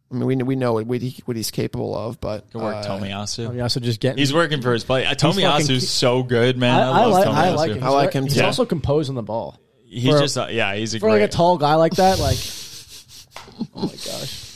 Speaker 2: I mean, we we know what what, he, what he's capable of, but
Speaker 3: Good work,
Speaker 2: uh,
Speaker 1: I
Speaker 3: Tomiyasu.
Speaker 1: mean, also just getting
Speaker 3: He's working for his play. Uh,
Speaker 1: oh, fucking
Speaker 3: Tomiyasu's
Speaker 1: cute.
Speaker 3: so good, man. I,
Speaker 1: I, I
Speaker 3: love
Speaker 1: like
Speaker 3: Tomiyasu.
Speaker 1: I like him.
Speaker 2: I like him
Speaker 1: He's
Speaker 2: too.
Speaker 1: also composed on the ball.
Speaker 3: He's
Speaker 1: For-
Speaker 3: just, uh, yeah, he's a
Speaker 1: For
Speaker 3: great.
Speaker 1: like a tall guy like that, like oh my gosh.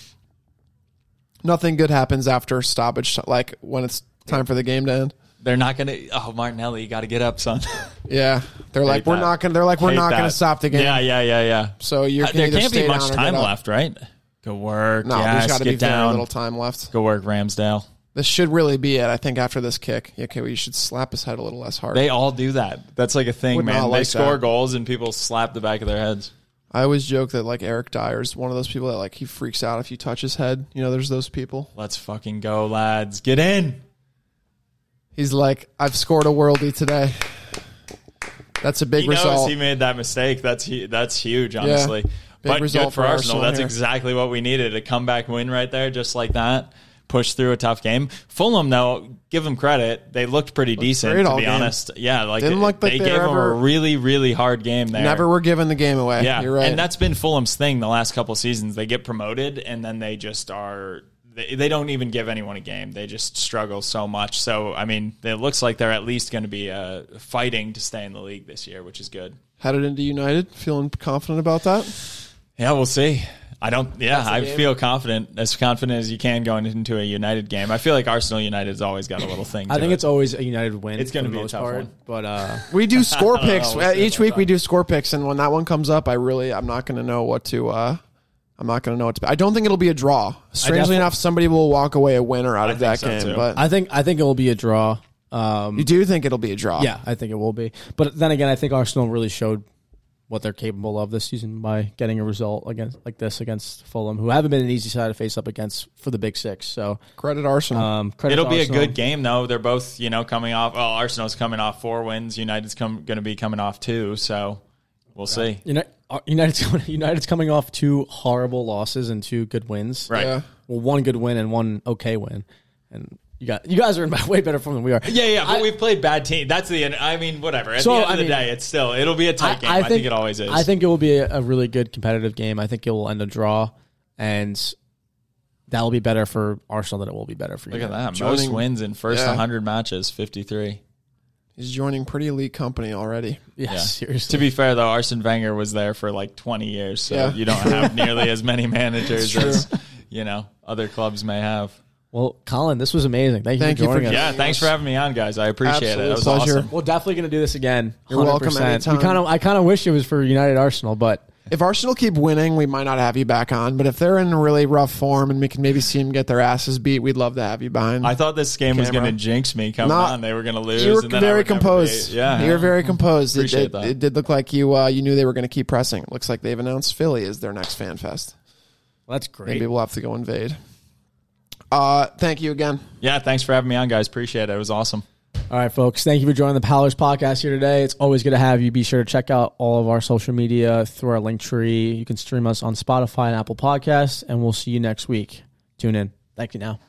Speaker 2: nothing good happens after stoppage, like when it's time for the game to end.
Speaker 3: they're not gonna. Oh, Martinelli, you got to get up, son.
Speaker 2: Yeah, they're like we're
Speaker 3: that.
Speaker 2: not gonna. They're like we're
Speaker 3: Hate
Speaker 2: not
Speaker 3: that.
Speaker 2: gonna stop the game.
Speaker 3: Yeah, yeah, yeah, yeah.
Speaker 2: So you
Speaker 3: Uh,
Speaker 2: can
Speaker 3: there
Speaker 2: either
Speaker 3: can't
Speaker 2: stay
Speaker 3: be
Speaker 2: down
Speaker 3: much
Speaker 2: or
Speaker 3: time
Speaker 2: get up.
Speaker 3: left, right? Good work.
Speaker 2: No,
Speaker 3: yes,
Speaker 2: there's got to be
Speaker 3: get down.
Speaker 2: very little time left.
Speaker 3: Good work, Ramsdale.
Speaker 2: This should really be it. I think after this kick, okay, well, you should slap his head a little less hard.
Speaker 3: They all do that. That's like a thing,
Speaker 2: Would
Speaker 3: man.
Speaker 2: not
Speaker 3: they
Speaker 2: like
Speaker 3: score
Speaker 2: that.
Speaker 3: goals and people slap the back of their heads.
Speaker 2: I always joke that like Eric Dyer's one of those people that like he freaks out if you touch his head. You know, there's those people.
Speaker 3: Let's fucking go, lads. Get in.
Speaker 2: He's like, I've scored a worldie today. That's a big
Speaker 3: He knows
Speaker 2: result.
Speaker 3: he made that mistake. That's hu- that's huge, honestly. But
Speaker 2: result
Speaker 3: good for
Speaker 2: for
Speaker 3: Arsenal.
Speaker 2: Arsenal
Speaker 3: That's
Speaker 2: here.
Speaker 3: exactly what we needed. A comeback win right there, just like that. Push through a tough game. Fulham, though, give them credit. They looked pretty decent,
Speaker 2: great
Speaker 3: to
Speaker 2: all
Speaker 3: be
Speaker 2: game.
Speaker 3: honest. Yeah, like,
Speaker 2: Didn't look like
Speaker 3: they
Speaker 2: they
Speaker 3: gave
Speaker 2: were
Speaker 3: them a
Speaker 2: ever-
Speaker 3: really, really hard game there.
Speaker 2: Never were giving the game away.
Speaker 3: Yeah,
Speaker 2: you're right.
Speaker 3: and that's been Fulham's thing the last couple seasons. They get promoted and then they just are. They, they don't even give anyone a game. They just struggle so much. So I mean, it looks like they're at least going to be uh, fighting to stay in the league this year, which is good.
Speaker 2: headed into United, feeling confident about that.
Speaker 3: Yeah, we'll see. I don't. Yeah, I
Speaker 2: game.
Speaker 3: feel confident, as confident as you can going into a United game. I feel like Arsenal United's always got a little thing.
Speaker 1: I
Speaker 3: to
Speaker 1: think
Speaker 3: it.
Speaker 1: it's always a United win.
Speaker 3: It's gonna
Speaker 1: for the
Speaker 3: be a
Speaker 1: most
Speaker 3: tough
Speaker 1: part,
Speaker 3: one.
Speaker 1: but uh,
Speaker 2: We do score picks
Speaker 3: Oh, We'll see
Speaker 2: each
Speaker 3: about
Speaker 2: week. We do score picks, and when that one comes up, I really I'm not going to know what to. uh I'm not going to know what to. I don't think it'll be a draw. Strangely
Speaker 1: defi-
Speaker 2: enough, somebody will walk away a winner out
Speaker 3: I
Speaker 2: of
Speaker 3: think
Speaker 2: that
Speaker 3: so,
Speaker 2: game,
Speaker 3: too.
Speaker 2: but
Speaker 1: I think I think it will be a draw. Um,
Speaker 2: you do think it'll be a draw.
Speaker 1: Yeah, I think it will be. But then again, I think Arsenal really showed what they're capable of this season by getting a result against like this against Fulham, who haven't been an easy side to face up against for the Big Six. So
Speaker 2: Credit Arsenal.
Speaker 3: Uh,
Speaker 1: um, credit
Speaker 3: It'll
Speaker 1: to
Speaker 3: be
Speaker 1: Arsenal.
Speaker 3: a good game though. They're both, you know, coming off. Well, Arsenal's coming off four wins. United's come going to be coming off two. So we'll see.
Speaker 1: Uni- Ar- United's coming, United's coming off two horrible losses and two good wins.
Speaker 3: Right.
Speaker 2: Yeah.
Speaker 1: Well, one good win and one okay win, and you got you guys are in way better form than we are.
Speaker 3: Yeah, yeah, but we've played bad team. That's the end. I mean, whatever. At
Speaker 1: So,
Speaker 3: the end of
Speaker 1: I
Speaker 3: the
Speaker 1: mean,
Speaker 3: day, it's still it'll be a tight game. I think, it always is.
Speaker 1: I think it will be a, a really good competitive game. I think it will end a draw, and that will be better for Arsenal than it will be better for you.
Speaker 3: Look at that. Most
Speaker 2: Joining-
Speaker 3: wins in first
Speaker 2: Yeah.
Speaker 3: 100 matches, 53.
Speaker 2: He's joining pretty elite company already.
Speaker 1: Yeah,
Speaker 3: Yeah.
Speaker 1: seriously.
Speaker 3: To be fair, though, Arsene Wenger was there for like 20 years, so
Speaker 2: Yeah.
Speaker 3: you don't have nearly as many managers as you know other clubs may have.
Speaker 1: well, Colin, this was amazing. Thank you
Speaker 2: Thank
Speaker 1: for
Speaker 2: you for
Speaker 1: joining us.
Speaker 2: Yeah,
Speaker 3: Yeah, thanks for having me on, guys. I appreciate it.
Speaker 2: Absolute
Speaker 3: That was
Speaker 2: pleasure.
Speaker 3: awesome.
Speaker 1: We're definitely going to do this again.
Speaker 2: You're welcome
Speaker 1: 100%. We
Speaker 2: anytime.
Speaker 1: kind of, I kind of wish it was for United Arsenal, but
Speaker 2: If Arsenal keep winning, we might not have you back on. But if they're in really rough form and we can maybe see them get their asses beat, we'd love to have you behind.
Speaker 3: I thought this game was
Speaker 2: Camera.
Speaker 3: going to jinx me coming
Speaker 2: Not-
Speaker 3: on. They were going to lose.
Speaker 2: you were
Speaker 3: and then I
Speaker 2: very
Speaker 3: would never
Speaker 2: composed.
Speaker 3: be- yeah,
Speaker 2: you were very composed. It,
Speaker 3: Appreciate
Speaker 2: it,
Speaker 3: that.
Speaker 2: it did look like you uh, you knew they were going to keep pressing. Looks like they've announced Philly is their next fan fest.
Speaker 1: well, that's great.
Speaker 2: Maybe we'll have to go invade. Uh, thank you again.
Speaker 3: yeah. Thanks for having me on, guys. Appreciate it. It was awesome.
Speaker 1: All right, folks. Thank you for joining the Powers Podcast here today. It's always good to have you. Be sure to check out all of our social media through our link tree. You can stream us on Spotify and Apple Podcasts, and we'll see you next week. Tune in. Thank you now.